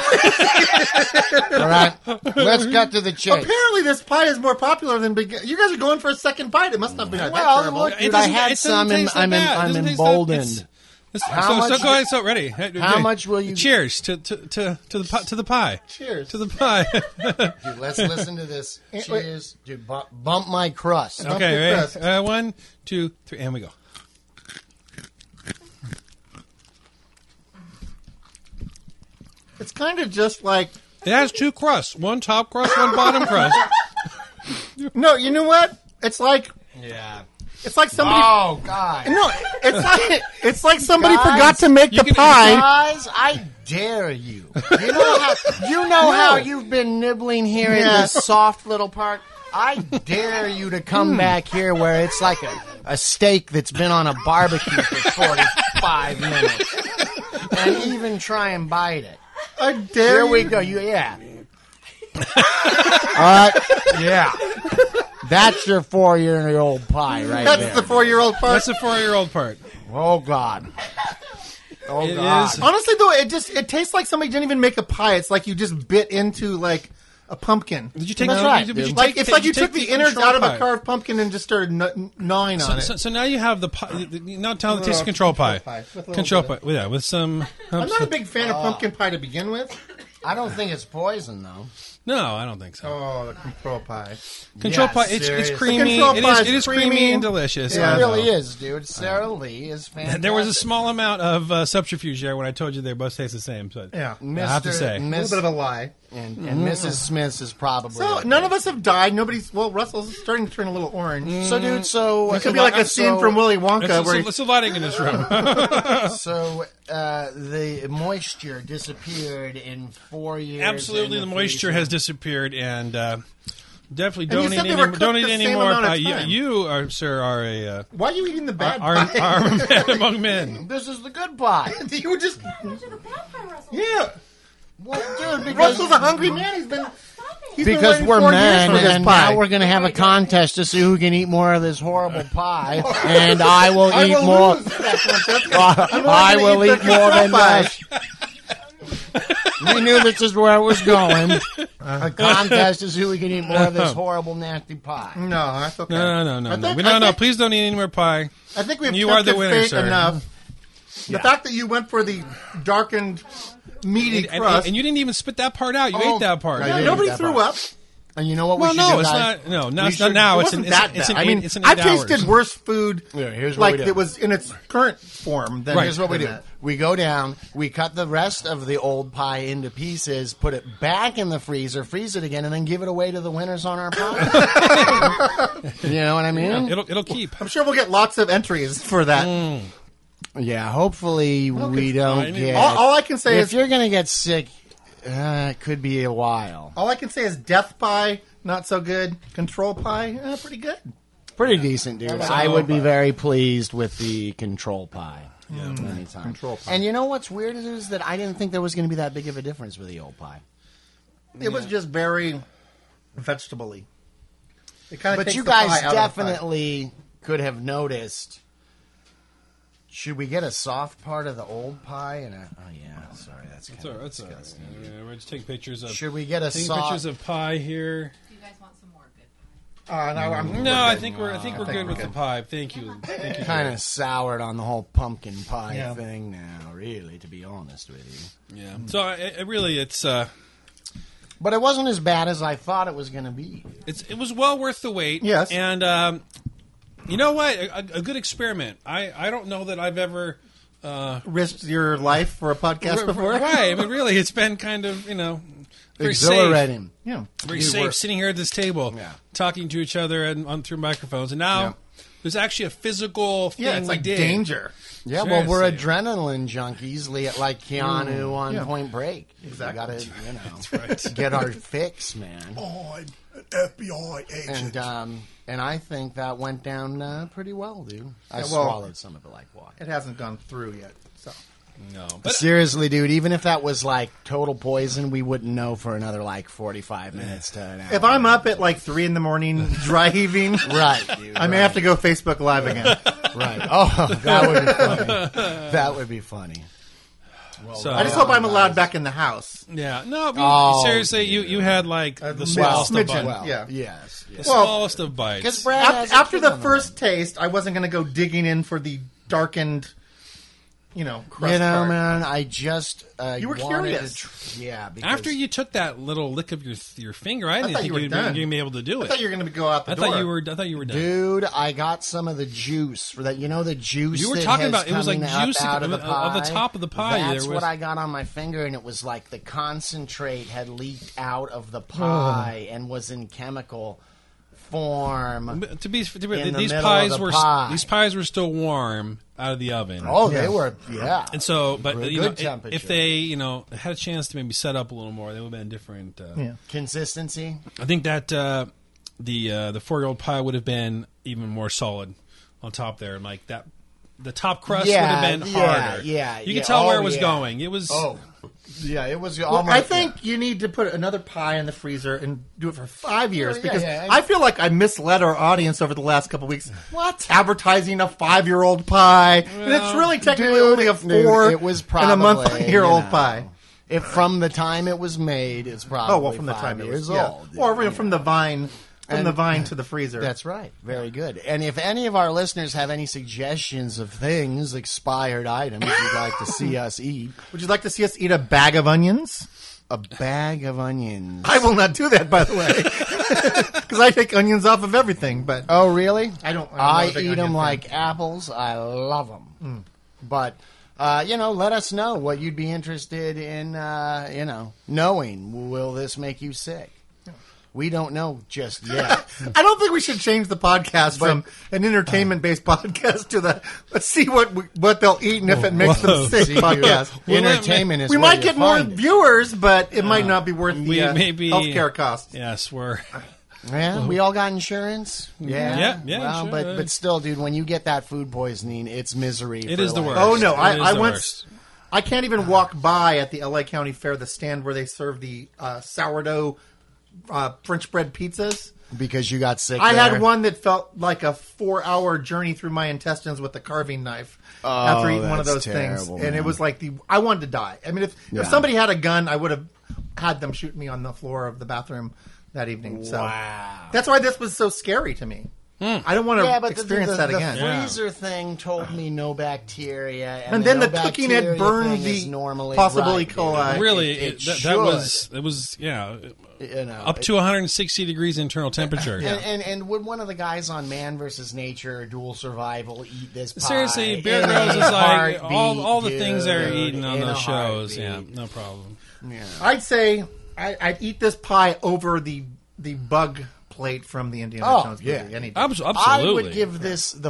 [SPEAKER 3] All right, let's cut to the chase.
[SPEAKER 2] Apparently, this pie is more popular than big. You guys are going for a second bite. It must not be that
[SPEAKER 3] Mm, Well,
[SPEAKER 2] terrible.
[SPEAKER 3] look,
[SPEAKER 1] It
[SPEAKER 3] dude, I
[SPEAKER 1] doesn't- it
[SPEAKER 3] had
[SPEAKER 1] doesn't
[SPEAKER 3] some. And
[SPEAKER 1] taste that
[SPEAKER 3] I'm, en-
[SPEAKER 1] bad. It
[SPEAKER 3] I'm
[SPEAKER 1] doesn't taste that- it's-
[SPEAKER 3] emboldened.
[SPEAKER 1] It's-
[SPEAKER 3] How
[SPEAKER 1] so,
[SPEAKER 3] much-
[SPEAKER 1] so go ahead. So ready.
[SPEAKER 3] How much will you-
[SPEAKER 1] Cheers to to to, to the pi- to the pie.
[SPEAKER 2] Cheers.
[SPEAKER 1] to the pie.
[SPEAKER 3] Dude, let's listen to this.
[SPEAKER 2] Wait.
[SPEAKER 3] Cheers, dude. Bu- bump my crust.
[SPEAKER 1] okay,
[SPEAKER 2] crust.
[SPEAKER 1] ready? Uh, one, two, three, and we go.
[SPEAKER 2] It's kind of just like
[SPEAKER 1] It has two crusts: one top crust, one bottom crust.
[SPEAKER 2] no. You know what? It's like
[SPEAKER 3] Yeah.
[SPEAKER 2] it's like somebody.
[SPEAKER 3] Oh God.
[SPEAKER 2] No, it's like it's like somebody
[SPEAKER 3] Guys,
[SPEAKER 2] forgot to make
[SPEAKER 1] you
[SPEAKER 2] the
[SPEAKER 1] can-
[SPEAKER 2] pie.
[SPEAKER 3] Guys, I dare you. You know how you know how you've been nibbling here in this soft little park. I dare you to come back here where it's like a, a steak that's been on a barbecue for forty five minutes, and even try and bite it.
[SPEAKER 2] I dare
[SPEAKER 3] Here we
[SPEAKER 2] you.
[SPEAKER 3] go. You yeah. All right. Yeah. That's your four year old pie right
[SPEAKER 2] That's
[SPEAKER 3] there.
[SPEAKER 2] the four-year-old part.
[SPEAKER 1] That's the four-year-old part.
[SPEAKER 3] oh God. Oh
[SPEAKER 1] It
[SPEAKER 3] God.
[SPEAKER 1] is-
[SPEAKER 2] Honestly, though, it just it tastes like somebody didn't even make a pie. It's like you just bit into like a pumpkin.
[SPEAKER 1] Did you take?
[SPEAKER 3] That's
[SPEAKER 1] no,
[SPEAKER 3] right,
[SPEAKER 1] did you
[SPEAKER 3] dude.
[SPEAKER 1] take-
[SPEAKER 2] Like it's
[SPEAKER 1] did
[SPEAKER 2] like you
[SPEAKER 1] take
[SPEAKER 2] took the innards
[SPEAKER 1] control
[SPEAKER 2] out of a
[SPEAKER 1] pie?
[SPEAKER 2] carved pumpkin and just started gn- gnawing on it.
[SPEAKER 1] So, so now you have the pie. the- the- Now tell taste the control pie.
[SPEAKER 2] pie, with a little
[SPEAKER 1] Control
[SPEAKER 2] bit
[SPEAKER 1] pie. Yeah, with some.
[SPEAKER 2] I'm not a big fan of pumpkin pie to begin with.
[SPEAKER 3] I don't think it's poison though.
[SPEAKER 1] No, I don't think so.
[SPEAKER 2] Oh, the control pie.
[SPEAKER 1] Control
[SPEAKER 3] Yeah,
[SPEAKER 1] pie. It's, it's
[SPEAKER 3] seriously.
[SPEAKER 1] creamy.
[SPEAKER 2] Control
[SPEAKER 1] It
[SPEAKER 2] pie
[SPEAKER 1] is,
[SPEAKER 2] is
[SPEAKER 1] it is creamy,
[SPEAKER 2] creamy.
[SPEAKER 1] and delicious.
[SPEAKER 2] Yeah.
[SPEAKER 3] It
[SPEAKER 1] Uh,
[SPEAKER 3] really is, dude. Sarah Lee is fantastic.
[SPEAKER 1] There was a small amount of uh, subterfuge there when I told you they both taste the same. So
[SPEAKER 2] Yeah.
[SPEAKER 1] I have to
[SPEAKER 3] Mr.
[SPEAKER 1] say.
[SPEAKER 2] A
[SPEAKER 3] Miss,
[SPEAKER 2] little bit of a lie.
[SPEAKER 3] and, and Mrs. Smith's is probably
[SPEAKER 2] So none of us have died. Nobody's. Well, Russell's starting to turn a little orange.
[SPEAKER 3] So, dude. So
[SPEAKER 2] It could be like a scene from Willy Wonka
[SPEAKER 1] It's, it's,
[SPEAKER 2] where
[SPEAKER 1] a- it's a lighting in this room.
[SPEAKER 3] So uh, the moisture disappeared in four years.
[SPEAKER 1] Absolutely,
[SPEAKER 3] in
[SPEAKER 1] the moisture has disappeared, and uh, definitely
[SPEAKER 2] you
[SPEAKER 1] don't
[SPEAKER 2] said
[SPEAKER 1] eat
[SPEAKER 2] they were
[SPEAKER 1] any,
[SPEAKER 2] cooked
[SPEAKER 1] don't eat
[SPEAKER 2] the
[SPEAKER 1] any
[SPEAKER 2] same
[SPEAKER 1] more
[SPEAKER 2] amount of
[SPEAKER 1] pie. You,
[SPEAKER 2] time.
[SPEAKER 1] you are, sir, are a uh,
[SPEAKER 2] why are you eating the bad
[SPEAKER 1] are,
[SPEAKER 2] pie?
[SPEAKER 1] are a man among men.
[SPEAKER 3] This is the good pie.
[SPEAKER 2] you were just
[SPEAKER 7] Measure the bad part, Russell.
[SPEAKER 2] yeah.
[SPEAKER 3] Well, dude, because,
[SPEAKER 2] Russell's a hungry man. He's been
[SPEAKER 7] Stop it.
[SPEAKER 2] he's
[SPEAKER 3] because
[SPEAKER 2] been waiting
[SPEAKER 3] we're
[SPEAKER 2] four
[SPEAKER 3] men,
[SPEAKER 2] years for this
[SPEAKER 3] and
[SPEAKER 2] pie.
[SPEAKER 3] now we're going to have a contest to see who can eat more of this horrible pie, and I will eat more.
[SPEAKER 2] lose that contest. I'm only
[SPEAKER 3] I
[SPEAKER 2] gonna
[SPEAKER 3] will
[SPEAKER 2] eat
[SPEAKER 3] eat
[SPEAKER 2] the
[SPEAKER 3] more than
[SPEAKER 2] pie.
[SPEAKER 3] that. We knew this is where it was going. A contest is who we can eat more of
[SPEAKER 1] Uh-huh.
[SPEAKER 3] this horrible, nasty pie.
[SPEAKER 2] No, that's okay.
[SPEAKER 1] No, no, no,
[SPEAKER 2] I
[SPEAKER 1] no, no.
[SPEAKER 2] think-
[SPEAKER 1] We,
[SPEAKER 2] I
[SPEAKER 1] no, no.
[SPEAKER 2] think-
[SPEAKER 1] Please don't eat any more pie.
[SPEAKER 2] I think we've
[SPEAKER 1] You are the
[SPEAKER 2] tempted
[SPEAKER 1] winner,
[SPEAKER 2] fate
[SPEAKER 1] sir.
[SPEAKER 2] enough. The fact that you went for the darkened, meaty
[SPEAKER 1] And, and,
[SPEAKER 2] crust.
[SPEAKER 1] and you didn't even spit that part out. You ate that part.
[SPEAKER 3] I
[SPEAKER 2] No,
[SPEAKER 3] did eat
[SPEAKER 2] nobody
[SPEAKER 3] that
[SPEAKER 2] threw up.
[SPEAKER 3] part. And you know what?
[SPEAKER 1] Well,
[SPEAKER 3] we should
[SPEAKER 1] no,
[SPEAKER 3] do,
[SPEAKER 1] it's
[SPEAKER 3] guys?
[SPEAKER 1] not. No,
[SPEAKER 3] We
[SPEAKER 1] not,
[SPEAKER 3] should-
[SPEAKER 1] not now.
[SPEAKER 2] It
[SPEAKER 1] It's an,
[SPEAKER 2] wasn't
[SPEAKER 1] it's,
[SPEAKER 2] that
[SPEAKER 1] an- it's an
[SPEAKER 2] bad. I
[SPEAKER 1] eight,
[SPEAKER 2] mean,
[SPEAKER 1] it's an eight
[SPEAKER 2] I've
[SPEAKER 1] hours.
[SPEAKER 2] tasted worse food
[SPEAKER 3] Yeah, here's what
[SPEAKER 2] like
[SPEAKER 3] we do.
[SPEAKER 2] that was in its current form. Than
[SPEAKER 1] Right.
[SPEAKER 3] Here's what we do.
[SPEAKER 2] than that.
[SPEAKER 3] We go down, we cut the rest of the old pie into pieces, put it back in the freezer, freeze it again, and then give it away to the winners on our pie. you know what I mean?
[SPEAKER 1] It'll it'll keep.
[SPEAKER 2] I'm sure we'll get lots of entries for that.
[SPEAKER 3] Yeah, hopefully we
[SPEAKER 1] I
[SPEAKER 3] don't
[SPEAKER 1] mean,
[SPEAKER 3] get.
[SPEAKER 2] All, all I can say
[SPEAKER 3] if
[SPEAKER 2] is
[SPEAKER 3] you're going to get sick uh, it could be a while.
[SPEAKER 2] All I can say is Death Pie, not so good. Control Pie, eh, pretty good.
[SPEAKER 3] Pretty decent, dude. I would be very pleased with the control pie. anytime.
[SPEAKER 2] Control Pie.
[SPEAKER 3] And you know what's weird is that I didn't think there was going to be that big of a difference with the old pie.
[SPEAKER 2] it was just very vegetable-y. It kind
[SPEAKER 3] But you guys definitely could have noticed. Should we get a soft part of the old pie and a? Oh yeah, sorry, that's kind
[SPEAKER 1] That's all right. That's all right. Yeah, we're just taking pictures of
[SPEAKER 3] Should we get a
[SPEAKER 1] taking
[SPEAKER 3] soft?
[SPEAKER 1] pictures of pie here.
[SPEAKER 7] Do you guys want some more good pie?
[SPEAKER 2] Uh, no, I'm,
[SPEAKER 1] No, I think we're I think we're good with the pie. Thank you. Thank you.
[SPEAKER 3] kind of soured on the whole pumpkin pie
[SPEAKER 2] Yeah.
[SPEAKER 3] thing now, really, to be honest with you.
[SPEAKER 1] Yeah. So I, I really, it's uh,
[SPEAKER 3] But it wasn't as bad as I thought it was going to be.
[SPEAKER 1] it's it was well worth the wait.
[SPEAKER 2] Yes.
[SPEAKER 1] And um, you know what? A, a- a good experiment. I I don't know that I've ever. Uh,
[SPEAKER 2] risked your life for a podcast
[SPEAKER 1] r-
[SPEAKER 2] before.
[SPEAKER 1] r- right. I mean, really, it's been kind of you know. Very safe.
[SPEAKER 3] Exhilarating.
[SPEAKER 2] Yeah.
[SPEAKER 1] Very safe sitting here at this table,
[SPEAKER 3] Yeah.
[SPEAKER 1] talking to each other and on through microphones. And now
[SPEAKER 3] Yeah.
[SPEAKER 1] there's actually a physical thing.
[SPEAKER 2] Yeah, it's like
[SPEAKER 1] we did.
[SPEAKER 2] danger.
[SPEAKER 3] Yeah, well, we're
[SPEAKER 1] Seriously.
[SPEAKER 3] adrenaline junkies, li- like Keanu on
[SPEAKER 2] Mm. yeah.
[SPEAKER 3] Point Break.
[SPEAKER 2] Exactly. Oh,
[SPEAKER 3] We gotta, you know, get our fix, man.
[SPEAKER 2] I'm an FBI
[SPEAKER 3] And um, and I think that went down uh, pretty well, dude. I
[SPEAKER 2] well-
[SPEAKER 3] swallowed some of it like water.
[SPEAKER 2] it hasn't gone through yet. So
[SPEAKER 1] No, but
[SPEAKER 3] Seriously, dude. Even if that was like total poison, we wouldn't know for another like forty-five minutes to an hour.
[SPEAKER 2] if I'm up at like three in the morning, dry heaving,
[SPEAKER 3] right, dude,
[SPEAKER 2] I may have to go Facebook Live again.
[SPEAKER 3] Right. Oh, that would be funny. That would be funny.
[SPEAKER 1] so,
[SPEAKER 2] I just hope I'm allowed back in the house.
[SPEAKER 1] uh, yeah. No, we,
[SPEAKER 3] Oh,
[SPEAKER 1] seriously, you you had like the
[SPEAKER 2] well,
[SPEAKER 1] smallest of
[SPEAKER 2] smidgen.
[SPEAKER 1] bites.
[SPEAKER 2] Yeah.
[SPEAKER 3] Yes.
[SPEAKER 1] The
[SPEAKER 3] yes.
[SPEAKER 2] Well,
[SPEAKER 1] smallest of bites.
[SPEAKER 3] Brad
[SPEAKER 2] After,
[SPEAKER 3] hasn't
[SPEAKER 2] after the
[SPEAKER 3] given
[SPEAKER 2] first taste, I wasn't going to go digging in for the darkened, you know, crust
[SPEAKER 3] You know,
[SPEAKER 2] part.
[SPEAKER 3] man, I just uh,
[SPEAKER 2] You were
[SPEAKER 3] wanted
[SPEAKER 2] curious.
[SPEAKER 3] To tr- yeah, because
[SPEAKER 1] After you took that little lick of your your finger, I didn't
[SPEAKER 2] thought
[SPEAKER 1] think
[SPEAKER 2] you
[SPEAKER 1] you
[SPEAKER 2] were
[SPEAKER 1] would
[SPEAKER 2] done.
[SPEAKER 1] be, you'd be able to do
[SPEAKER 2] I
[SPEAKER 1] it.
[SPEAKER 2] thought you were going to go out the
[SPEAKER 1] I
[SPEAKER 2] door.
[SPEAKER 1] thought you were. I thought you were done.
[SPEAKER 3] dude, I got some of the juice for that. You know, the juice
[SPEAKER 1] You were
[SPEAKER 3] that
[SPEAKER 1] talking
[SPEAKER 3] has
[SPEAKER 1] about- it was like
[SPEAKER 3] coming up
[SPEAKER 1] juice
[SPEAKER 3] out of the
[SPEAKER 1] of- of
[SPEAKER 3] pie.
[SPEAKER 1] the top of the pie.
[SPEAKER 3] That's
[SPEAKER 1] There was-
[SPEAKER 3] what I got on my finger, and it was like the concentrate had leaked out of the pie and was in chemical form.
[SPEAKER 1] Oh. But To be, to be
[SPEAKER 3] In the
[SPEAKER 1] these
[SPEAKER 3] middle of
[SPEAKER 1] pies
[SPEAKER 3] the
[SPEAKER 1] were
[SPEAKER 3] pie.
[SPEAKER 1] these pies were still warm out of the oven.
[SPEAKER 3] Oh, they were yeah.
[SPEAKER 1] And so, but
[SPEAKER 3] Real
[SPEAKER 1] you
[SPEAKER 3] good
[SPEAKER 1] know, i-
[SPEAKER 3] temperature.
[SPEAKER 1] if they, you know, had a chance to maybe set up a little more, they would have been different. Uh,
[SPEAKER 2] Yeah.
[SPEAKER 3] Consistency.
[SPEAKER 1] I think that uh, the uh, the four year old pie would have been even more solid on top there, and like that, the top crust
[SPEAKER 3] Yeah,
[SPEAKER 1] would have been
[SPEAKER 3] yeah,
[SPEAKER 1] harder.
[SPEAKER 3] yeah,
[SPEAKER 1] you
[SPEAKER 3] yeah.
[SPEAKER 1] could tell where
[SPEAKER 3] Oh,
[SPEAKER 1] it was
[SPEAKER 3] yeah.
[SPEAKER 1] going. It was.
[SPEAKER 3] Oh, yeah, it was.
[SPEAKER 2] Well,
[SPEAKER 3] almost,
[SPEAKER 2] I think you need to put another pie in the freezer and do it for five years
[SPEAKER 3] Oh, Yeah,
[SPEAKER 2] because
[SPEAKER 3] yeah, I-
[SPEAKER 2] I feel like I misled our audience over the last couple weeks.
[SPEAKER 3] What?
[SPEAKER 2] Advertising a five year old pie. and it's really technically only a
[SPEAKER 3] dude,
[SPEAKER 2] four
[SPEAKER 3] it was
[SPEAKER 2] and a month
[SPEAKER 3] probably,
[SPEAKER 2] year
[SPEAKER 3] you
[SPEAKER 2] old
[SPEAKER 3] know,
[SPEAKER 2] pie.
[SPEAKER 3] If from the time it was made, it's probably
[SPEAKER 2] Oh, well, from the
[SPEAKER 3] five
[SPEAKER 2] time it was
[SPEAKER 3] years
[SPEAKER 2] yeah.
[SPEAKER 3] old.
[SPEAKER 2] Or from- from the vine. From
[SPEAKER 3] And-
[SPEAKER 2] the vine to the freezer.
[SPEAKER 3] That's right. Very good. And if any of our listeners have any suggestions of things, expired items you'd like to see us eat,
[SPEAKER 2] Would you like to see us eat a bag of onions?
[SPEAKER 3] a bag of onions.
[SPEAKER 2] I will not do that, by the way, because I take onions off of everything. But
[SPEAKER 3] Oh, really?
[SPEAKER 2] I don't- I'm not
[SPEAKER 3] I
[SPEAKER 2] a big
[SPEAKER 3] eat
[SPEAKER 2] onion
[SPEAKER 3] them
[SPEAKER 2] fan.
[SPEAKER 3] like apples. I love
[SPEAKER 2] Hmm.
[SPEAKER 3] them. But uh, you know, let us know what you'd be interested in. Uh, you know, knowing will this make you sick? We don't know just yet.
[SPEAKER 2] I don't think we should change the podcast from an entertainment-based podcast to the let's see what we, what they'll eat and if it makes
[SPEAKER 1] Whoa.
[SPEAKER 2] them sick podcast.
[SPEAKER 3] Entertainment is
[SPEAKER 2] we
[SPEAKER 3] where
[SPEAKER 2] might
[SPEAKER 3] you
[SPEAKER 2] get more
[SPEAKER 3] find it.
[SPEAKER 2] viewers, but it might not be worth the
[SPEAKER 1] we
[SPEAKER 2] uh,
[SPEAKER 1] may be-
[SPEAKER 2] healthcare costs.
[SPEAKER 1] Yes, we're.
[SPEAKER 3] Yeah, we all got insurance. Yeah,
[SPEAKER 1] Yeah, yeah,
[SPEAKER 3] Well,
[SPEAKER 1] sure.
[SPEAKER 3] but but still, dude, when you get that food poisoning, it's misery.
[SPEAKER 1] It
[SPEAKER 3] for
[SPEAKER 1] is the
[SPEAKER 3] life.
[SPEAKER 1] worst.
[SPEAKER 2] Oh no,
[SPEAKER 1] It
[SPEAKER 2] I,
[SPEAKER 1] is
[SPEAKER 2] I
[SPEAKER 1] the
[SPEAKER 2] once
[SPEAKER 1] worst.
[SPEAKER 2] I can't even walk by at the L.A. County Fair the stand where they serve the uh, sourdough uh, French bread pizzas.
[SPEAKER 3] because you got sick.
[SPEAKER 2] I
[SPEAKER 3] there.
[SPEAKER 2] had one that felt like a four-hour journey through my intestines with a carving knife after eating one of those
[SPEAKER 3] Oh, that's
[SPEAKER 2] things,
[SPEAKER 3] terrible,
[SPEAKER 2] and it
[SPEAKER 3] man.
[SPEAKER 2] was like the I wanted to die. I mean, if
[SPEAKER 3] Yeah.
[SPEAKER 2] if somebody had a gun, I would have had them shoot me on the floor of the bathroom that evening. So
[SPEAKER 3] Wow. Hmm.
[SPEAKER 2] that's why this was so scary to me. I don't want to
[SPEAKER 3] Yeah, but the, the,
[SPEAKER 2] experience
[SPEAKER 3] the,
[SPEAKER 2] that again.
[SPEAKER 3] the freezer thing told me no bacteria, and,
[SPEAKER 2] And then
[SPEAKER 3] no
[SPEAKER 2] the cooking had
[SPEAKER 3] bacteria
[SPEAKER 2] burned
[SPEAKER 3] thing is
[SPEAKER 2] the
[SPEAKER 3] normally
[SPEAKER 2] possible
[SPEAKER 3] right,
[SPEAKER 2] E. coli.
[SPEAKER 3] dude.
[SPEAKER 1] Really,
[SPEAKER 3] It- it
[SPEAKER 1] it- that, that was
[SPEAKER 3] should,
[SPEAKER 1] it was yeah,
[SPEAKER 3] you know,
[SPEAKER 1] up to 160 degrees internal temperature.
[SPEAKER 3] And, and and would one of the guys on Man versus Nature, Dual Survival, eat this? Pie
[SPEAKER 1] Seriously,
[SPEAKER 3] in
[SPEAKER 1] Bear
[SPEAKER 3] a
[SPEAKER 1] Grylls is like
[SPEAKER 3] heartbeat,
[SPEAKER 1] all all the things they're
[SPEAKER 3] dude,
[SPEAKER 1] eating on
[SPEAKER 3] in a
[SPEAKER 1] those shows. Yeah,
[SPEAKER 3] heartbeat.
[SPEAKER 1] no problem.
[SPEAKER 2] I'd say I, I'd eat this pie over the the bug plate from the Indiana
[SPEAKER 3] Oh,
[SPEAKER 2] Jones
[SPEAKER 3] yeah.
[SPEAKER 2] movie. Any day.
[SPEAKER 1] Abs-
[SPEAKER 3] I
[SPEAKER 1] Absolutely.
[SPEAKER 3] would give this the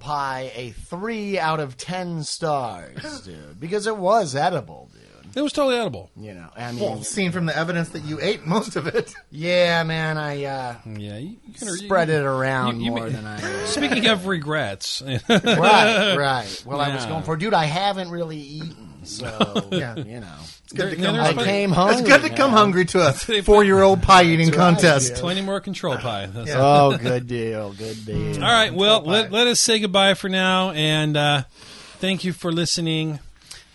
[SPEAKER 3] pie a three out of ten stars, dude, because it was edible, dude.
[SPEAKER 1] It was totally edible.
[SPEAKER 3] You know, I mean,
[SPEAKER 2] Well, seen from the evidence that you ate most of it.
[SPEAKER 3] yeah, man, I uh,
[SPEAKER 1] Yeah, you, you can-
[SPEAKER 3] spread
[SPEAKER 1] you-
[SPEAKER 3] it around
[SPEAKER 1] you- you
[SPEAKER 3] more
[SPEAKER 1] may-
[SPEAKER 3] than I.
[SPEAKER 1] Speaking of regrets,
[SPEAKER 3] right, right. Well, I was
[SPEAKER 1] Yeah.
[SPEAKER 3] going for, dude. I haven't really eaten, so
[SPEAKER 2] Yeah.
[SPEAKER 3] you know,
[SPEAKER 2] Good to
[SPEAKER 1] There-
[SPEAKER 2] come
[SPEAKER 1] there's plenty-
[SPEAKER 3] I
[SPEAKER 2] hungry.
[SPEAKER 3] came home.
[SPEAKER 2] It's good to come hungry to a four-year-old pie eating contest.
[SPEAKER 1] plenty more control pie. That's-
[SPEAKER 3] Oh, good deal, good deal.
[SPEAKER 1] All right, well, let, let us say goodbye for now, and uh, thank you for listening.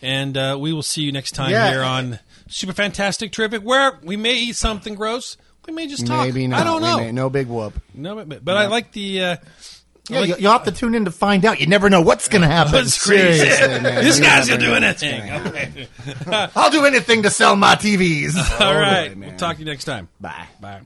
[SPEAKER 1] And uh, we will see you next time
[SPEAKER 2] Yeah.
[SPEAKER 1] here on Super Fantastic Terrific, where we may eat something gross. We may just talk.
[SPEAKER 3] Maybe not.
[SPEAKER 1] I don't
[SPEAKER 3] We
[SPEAKER 1] know.
[SPEAKER 3] may- no big whoop.
[SPEAKER 1] No, but, but, but I like the. Uh, I
[SPEAKER 2] Yeah,
[SPEAKER 1] like-
[SPEAKER 2] you- you'll have to tune in to find out. You never know what's going to happen.
[SPEAKER 1] That's crazy.
[SPEAKER 3] man,
[SPEAKER 1] this
[SPEAKER 3] you
[SPEAKER 1] guy's
[SPEAKER 3] never
[SPEAKER 1] gonna do
[SPEAKER 3] know.
[SPEAKER 1] anything. Okay.
[SPEAKER 2] I'll do anything to sell my TVs.
[SPEAKER 1] All right,
[SPEAKER 3] man.
[SPEAKER 1] we'll talk to you next time.
[SPEAKER 3] Bye.
[SPEAKER 1] Bye.